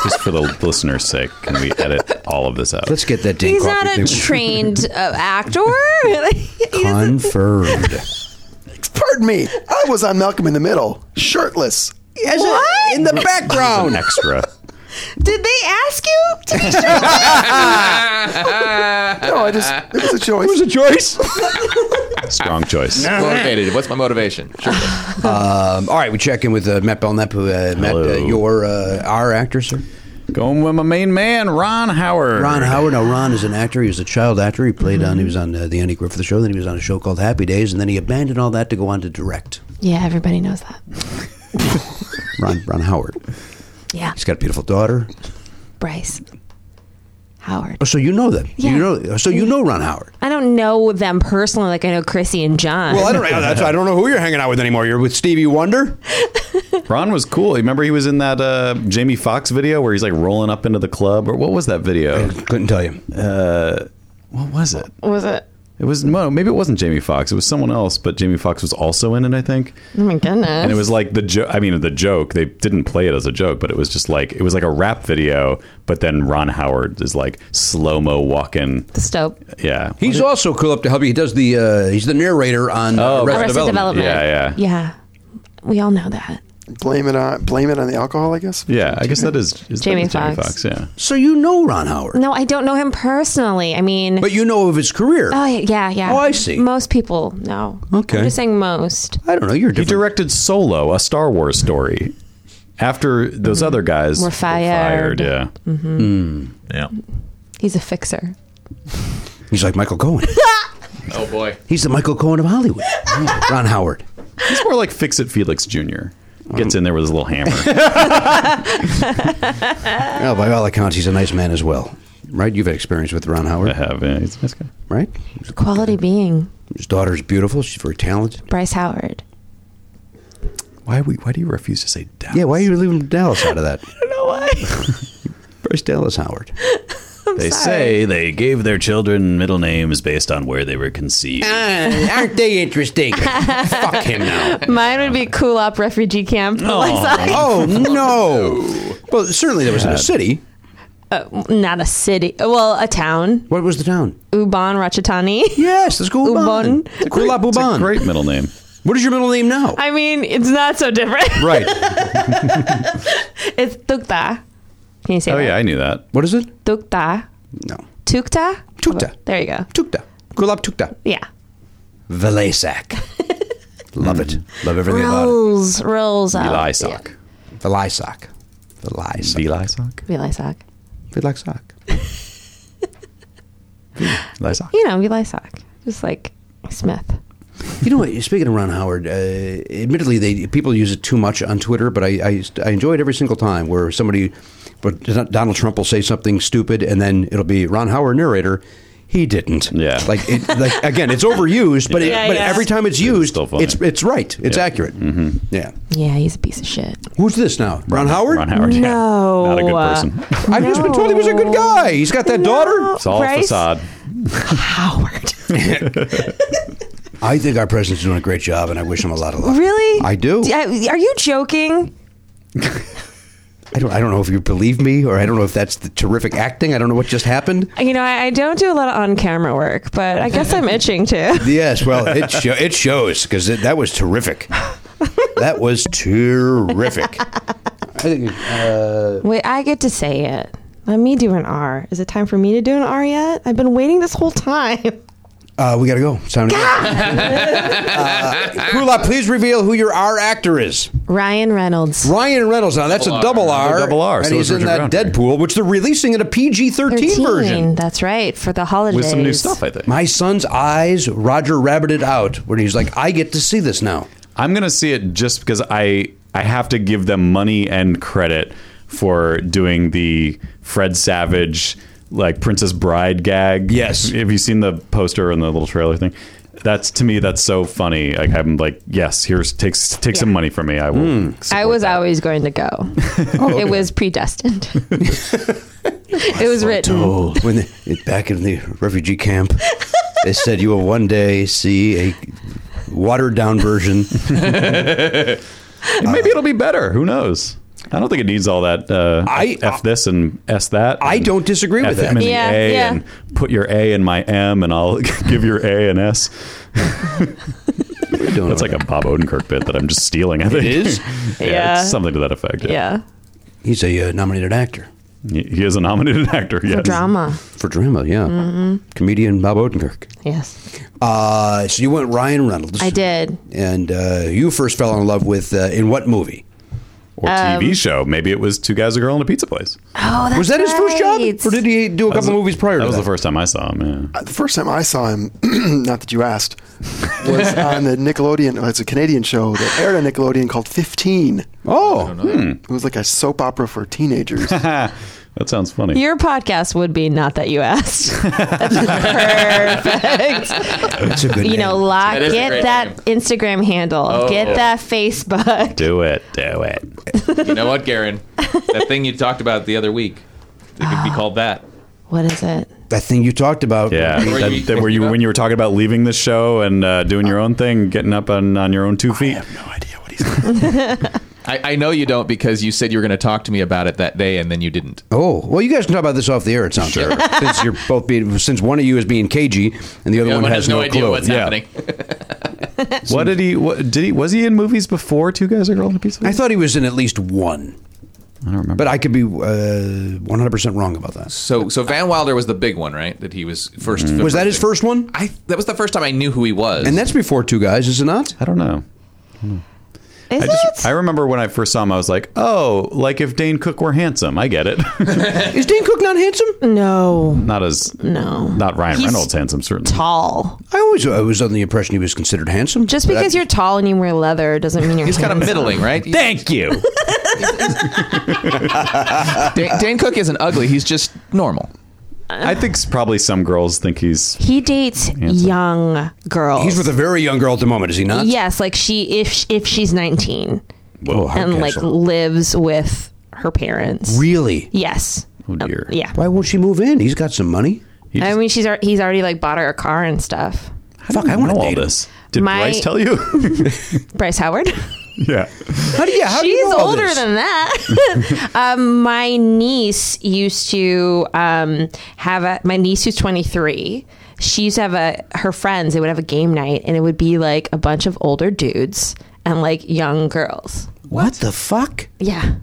Just for the listener's sake, can we edit all of this out?
Let's get that ding
He's
off.
not a trained uh, actor. Like, he doesn't-
Confirmed.
Pardon me. I was on Malcolm in the Middle, shirtless.
what?
In the background.
an extra.
Did they ask you to be sure?
No, I just it was a choice.
a choice.
Strong choice.
Motivated. What's my motivation? Sure.
Um, all right, we check in with uh, Matt Belknap, who uh, Matt, uh,
Hello.
your uh, our actor, sir.
Going with my main man, Ron Howard.
Ron Howard. Now, Ron is an actor. He was a child actor. He played on. He was on uh, the Andy Griffith Show. Then he was on a show called Happy Days, and then he abandoned all that to go on to direct.
Yeah, everybody knows that.
Ron Ron Howard.
Yeah,
He's got a beautiful daughter.
Bryce Howard.
Oh, so you know them?
Yeah.
You know. So you know Ron Howard.
I don't know them personally, like I know Chrissy and John.
Well, I don't know. That's, I don't know who you're hanging out with anymore. You're with Stevie Wonder.
Ron was cool. Remember he was in that uh, Jamie Foxx video where he's like rolling up into the club, or what was that video?
Couldn't tell you.
What was it?
was it?
It was no, maybe it wasn't Jamie Foxx. It was someone else, but Jamie Foxx was also in it, I think.
Oh my goodness!
And it was like the joke. I mean, the joke. They didn't play it as a joke, but it was just like it was like a rap video. But then Ron Howard is like slow mo walking.
the stope.
Yeah,
He's also cool up to help you. He does the. Uh, he's the narrator on uh, Arrested
Arrested
Development.
Development.
Yeah, yeah.
yeah. We all know that.
Blame it on blame it on the alcohol, I guess.
yeah. I guess that is, is that
Jamie
is
Foxx.
Jamie Foxx. Yeah,
So you know Ron Howard,
No, I don't know him personally. I mean,
but you know of his career.
oh yeah, yeah.
Oh, I see.
Most people know.
Okay.
I'm just saying most.
I don't know. You're
he
different.
directed Solo, a Star Wars story. After those other guys
Mm-hmm. Were fired. Mm-hmm.
fired, yeah.
He's a fixer.
He's like Michael Cohen.
Oh boy.
He's the Michael Cohen of Hollywood. Ron Howard.
He's more like Fix It Felix Jr. Gets in there with his little hammer.
Well, by all accounts, he's a nice man as well. Right? You've had experience with Ron
I
Howard,
have. Yeah, he's a nice guy.
right?
Quality being
His daughter's beautiful. She's very talented.
Bryce Howard.
Why we? Why do you refuse to say Dallas?
Yeah, why are you leaving Dallas out of that?
I don't know why.
Bryce Dallas Howard.
They say they gave their children middle names based on where they were conceived.
Uh, aren't they interesting? Fuck him now.
Mine would be cool up refugee camp.
Oh, no. Well, certainly there was in a city.
uh, Not a city. Well, a town.
What was the town?
Ubon Ratchathani.
Yes, let's go Uban.
Uban.
Kula
It's a
Uban.
great middle name.
What is your middle name now?
I mean, it's not so different.
right.
It's Tukta. Can you say
Oh
that?
yeah, I knew that.
What is it?
Tukta.
No.
Tukta?
Tukta.
There you go.
Tukta. Kulab Tukta.
Yeah.
Velasak. Love it. Love everything about it.
Rolls. Rolls out.
Elisock.
Velasak. Velasak.
Elisock.
Velisock.
Velasak.
Elisock.
You know, Velisock. Just like Smith.
You know what? Speaking of Ron Howard, uh, admittedly, they people use it too much on Twitter, but I, I, I enjoy it every single time where somebody, but Donald Trump will say something stupid, and then it'll be Ron Howard narrator. He didn't.
Yeah.
Like it, like again, it's overused, but it,
Yeah,
but
yeah.
every time it's used,
still funny.
it's it's right. It's accurate. Mm-hmm. Yeah.
Yeah, he's a piece of shit.
Who's this now? Ron Howard.
Ron Howard. yeah.
No.
Not a good person.
I've just been told he was a good guy. He's got that
No.
daughter.
It's all
Bryce?
facade.
Howard.
I think our president's doing a great job, and I wish him a lot of luck.
really?
I do.
I- are you joking?
I don't. I don't know if you believe me, or I don't know if that's the terrific acting. I don't know what just happened.
You know, I, I don't do a lot of on-camera work, but I guess I'm itching too.
Yes, well, it sho- it shows because that was terrific. That was terrific. I think uh,
Wait, I get to say it. Let me do an R. Is it time for me to do an R yet? I've been waiting this whole time.
uh, we got to go. It's time to go. uh, Kula, please reveal who your R actor is.
Ryan Reynolds.
Ryan Reynolds. Now that's a double R.
double R,
And
so
he's
is
in
Richard
that
Roundtree.
Deadpool, which they're releasing in a PG 13 version.
That's right. For the holidays.
With some new stuff, I think.
My son's eyes, Roger rabbited out when he's like, "I get to see this now."
I'm gonna see it just because I I have to give them money and credit for doing the Fred Savage like Princess Bride gag.
Yes.
have you seen the poster and the little trailer thing? That's to me. That's so funny. Like I'm like, yes, here's takes take some money from me. I will.
Hmm.
I was always going to go. It was predestined. it was written.
Oh, when the, it- back in the refugee camp, they said you will one day see a watered down version.
Maybe it'll be better. Who knows? I don't think it needs all that. Uh,
I-
f this and s that.
I
and
don't disagree with
F him
that.
in the
Yeah,
A
yeah.
and put your A in my M, and I'll give your A an S.
We're doing
That's
all
like a
that.
Bob Odenkirk bit that I'm just stealing. I think it
is?
yeah,
Yeah.
It's something to that effect.
Yeah.
he's a uh, nominated actor
He, he is a nominated actor. Yes.
Drama.
for drama. Yeah,
Mm-hmm.
comedian Bob Odenkirk.
Yes.
Uh, so you went Ryan Reynolds.
I did.
and uh, you first fell in love with uh, in what movie?
Or TV
Um,
show. Maybe it was Two Guys, a Girl, and a Pizza Place.
Oh, that's
was that his first job,
right.
or did he do a couple movies prior?
That
to
was
that?
the first time I saw him. Yeah.
The first time I saw him, not that you asked, was on the Nickelodeon. well, It's a Canadian show that aired on Nickelodeon called Fifteen.
Oh,
It was like a soap opera for teenagers.
That sounds funny.
Your podcast would be not that you asked. That's perfect.
that's a good.
You
name.
know, lock,
That is a
get
great Oh.
that Instagram handle, get that Facebook.
Do it. Do it.
You know what, Garen? That thing you talked about the other week. It could be called that.
What is it?
that thing you talked about.
Yeah.
Were
That,
you-
that were you when you were talking about leaving the show and uh, doing your own thing, getting up on, on your own two feet?
I, I know you don't because you said you were going to talk to me about it that day and then you didn't.
Oh, well, you guys can talk about this off the air. It sounds sure. since you're both being since one of you is being cagey and the other one, has, no, clue.
Yeah. happening. What did he? What did he? Was he in movies before Two Guys, a Girl, and a Pizza
I
Place?
thought he was in at least one,
I don't remember.
but I could be uh, one hundred percent wrong about that.
So, so Van Wilder was the big one, right? That he was first.
Was that his first one?
I that was the first time I knew who he was.
And that's before two guys, is it not?
I don't know.
Is
I
it?
just I remember when I first saw him, I was like, oh, like if Dane Cook were handsome. I get it.
Is Dane Cook not handsome?
no.
not as
No.
not Ryan
He's
Reynolds handsome certainly.
Tall.
I always I was under the impression he was considered handsome.
Just because
That-
you're tall and you wear leather doesn't mean you're.
he's kind of middling, right?
Thank you.
Dan,
uh,
Dan Cook isn't ugly. He's just normal.
I think s- probably some girls think he's
He dates young girls.
he's with a very young girl at the moment, is he not?
Yes, like she if if she's 19
Whoa, hard
and like
cancel.
lives with her parents.
really?
Yes.
oh dear.
Yeah.
Why won't she move in? He's got some money.
He
I
just-
mean, she's al- he's already like bought her a car and stuff.
How do
Fuck,
you
I wanna
know all
date him.
this. Did
My-
Bryce tell you?
Bryce Howard.
yeah.
How do you? How do you
She's
know all
older
this?
than that. um, my niece used to um, have a. My niece who's 23. She used to have a her friends. They would have a game night, and it would be like a bunch of older dudes and like young girls.
What the fuck?
Yeah,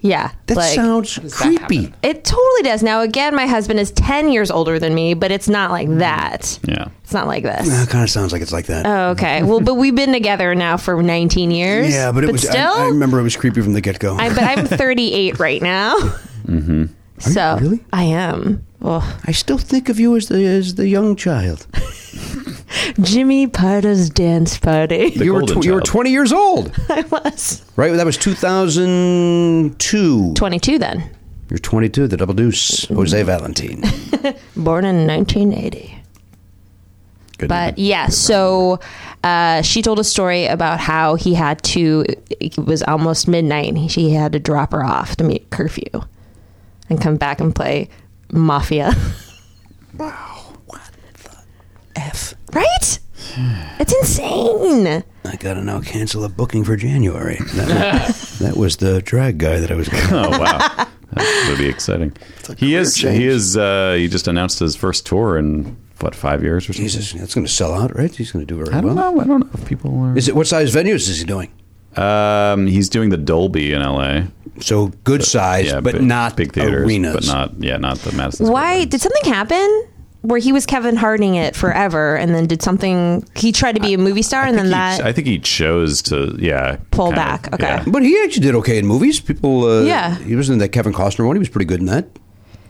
yeah.
That
like,
sounds creepy.
It totally does. Now, again, my husband is 10 years older than me, but it's not like that.
Yeah.
It's not like this.
That kind of Uh, sounds like it's like that.
Oh, okay. Well, but we've been together now for 19 years.
yeah, but it was. I-
still.
I,
I,
remember it was creepy from the get go.
but I'm 38 right now. Mm-hmm. So
really?
I am. Oh,
I still think of you as the as the young child.
Jimmy Parda's dance party.
The
you were
golden
tw- you were
child.
20 years old,
I was
right? That was 2002.
22 then.
You're 22. The double deuce, Jose Valentine.
Born in 1980.
Good
But yeah, so uh, she told a story about how he had to, it was almost midnight and he, she had to drop her off to meet curfew and come back and play Mafia. Wow. What the F? Right? It's insane.
I gotta now cancel a booking for January. That was, that was the drag guy that I was.
Oh wow, that would be exciting. He
career
is.
change.
He is. Uh, he just announced his first tour in what five years or something.
Jesus, that's going to sell out, right? He's going to do very
I don't
well.
know. I don't know if people are.
Is it what size venues is he doing?
Um, he's doing the Dolby in LA.
So good size, but
Uh, big-
not
big theaters,
arenas.
but not yeah, not the Madison. Square
Why
Garden.
did something happen where he was Kevin Harding it forever and then did something? He tried to be a movie star and then
I
that
think he- I think he chose to yeah
Pull
kinda-
back, okay.
yeah.
But he actually did okay in movies. People, uh,
Yeah.
he was in that Kevin Costner one. He was pretty good in that.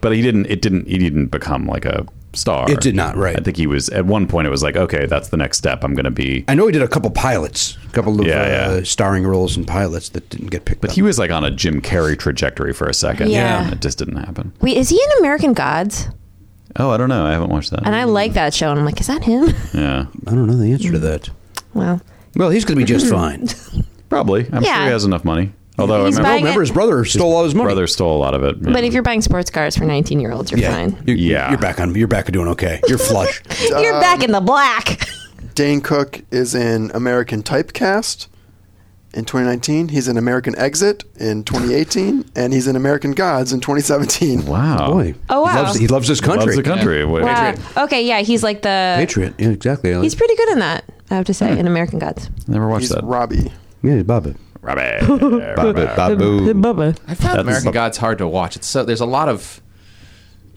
But he didn't. It didn't. He didn't become like a star.
It did not, right.
I think he was at one point. It was like okay, that's the next step. I'm going to be.
I know he did a couple pilots, a couple of
Yeah, yeah.
Uh, starring roles in pilots that didn't get picked
But
up.
he was like on a Jim Carrey trajectory for a second.
Yeah.
and it just didn't happen.
wait is he in American Gods?
Oh, I don't know. I haven't watched that.
And I like that show and I'm like, is that him?
yeah,
I don't know the answer to that.
well,
Well, he's going to be just fine. Oh,
probably. I'm
Yeah.
sure he has enough money. Although
He's
I
buying
Remember,
remember
his brother stole all his
my
money.
brother stole a lot of it.
but if you're buying sports cars for 19 year olds, you're
yeah,
fine.
You're,
Yeah.
you're back on. You're back doing okay. You're flush.
You're back in the black.
Dane Cook is in American Typecast in 2019. He's in American Exit in 2018, and he's in American Gods in 2017.
wow,
Boy,
Oh,
he
wow.
loves, he loves his country.
loves the country. Wait,
Wow. Okay, yeah, he's like the.
Patriot, yeah, exactly.
He's pretty good in that, I have to say, in American Gods.
Never watched
He's
that.
Robbie.
yeah, he's Baba.
Rabbit. Rabbit.
Bubba.
I found American
bu-
Gods hard to watch. It's so there's a lot of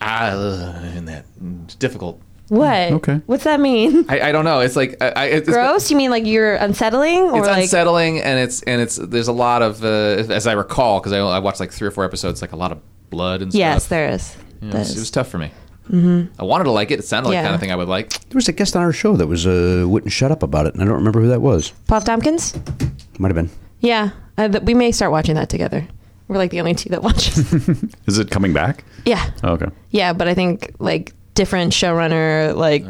ah ugh, in that mm, it's difficult.
What?
Okay.
What's that mean?
I, I don't know. It's like I, I, it's,
Gross? You mean like you're unsettling? Or
It's
like,
unsettling, and it's and it's there's a lot of uh, as I recall because I, I watched like three or four episodes, like a lot of blood and
Yes,
stuff.
there is.
Yeah, it,
There
was, it
is. Mm-hmm.
was tough for me. I wanted to like it. It sounded like
Yeah.
the kind of thing I would like.
There was a guest on our show that was uh, wouldn't shut up about it, and I don't remember who that was.
Paul Tompkins?
Might have been.
Yeah, uh, th- we may start watching that together. We're like the only two that watch. it.
Is it coming back?
yeah,
Oh, okay.
yeah, but I think like different showrunner, like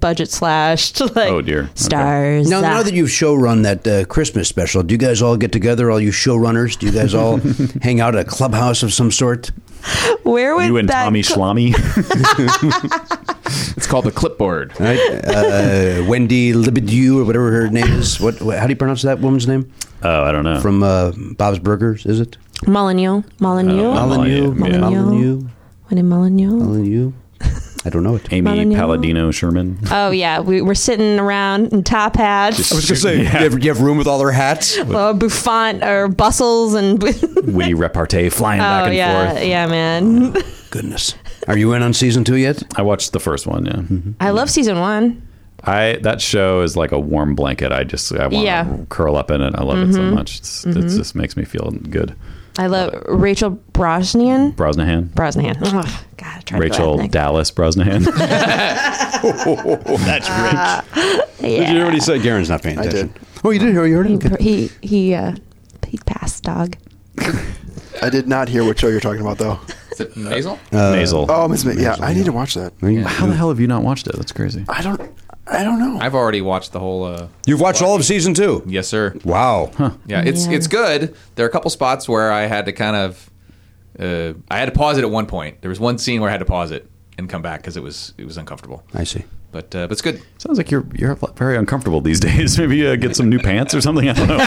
budget slashed, like
Oh, dear. Okay.
stars.
Now, now
ah.
that you've showrun that uh, Christmas special, do you guys all get together? All you showrunners, do you guys all hang out at a clubhouse of some sort?
where would
You and
that
Tommy
co-
Schlamy.
It's called the clipboard.
Right? Uh, Wendy Libidieu or whatever her name is. What, what? How do you pronounce that woman's name?
oh, I don't know.
From uh, Bob's Burgers, is it?
Molyneux, Molyneux,
Uh, Molyneux,
Oh, Molyneux,
yeah.
Molyneux.
When in Molyneux?
Molyneux. I don't know it.
Amy
Molyneux.
Palladino Sherman.
Oh yeah, we were sitting around in top hats,
was gonna say,
Yeah.
do, you have, do you have room with all their hats?
uh, bouffant or bustles, and oh
Witty repartee flying back and
yeah,
forth.
yeah, man.
Goodness, are you in on season two yet?
I watched the first one. Yeah,
Mm-hmm.
I love season one.
I that show is like a warm blanket. I just I want to
Yeah. Mm-hmm.
curl up in it. I love it so much. It's, It just makes me feel good.
I love Rachel Brosnan.
Brosnahan,
Brosnahan. Ugh, God, I tried
Rachel
To go ethnic.
Dallas Brosnahan.
Did you
yeah.
already say Garen's not paying attention?
did.
Oh, you did. You heard it. Okay.
He he uh, he passed dog.
I did not hear what show you're talking about, though.
Is it nasal?
Uh,
Uh,
Maisel.
Oh, Miss Ma- yeah, I need to watch that.
How the hell have you not watched it? That's crazy.
I don't. I don't know.
I've already watched the whole. Uh,
You've watched all of season two.
yes, sir.
Wow.
Yeah, it's
Yeah.
it's good. There are a couple spots where I had to kind of, uh, I had to pause it at one point. There was one scene where I had to pause it and come back because it was it was uncomfortable.
I see.
But uh, but it's good.
Sounds like you're you're very uncomfortable these days. Maybe uh, get some new pants or something. I don't know.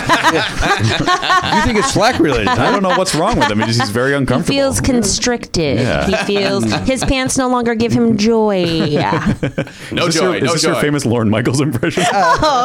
You think it's slack related?
I don't know what's wrong with him. He's just he's very
He
uncomfortable.
feels constricted.
Yeah.
He feels his pants no longer give him joy. Yeah.
No
is this,
joy,
your, is
no
this your
joy.
famous Lauren Michaels impression?
About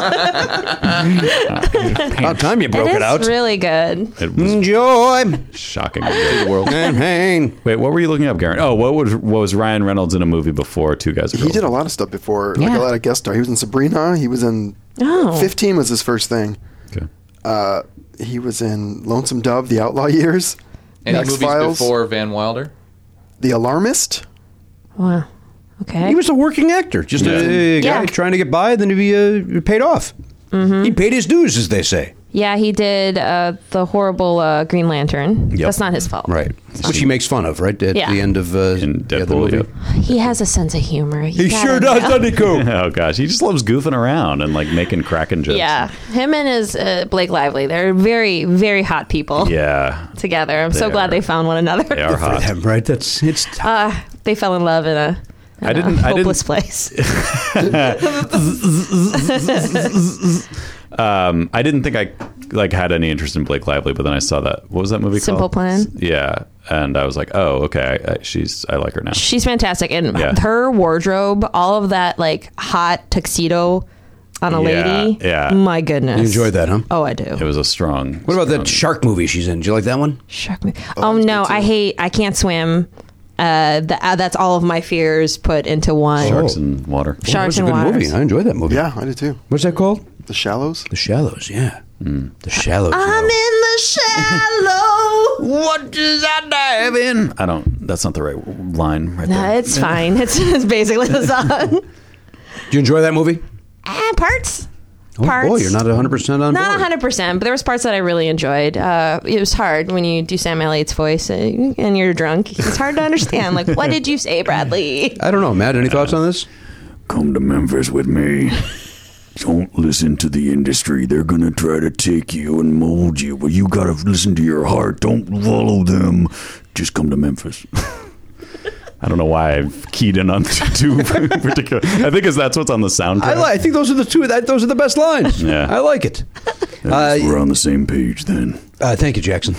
time you broke
Oh. it
it,
is
out.
really good.
it was
Enjoy
shocking. to the world.
and pain.
Wait, what were you looking up, Garen? Oh, what was what was Ryan Reynolds in a movie before Two Guys?
he did a lot of stuff before, like
Yeah.
a lot of guest star. He was in Sabrina. He was in.
Oh.
15 was his first thing.
Okay.
Uh, he was in Lonesome Dove, The Outlaw Years,
Any movies
X-Files?
before Van Wilder?
The Alarmist.
Wow. Okay.
He was a working actor, just a, uh, guy
Yeah.
Mm-hmm. trying to get by. Then he uh, paid off. He paid his dues, as they say.
Yeah, he did uh, the horrible uh, Green Lantern. That's not his fault.
Right. Which he makes fun of, right? At
Yeah.
the end of uh,
in
the other
Deadpool.
movie.
yeah.
He has a sense of humor. You
He
gotta
sure does,
know.
doesn't he, Coop?
Oh gosh, he just loves goofing around and like making cracking jokes.
Yeah, him and his uh, Blake Lively, they're very, very hot people
yeah,
together. I'm so
They
glad
are.
they found one another.
they are hot.
Yeah, right. That's it's.
Uh, they fell in love in a, in
I didn't-
a
I didn't-
hopeless place.
Um, I didn't think I like had any interest in Blake Lively, but then I saw that. What was that movie
Simple
called?
Plan?
Yeah, and I was like, oh, okay, I, I, she's I like her now.
She's fantastic, and
Yeah.
her wardrobe, all of that like hot tuxedo on a
Yeah,
lady.
yeah.
my goodness,
You enjoyed that, huh?
Oh, I
It
do.
was a strong.
What about that shark movie she's in? Do you like that one?
Shark movie. Oh, no, I hate. I can't swim. Uh, the, uh, that's all of my fears put into one.
sharks and water?
That
Sharks
was a
and
good
Waters.
movie. I enjoyed that movie.
Yeah, I did too.
What's that called?
The Shallows.
The Shallows. Yeah.
Hmm.
The Shallows. you
I'm in
know.
the shallow.
What does that dive in? I don't. That's not the right line. Right
No,
there.
it's fine. It's, it's basically the song.
Do you enjoy that movie?
ah, parts.
Oh
Parts.
boy, you're not 100 percent on
Not
board.
100%, but there was parts that I really enjoyed. Uh, it was hard when you do Sam Elliott's voice uh, and you're drunk. It's hard to understand. Like, what did you say, Bradley?
I don't know, Matt.
Uh,
Any thoughts on this?
Come to Memphis with me. Don't listen to the industry. They're gonna try to take you and mold you. Well, you gotta listen to your heart. Don't follow them. Just come to Memphis.
I don't know why I've keyed in on two particular. I think is that's what's on the soundtrack.
I, li- I think those are the two. That, those are the best lines.
Yeah.
I like it.
We're on the same page then.
Uh, thank you, Jackson.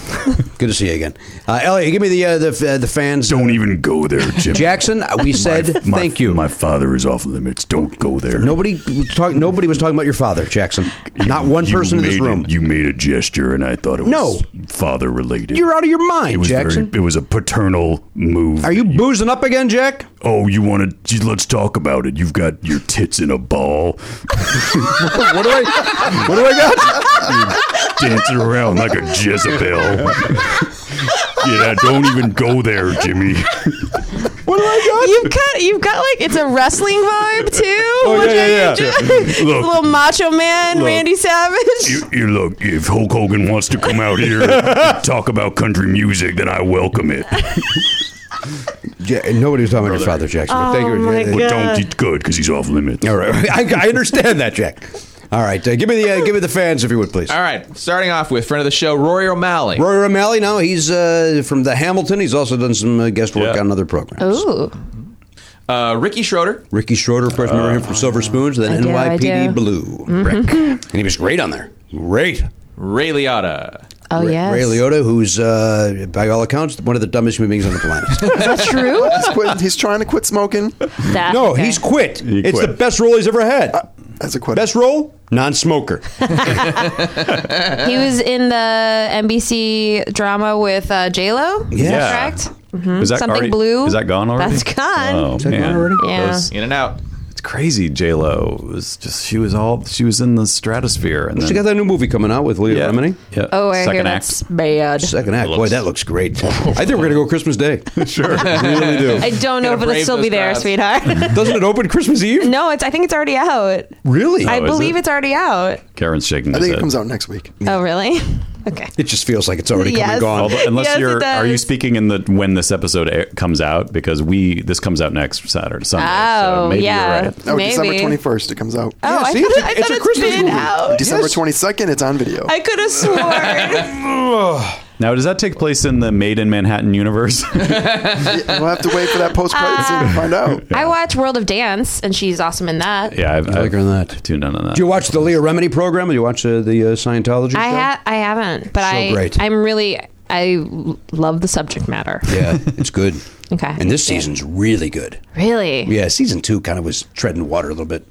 Good to see you again. Uh, Elliot, give me the uh, the f- uh, the fans.
Don't even go there, Jim.
Jackson, uh, we said
My-
thank you.
My father is off limits. Don't go there.
Nobody talk, Nobody was talking about your father, Jackson. Not one
You
person in this
made
room.
A, you made a gesture, and I thought it was
No.
father related.
You're out of your
It
mind,
was very-
Jackson.
it was a paternal move.
Are you boozing up again, Jack?
Oh, you want to? Let's talk about it. You've got your tits in a ball,
what do I? What do I got?
dancing around like a Jezebel. yeah, don't even go there, Jimmy.
What do I got?
You've got, you've got like, it's a wrestling vibe, too.
Oh,
which
yeah,
I
yeah,
enjoy.
Look.
little macho man, Randy Savage.
You, you look. If Hulk Hogan wants to come out here and talk about country music, then I welcome it.
Ja- nobody was talking about your father, Jackson. but thank you.
my
Uh,
But
God.
don't eat good because he's off limits.
All right, I, I understand that, Jack. All right, uh, give me the uh, give me the fans if you would please.
All right, starting off with friend of the show, Rory O'Malley.
Rory O'Malley, now he's uh, from the Hamilton. He's also done some uh, guest work
Yeah.
on other programs.
Ooh.
Uh, Ricky Schroeder.
Ricky Schroeder, of course, remember him from Silver Spoons, then
do, I do. Mm-hmm.
NYPD Blue. Rick. And he was great on there. Great.
Ray Liotta.
Oh, yes.
Ray Liotta, who's, uh, by all accounts, one of the dumbest human beings on the planet.
Is that true?
He's, quit, he's trying to quit smoking.
That-
no,
okay.
he's quit.
He
it's
quit. Uh,
the best role he's ever had.
As a quitter.
best role? Non smoker.
He was in the NBC drama with uh, J-Lo. Is that
Yeah.
correct?
Is that
Something
already-
blue.
Is that gone already?
That's gone.
Oh
that gone
man,
already?
Yeah.
Those-
In and out.
it's crazy. J Lo was just she was all she was in the stratosphere, and
she
then,
got that new movie coming out with Leo
yeah,
Remini.
yeah.
Oh, I
second
hear
act.
that's bad.
Second act. Boy, that looks great. I think we're going to go Christmas Day.
Sure.
really do.
I don't know
Gotta
if it'll
brave
still
those
be there,
crowds.
sweetheart.
Doesn't it open Christmas Eve?
no, it's. I think it's already out.
Really?
I
Oh, is
believe
it?
it's already out.
Karen's shaking.
I think it comes out next week.
Oh, really? Okay.
it just feels like it's already
Yes.
come and gone.
Although, unless
Yes, it
you're, are you
does.
speaking in the when this episode air, comes out? Because we this comes out next Saturday, Sunday. so
Oh,
maybe
yeah.
You're right.
Oh,
Maybe.
December 21st, it comes out.
Oh, I
see,
thought,
it's a-
I
it's
thought
a
it's
Christmas
been
movie.
out.
December
yes.
22nd, it's on video.
I could have sworn.
Now, does that take place in the Made in Manhattan universe?
we'll have to wait for that post
Uh,
credit scene to find out.
I watch World of Dance, and she's awesome in that.
yeah, I've,
like
I've
her in that.
tuned in on that.
Do you watch the Leo Remini program? Do you watch uh, the uh, Scientology
I
show?
ha- I haven't, but
So
I
great.
I'm really I love the subject matter.
Yeah, it's good.
Okay.
And this season's really good.
Really?
Yeah, season two kind of was treading water a little bit.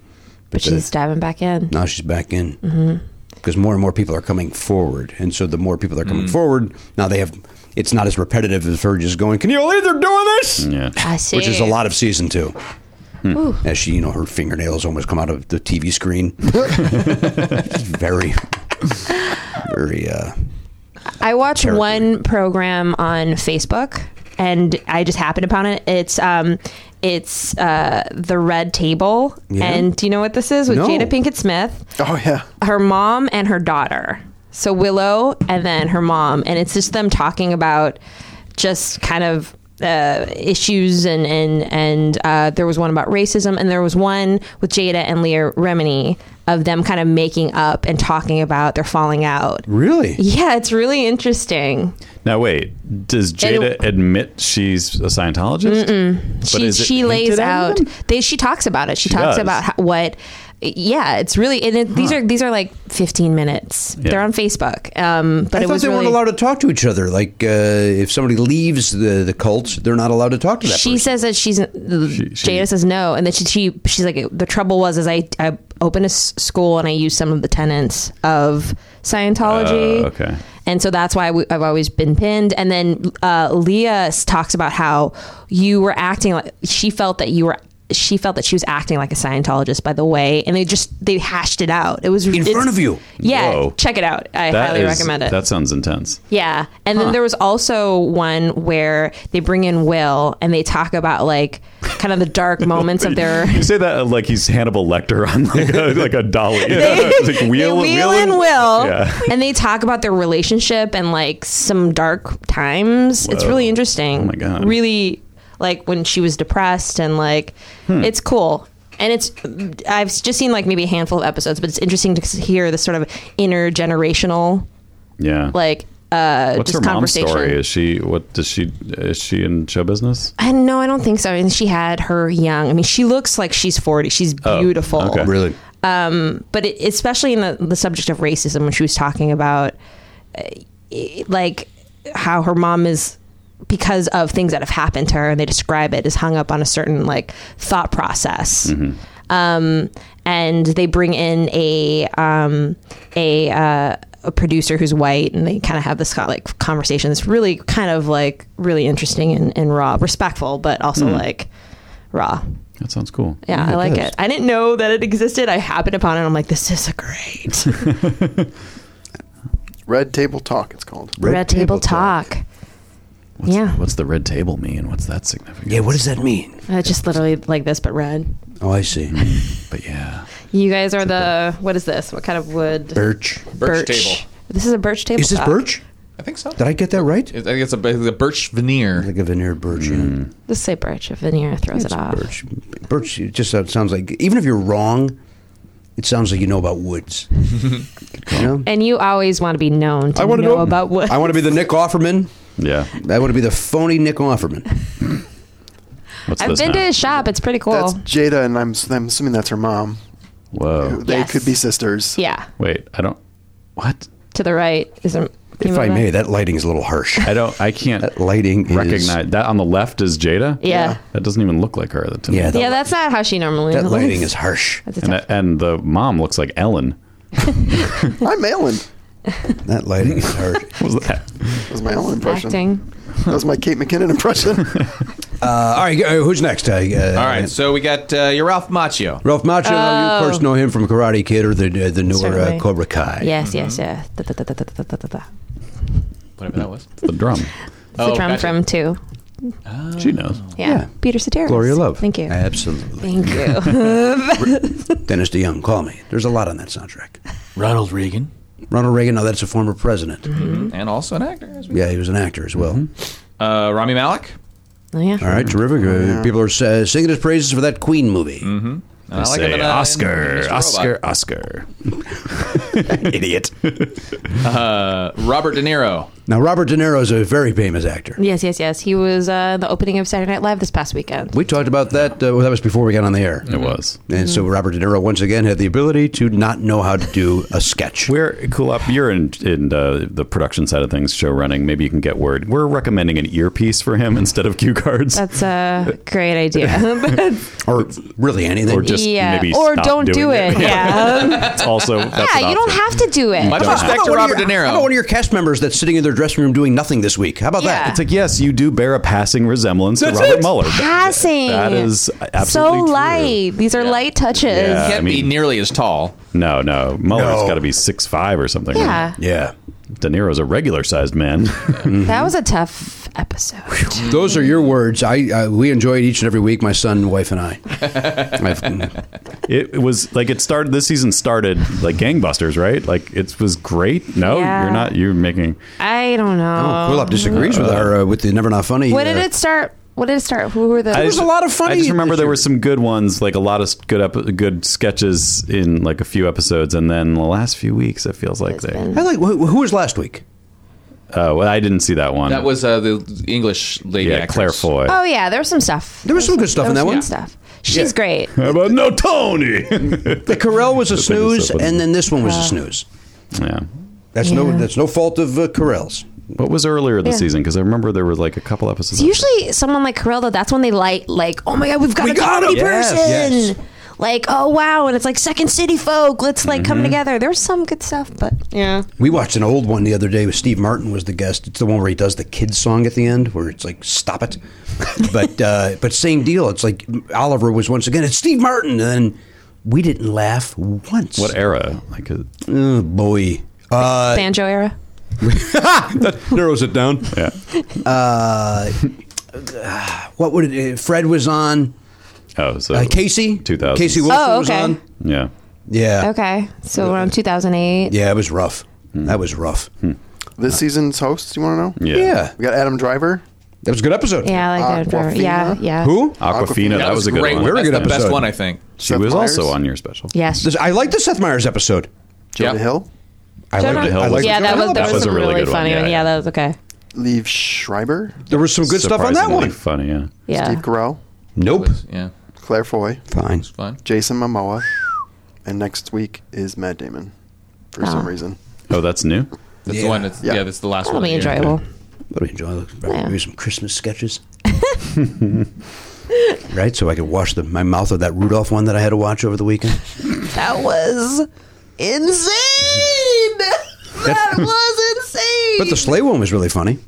But she's diving back in.
Now she's back in.
Mm-hmm.
Because more and more people are coming forward. And so the more people are coming forward, now they have, it's not as repetitive as her just going, Can you believe they're doing this?
yeah.
I see.
Which is a lot of season two. As she, you know, her fingernails almost come out of the TV screen. very, very, uh,
I watch one program on Facebook, and I just happened upon it. It's um, it's uh, the Red Table, and do you know what this is with
No.
Jada Pinkett Smith,
Oh, yeah.
her mom, and her daughter. So Willow and then her mom, and it's just them talking about just kind of uh, issues and and and uh, there was one about racism, and there was one with Jada and Leah Remini of them kind of making up and talking about their falling out.
Really?
Yeah, it's really interesting.
Now wait, does Jada
It-
admit she's a Scientologist? But
she
is it
she
hinted
lays
at
out.
them?
They she talks about it. She, talks
does.
about how, what. Yeah, it's really and it, these are these are like 15 minutes. They're on Facebook. Um,
I
but it
thought
was
they
really,
weren't allowed to talk to each other. Like uh, if somebody leaves the, the cult, they're not allowed to talk to that
she
person.
says that she's uh,
she-
Jada says no, and then she, she she's like the trouble was is I I opened a s- school and I used some of the tenets of Scientology.
Uh, okay.
And so that's why we, I've always been pinned. And then uh, Leah s- talks about how you were acting like she felt that you were. She felt that she was acting like a Scientologist by the way, and they just they hashed it out. It was in
front of you.
Yeah,
Whoa.
check it out. I highly
is-
recommend it.
That sounds intense.
Yeah. And then there was also one where they bring in Will and they talk about like kind of the dark moments of their
You say that uh, like he's Hannibal Lecter on like a, like a dolly. It's like
they
wheel,
wheel
wheeling.
and will
Yeah.
and they talk about their relationship and like some dark times. It's
Whoa.
really interesting.
Oh my God.
Really like when she was depressed and like
Hmm.
it's cool. And it's I've just seen like maybe a handful of episodes, but it's interesting to hear this sort of intergenerational
Yeah.
like uh
What's her
just
mom's
conversation.
story? Is she what does she is she in show business?
I no, I don't think so. And she had her young. I mean, she looks like she's forty. She's beautiful.
okay.
Really?
But it, especially in the, the subject of racism, when she was talking about uh, i- like how her mom is because of things that have happened to her, and they describe it as hung up on a certain like thought process. Um, and they bring in a um, a uh, a producer who's white, and they kind of have this kind of, like conversation. It's really kind of like really interesting and, and raw, respectful, but also like raw.
That sounds cool.
Yeah, I like it. I didn't know that it existed. I happened upon it. and I'm like, this is great.
Red Table Talk, it's called.
Red, Table, Talk.
What's,
yeah.
What's the red table mean? What's that significant?
Yeah, what does that mean?
Uh, just literally like this, but red.
Oh, I see.
But yeah.
You guys are the what is this? What kind of wood?
Birch.
Birch table.
This is a birch table.
Is this
talk.
birch?
I think so.
Did I get that right?
I think it's a, it's a birch veneer.
Like a veneered birch. yeah.
Just say birch. If veneer throws it off.
Birch. Birch it just it sounds like, even if you're wrong, it sounds like you know about woods. you know?
And you always want to be known to
wanna
know about wood.
I want to be the Nick Offerman.
Yeah.
I want to be the phony Nick Offerman.
What's
I've
this
been
now?
to his shop. It's pretty cool.
That's Jada, and I'm, s- I'm assuming that's her mom.
Whoa.
They
Yes.
could be sisters.
yeah,
Wait, I don't what?
to the right is a.
if I may, that lighting is a little harsh.
I don't I can't
That lighting is-
recognize that on the left is Jada?
Yeah.
That doesn't even look like her to me.
Yeah, that,
Yeah, that's not how she normally.
that
looks.
lighting is harsh.
That's a
And,
tough-
and the mom looks like Ellen.
I'm Ellen.
That lighting is harsh.
What was that?
That was my Ellen impression.
acting.
That was my Kate McKinnon impression.
Uh, all right, uh, who's next? Uh, uh,
All right, so we got uh, your Ralph Macchio.
Ralph Macchio. You of course know him from Karate Kid or the uh, the newer uh,
Oh. Certainly.
Cobra Kai.
Yes, yes, yes. Da, da, da, da, da, da, da, da.
Whatever that was.
The drum.
It's the drum from two.
She knows.
Yeah. Peter Soteris.
Gloria Love.
Thank you.
Absolutely.
Thank you.
Dennis DeYoung, call me. There's a lot on that soundtrack.
Ronald Reagan.
Ronald Reagan, now that's a former president.
Mm-hmm.
and also an actor. As well.
Yeah, he was an actor as well.
Uh, Rami Malek.
Oh, yeah.
All right, terrific. Uh, People are uh, singing his praises for that Queen movie.
And I like him
Say
in, uh, in Mr.
Oscar,
Robot.
Oscar, Oscar. Idiot.
Uh, Robert De Niro.
Now, Robert De Niro is a very famous actor.
Yes, yes, yes. He was uh, the opening of Saturday Night Live this past weekend.
We talked about that. Uh, well, that was before we got on the air.
It was.
And
Mm-hmm.
so Robert De Niro once again had the ability to not know how to do a sketch.
We're cool up. You're in in uh, the production side of things, show running. Maybe you can get word. We're recommending an earpiece for him instead of cue cards,
That's a great idea.
or really anything.
or just
yeah.
maybe
Or
stop
don't
doing
do it. Yeah.
It's also that's an
yeah, you don't
option.
have to do it.
Much
don't have
respect
to.
to
One of
Robert
your-
De Niro.
How about one of your cast members that's sitting in their dressing room doing nothing this week? How about
Yeah.
that?
It's like yes, you do bear a passing resemblance to Robert Mueller. That-
Passing.
That is
so
absolutely true.
light. These are light touches.
Yeah.
Yeah.
Can't
I mean-
be nearly as tall.
No, no, Mueller's
No.
got to be six five or something. right?
Yeah.
De Niro's a regular sized man.
That was a tough episode.
Those are your words. I, I we enjoy it each and every week. My son, wife, and I. mm, I've-
it was like it started. This season started like gangbusters, right? Like it was great. No,
Yeah.
you're not. You're making.
I don't know.
oh, Quillop disagrees with our uh, with the never not funny.
What
uh,
did it start? What did it start? Who were the?
I
was a lot of funny
I just remember
this
there
year.
were some good ones, like a lot of good ep- good sketches in like a few episodes, and then the last few weeks it feels like
It's
they.
been-
I like who, who was last week.
Oh, well, I didn't see that one.
That was uh, the English lady.
yeah,
actress.
Claire Foy.
oh yeah, there was some stuff.
There was some good stuff
there
in that
was
one.
some Stuff. She's great.
How about no Tony?
The Carell was a snooze,
so funny.
and then this one was a snooze.
yeah.
That's no
Uh, Yeah.
that's no fault of uh, Carell's.
What was earlier this
Yeah.
season? Because I remember there were like a couple episodes.
It's usually someone like Carell though. That's when they like like oh my god we've got a comedy
Yes,
person.
yes.
Like oh wow, and it's like Second City folk. Let's like come together. There's some good stuff, but yeah.
We watched an old one the other day. With Steve Martin was the guest. It's the one where he does the kids song at the end, where it's like "Stop it," but uh, but same deal. It's like Oliver was once again. It's Steve Martin, and then we didn't laugh once.
What era? Like uh, a,
Oh, boy. Uh,
Banjo era.
narrows it down.
yeah.
What would it? uh, Fred was on.
Oh, so
Uh, Casey.
2000s.
Casey Wilson
Oh,
was
okay.
on.
Yeah.
Yeah.
Okay, so around 2008.
Yeah, it was rough. That was rough.
This season's hosts, you want to know?
Yeah.
Yeah.
We got Adam Driver.
That was a good episode.
Yeah, I like that.
Aquafina?
Yeah, yeah.
Who?
Aquafina. That, was, a good
great
one.
Very
That's
good
the best
episode.
one I think.
She
Seth
was
Meyers?
also on your special.
Yes.
This- I like the Seth Meyers episode.
Jonah
Yeah.
Hill.
I
Jonah-
liked it.
Hill
I
was-
liked
yeah,
the
that
Jonah
was
Hill
there was,
was a
some
really
really,
good one,
funny one. Yeah,
yeah, yeah.
that was okay.
Liev Schreiber.
There was some good stuff on that
Surprisingly
one.
Funny, yeah.
Yeah.
Steve Carell.
Nope.
Yeah,
Claire Foy.
Fine.
it's fun.
Jason Momoa. And next week is Matt Damon. For some
Ah.
reason.
Oh, that's new.
That's
Yeah.
the one. That's,
Yeah.
yeah. that's the last
That'll
one.
be
of the year.
enjoyable.
What do we enjoy? Look,
Yeah.
Maybe some Christmas sketches. right, so I could wash the, my mouth of that Rudolph one that I had to watch over the weekend.
That was insane. that was insane.
But the sleigh one was really funny.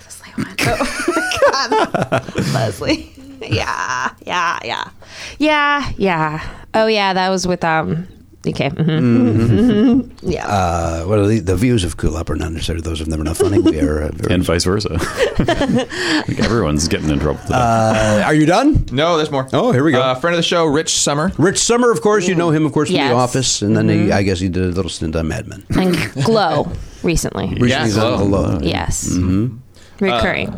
Leslie went, Oh my god. Leslie. Yeah, yeah, yeah. Yeah, yeah. Oh yeah, that was with um okay.
Mm.
hmm Yeah.
Uh, well, the, the views of Cool Up are not necessarily those of Never Not Funny. We are. Uh, very-
And vice versa. I think everyone's getting in trouble today.
Uh, are you done?
No, there's more.
Oh, here we go.
Uh, friend of the show, Rich Summer.
Rich Summer, of course, you know him, of course, from
Yes. Mm-hmm.
The Office, and then he, I guess he did a little stint on Mad Men.
and glow recently.
uh, Yeah, Mm-hmm. Uh,
Recently done Glow.
Glow.
Yes. Recurring.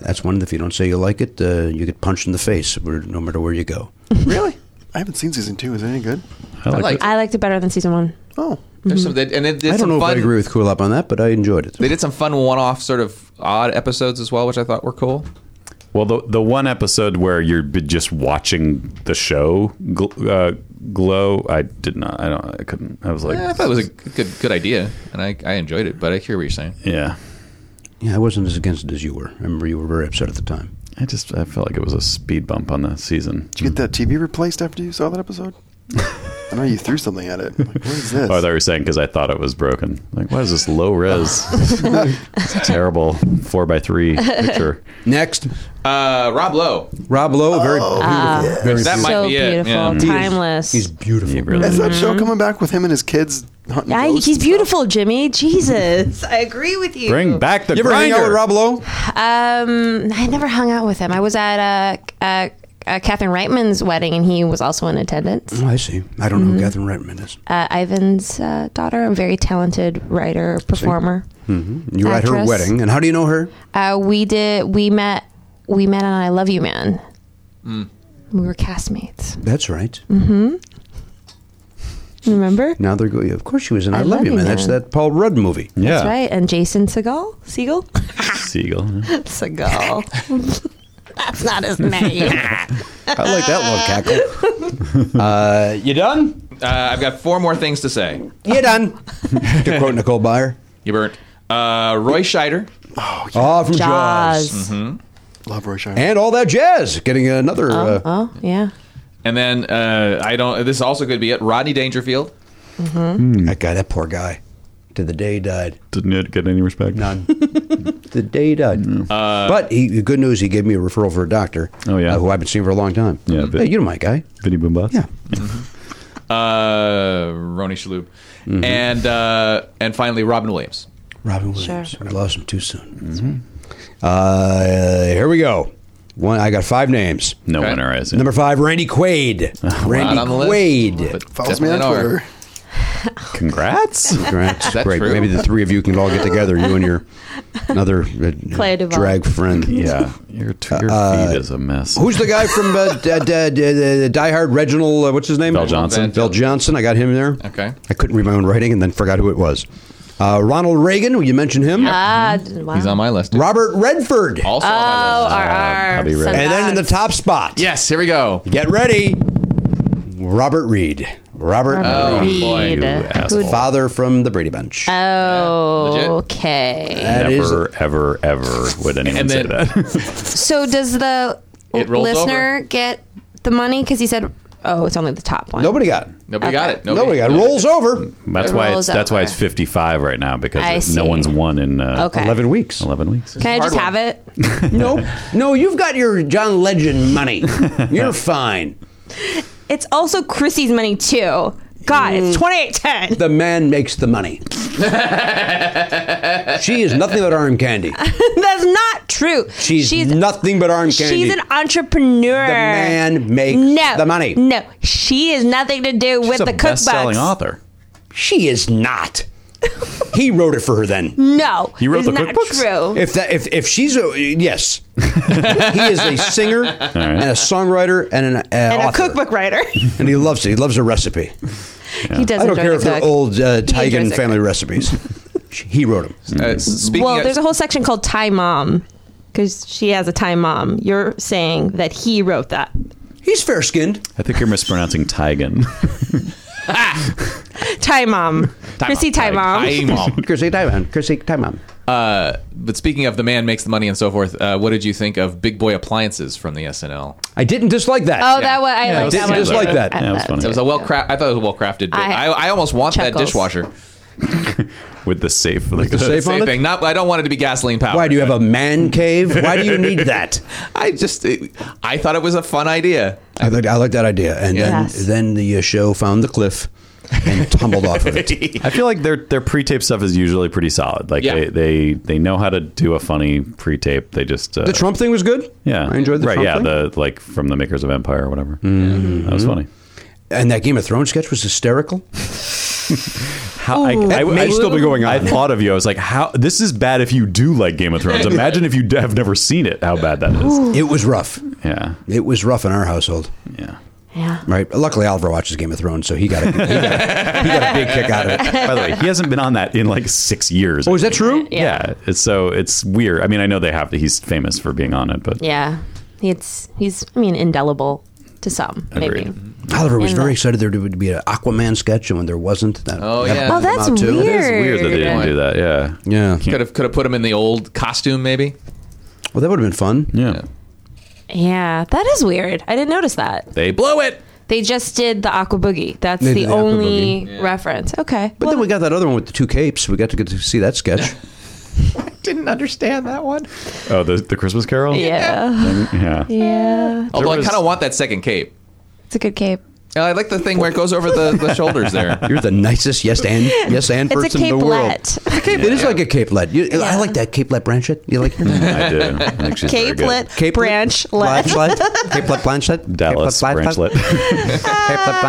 That's one. If you don't say you like it, uh, you get punched in the face, where- no matter where you go.
Really? I haven't seen season two. Is it any good?
I like
like-
it.
I liked it better than season one.
Oh.
There's some, they, and they did
I don't
some
know
fun.
if I agree with Cool Up on that, but I enjoyed it.
They did some fun one-off sort of odd episodes as well, which I thought were cool.
Well, the the one episode where you're b- just watching the show gl- uh, glow, I did not. I don't. I couldn't. I was like,
Eh.
Yeah, I thought it was a good good idea, and I, I enjoyed it. But I hear what you're saying.
yeah.
Yeah, I wasn't as against it as you were. I remember you were very upset at the time.
I just I felt like it was a speed bump on the season.
Did you get that TV replaced after you saw that episode? I know you threw something at it. Like, what is this?
Oh, I thought you were saying because I thought it was broken. Like, why is this low res? It's a terrible four by three picture.
Next,
Uh, Rob Lowe.
Rob Lowe, very beautiful. very
That might
Uh, so
be it,
beautiful.
yeah.
Timeless.
He's beautiful.
He really
is that show coming back with him and his kids hunting? ghosts
I, Mm-hmm. he's
and stuff?
beautiful, Jimmy. Jesus, I agree with you.
Bring back the
You ever hang out with
grinder.
Rob Lowe?
Um, I never hung out with him. I was at uh, uh, uh, Catherine Reitman's wedding, and he was also in attendance.
Oh, I see. I don't know who Catherine Reitman is.
Uh, Ivan's uh, daughter, a very talented writer performer.
You were at her
Actress.
wedding, and how do you know her?
Uh, we did. We met. We met on "I Love You, Man."
Mm.
We were castmates.
That's right.
Remember?
Now they're going. Of course, she was in "I, Love You Man. That's that Paul Rudd movie.
Yeah,
That's right. And Jason Segal. Segal.
Seagull.
Segal. That's not his name.
I like that little cackle. uh, you done?
Uh, I've got four more things to say.
You done? to quote Nicole Byer.
You burnt. Uh, Roy Scheider.
Oh, from Jaws.
Jaws.
Mm-hmm.
Love Roy Scheider.
And all that jazz. Getting another. uh,
Oh yeah.
And then uh, I don't. This also could be it. Rodney Dangerfield.
That guy, that poor guy. To the day he died.
Didn't it get any respect?
None. the day he died. but he, the good news, he gave me a referral for a doctor.
Uh, Oh, yeah?
uh, who I've been seeing for a long time. Mm-hmm.
Yeah,
Hey,
but-
you know my guy.
Vinny Boombas.
Yeah.
Uh, Roni Shalhoub. And uh, and finally Robin Williams.
Robin Williams. We lost him too soon. Mm-hmm. Uh, here we go. One, I got five names.
No
Okay.
winner, is it?
Number five, Randy Quaid. Randy
Not on the list.
Quaid.
But
Follows me on
definitely an R.
Twitter.
Congrats.
That's
that
great.
true?
Maybe the three of you can all get together, you and your another uh,
Claire Duvall.
drag friend.
yeah, your t- your
Uh,
feed is a mess.
Who's the guy from uh, d- d- d- d- Die Hard? Reginald, uh, what's his name?
Bell Johnson.
Bell Johnson. I got him there.
Okay.
I couldn't read my own writing and then forgot who it was. Uh, Ronald Reagan. Will you mention him?
Ah, d- wow.
He's on my uh, list.
Robert Redford.
Also
Oh,
on my list.
our, our
Abby Ray.
son
and then in the
Dogs.
top spot.
Yes, here we go.
Get ready. Robert Reed. Robert
Oh,
Reed.
boy.
Reed.
you asshole.
Father from the Brady Bunch.
Oh,
Legit.
okay.
That is-
Never, ever, ever would anyone
And
say
then-
that.
So does the
It rolls
listener get the money? Because he said, "Oh, it's only the top one."
Nobody got. it.
Nobody got it.
Nobody got. it. Rolls over.
that's
It
why
rolls
it's, that's why it's
over.
55 right now because
I
it-
see.
no one's won in uh,
Okay.
11 weeks.
11 weeks.
Can I just
Hard
have
one.
it?
Nope. No, you've got your John Legend money. You're fine.
It's also Chrissy's money too. God, it's
Mm.
twenty eight ten.
The man makes the money. she is nothing but arm candy.
That's not true.
She's, nothing but arm candy.
She's an entrepreneur.
The man makes
no,
the money.
No, she has nothing to do with
She's
the
a best-selling
cookbooks.
author.
she is not. he wrote it for her then.
No,
You
it's
wrote the
not
cookbooks?
True.
If that if, if she's a yes. he is a singer and a songwriter and an uh,
and
author.
a cookbook writer.
And he loves it. He loves a recipe.
He does.
I don't
enjoy
care
the
if they're
cook.
old uh,
enjoys
Tigan
it.
family recipes. he wrote them.
Uh, speaking
Well,
of,
there's a whole section called Thai Mom because she has a Thai mom. You're saying that he wrote that.
He's fair skinned.
I think you're mispronouncing Tigan.
Thai Mom. Chrissy Thai Mom.
Hi, Mom.
Chrissy Taiwan. Chrissy Taiwan.
But speaking of the man makes the money and so forth, uh, what did you think of Big Boy Appliances from the SNL?
I didn't dislike that.
Oh, that one. I
Yeah,
like
I
that one.
dislike
that.
I
Yeah, it was
thought-
funny.
It was a well craft. I thought it was a well crafted.
I-
I, I almost want that
Chuckles.
dishwasher.
with the safe. Like
the safe on
Same
it?
thing. Not. I don't want it to be gasoline powered.
Why do you have a man cave? Why do you need that?
I just. It, I thought it was a fun idea.
I like I like that idea. And then
Yes.
then the uh, show found the cliff and tumbled off of it.
I feel like their their pre-tape stuff is usually pretty solid. Like
Yeah.
they, they they know how to do a funny pre-tape. They just uh,
The Trump thing was good.
Yeah,
I enjoyed the
right.
Trump
yeah,
thing.
the like from the makers of Empire or whatever. That was funny.
and that Game of Thrones sketch was hysterical.
How, I,
That may still be going on.
I thought of you. I was like, how this is bad if you do like Game of Thrones. Imagine if you d- have never seen it. How bad that is.
It was rough.
Yeah,
It was rough in our household.
yeah.
Yeah.
Right. Luckily, Alvaro watches Game of Thrones, so he got a, he got a, he got a big kick out of it.
By the way, he hasn't been on that in like six years.
Oh, is that true?
Yeah. It's, so it's weird. I mean, I know they have. He's famous for being on it, but
Yeah. It's he's I mean indelible to some maybe.
Agreed.
Oliver was
And
very
the-
excited there would be an Aquaman sketch, and when there wasn't, that
Oh,
that
yeah.
bummed
Put
Oh,
him
that's
out, too.
weird.
it's weird that they didn't do that. Yeah.
Yeah,
Could have. Could have put him in the old costume, maybe.
well, that would have been fun.
Yeah.
Yeah, that is weird. I didn't notice that.
They blew it.
They just did the Aqua Boogie. That's
They
the
did the Aqua
only reference. Okay.
But then we got that other one with the two capes. We got to get to see that sketch.
Didn't understand that one.
Oh, the the Christmas Carol.
yeah.
Yeah.
Yeah.
Although
was-
I kind of want that second cape.
It's a good cape.
And I like the thing where it goes over the, the shoulders there.
You're the nicest yes and yes and
It's a
person in the world.
capelet.
It is like a capelet. You, I
Yeah.
like that capelet branchet. You like capelet
I do. I think she's very good.
Capelet, branchlet.
Branchlet. Capelet branchlet.
Dallas
Capelet
Branchlet.
Capelet
Ah.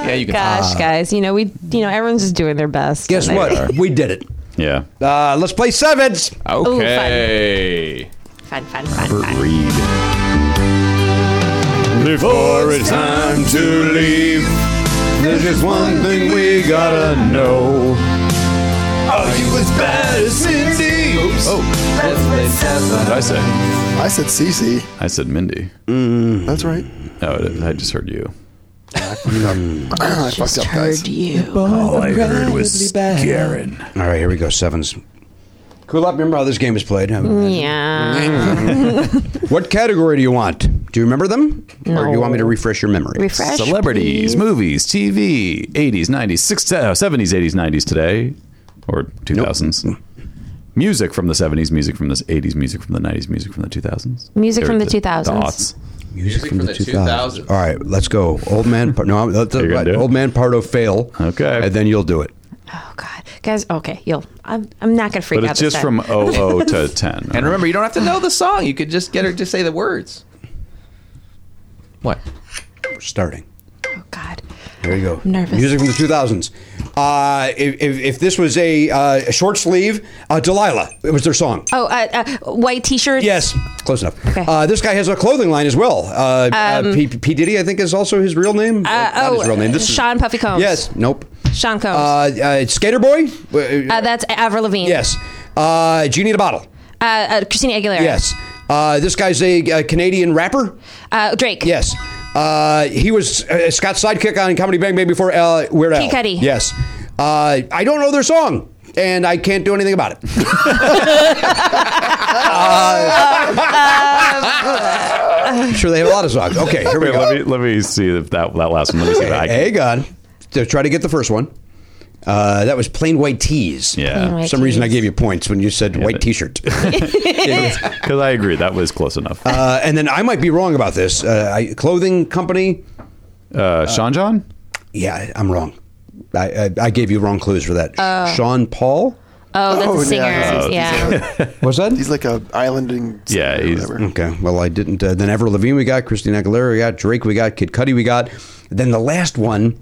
branchlet.
Yeah, you can.
Gosh, guys, you know we, you know everyone's just doing their best.
Guess
And they-
what? We did it.
yeah.
Uh, let's play sevens.
Okay.
Fun, fun, fun, fun.
Read. Before it's time to leave, there's just one thing we gotta know. Are you as bad as Mindy? Oops. Oh, what did I say?
I said CC.
I said Mindy.
That's right.
No, it is- I just heard you.
I fucked up, guys.
you.
All
Oh,
I heard was Karen.
All right, here we go. Sevens. Cool up. Remember how this game is played?
Mm-hmm. Yeah.
What category do you want? Do you remember them, or do you want me to
No.
refresh your memory?
Refresh.
Celebrities, movies, TV, 80s, 90s, 60s, uh, 70s, 80s, 90s today, or 2000s. Music from the 70s, music from the 80s, music from the 90s, music from the 2000s.
Music from
Or
the 2000s.
aughts.
Music
from the 2000s.
All right, let's go. Old man. Par- No, I'm-
you gonna do it?
old man Pardo fail.
Okay.
and then you'll do it.
Oh God, guys. Okay, you'll. I'm, I'm not gonna freak
But
out.
it's
this
just
time.
from 00 to 10.
And remember, you don't have to know the song. You could just get her to say the words. What?
We're starting.
Oh God.
There you go.
I'm nervous.
Music from the 2000s. Uh, if, if, if this was a, uh, a short sleeve, uh, Delilah, it was their song.
Oh, uh, uh, white T-shirts.
Yes, close enough.
Okay. Um,
Uh, this guy has a clothing line as well. Uh, uh, P, P Diddy, I think, is also his real name. Uh, Not
oh,
his real name. This
Sean
is,
Puffy Combs.
Yes. Nope.
Sean Combs.
Uh, uh, Skater Boy. Uh,
Uh, that's Avril Lavigne.
yes. Uh, Genie in a Bottle.
Uh, uh, Christina Aguilera.
Yes. Uh, this guy's a, uh Canadian rapper.
Uh, Drake.
Yes. Uh, he was uh, Scott's sidekick on Comedy Bang Bang before uh, Weird Al.
P. Cudi.
Yes. Uh, I don't know their song, and I can't do anything about it. I'm Uh, sure they have a lot of songs. Okay, here we
Wait,
go.
let me let me see if that that last one. Let me see if I
Hey, God. So try to get the first one. Uh, that was plain white tees.
Yeah.
For some reason, I gave you points when you said white t shirt.
Because I agree, that was close enough. Uh,
uh, and then I might be wrong about this. Uh, I, clothing company.
Uh,
uh,
Sean John?
Yeah, I'm wrong. I, I, I gave you wrong clues for that. Sean Paul?
Oh, that's
Oh, yeah.
a singer. Yeah.
Oh,
Was that?
He's like a islanding. singer
Yeah,
or
he's-
whatever.
Okay. Well, I didn't. Uh, then Avril Lavigne we got, Christina Aguilera we got, Drake we got, Kid Cudi we got. Then the last one,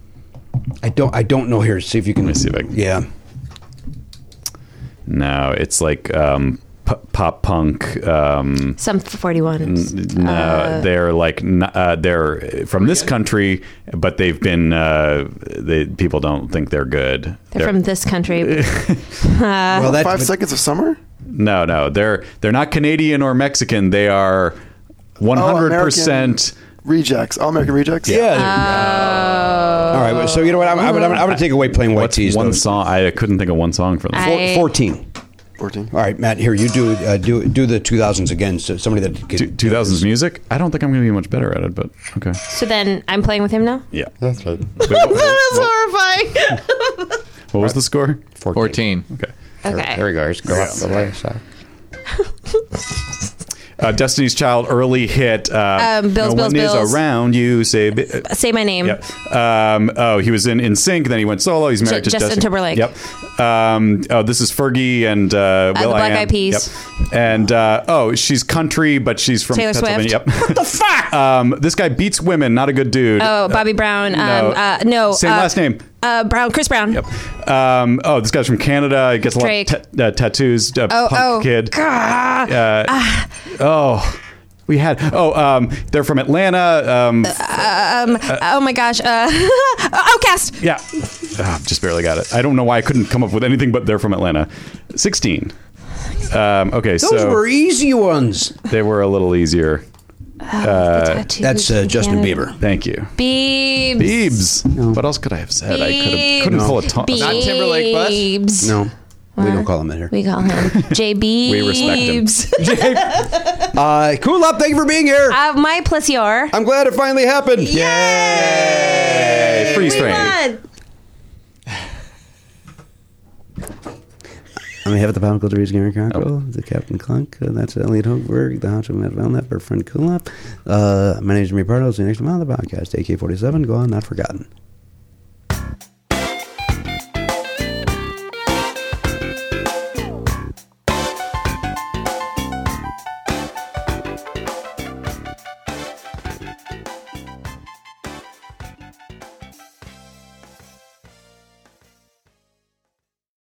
I don't. I don't know here. See if you can.
Let me see if I can-
Yeah.
No, it's like um, p- pop punk. Um,
Some Uh, 41.
no, they're like n- uh, they're from this country, but they've been uh, they, people don't think they're good.
They're from this country.
well, that.
Five seconds of summer. Oh,
No, no, they're they're not Canadian or Mexican. They
Oh,
are one hundred percent.
Rejects. All American Rejects.
yeah. All right. well, So you know what? I'm, I'm, I'm, I'm going to take away playing white
What's
tees.
one
though.
song? I couldn't think of one song from them.
I-
Four- Fourteen.
14.
All right, Matt. Here you do uh, do do the 2000s again. So somebody that
Two-
could,
2000s music? I don't think I'm going to be much better at it, but okay.
so then I'm playing with him now?
Yeah.
That's right.
that was horrifying.
What was the score?
14.
Okay.
okay.
There we go. Just go out the way. So.
Uh, Destiny's Child early hit. Uh,
Um, Bills,
no
Bills,
one is
Bills.
around you. Say. bi- uh,
Say my name.
Yep. Um, oh, he was in in sync. Then he went solo. He's married
Ju-
to
Justin
Destiny.
Timberlake.
Yep. Um, oh, this is Fergie and uh, Will
the Black
I Am.
Eyed Peas.
Yep. And uh, oh, she's country, but she's from
Taylor
Pennsylvania.
Swift.
Yep. What the fuck? um, this guy beats women. Not a good dude.
Oh, Bobby Brown. Um,
no.
Uh, no.
Same
uh,
last name.
Uh, Brown. Chris Brown. Yep.
Yep. Um, oh, this guy's from Canada. He gets a lot
Drake.
of ta- uh, tattoos. Uh,
Oh,
punk
oh.
kid.
God. Ah.
Uh, oh, we had. Oh, um, they're from Atlanta. Um,
Uh, oh my gosh. Uh, Outcast.
yeah, Ah, just barely got it. I don't know why I couldn't come up with anything, but they're from Atlanta. Sixteen. Um, okay,
those
so
were e- easy ones.
they were a little easier.
That's uh, Justin Bieber.
Thank you,
Beebs.
Biebs. What else could I have said? I could have,
Biebs.
couldn't pull a tongue.
Not Timberlake Bus?
Biebs.
No, we don't call him that here.
We call him J Beebs.
We respect him.
Uh, cool up. Thank you for being here.
Uh, my plus your.
I'm glad it finally happened.
Yay! Freeze
we
frame.
won.
I mean, have it the Pound Culture is Gary Cockrell, the Captain Clunk, uh, that's Elliot Hochberg, the Honcho Matt Valnap, our friend Kulop. Uh, my name is Jimmy Pardo, see you next time on the podcast, AK 47, go on, not forgotten.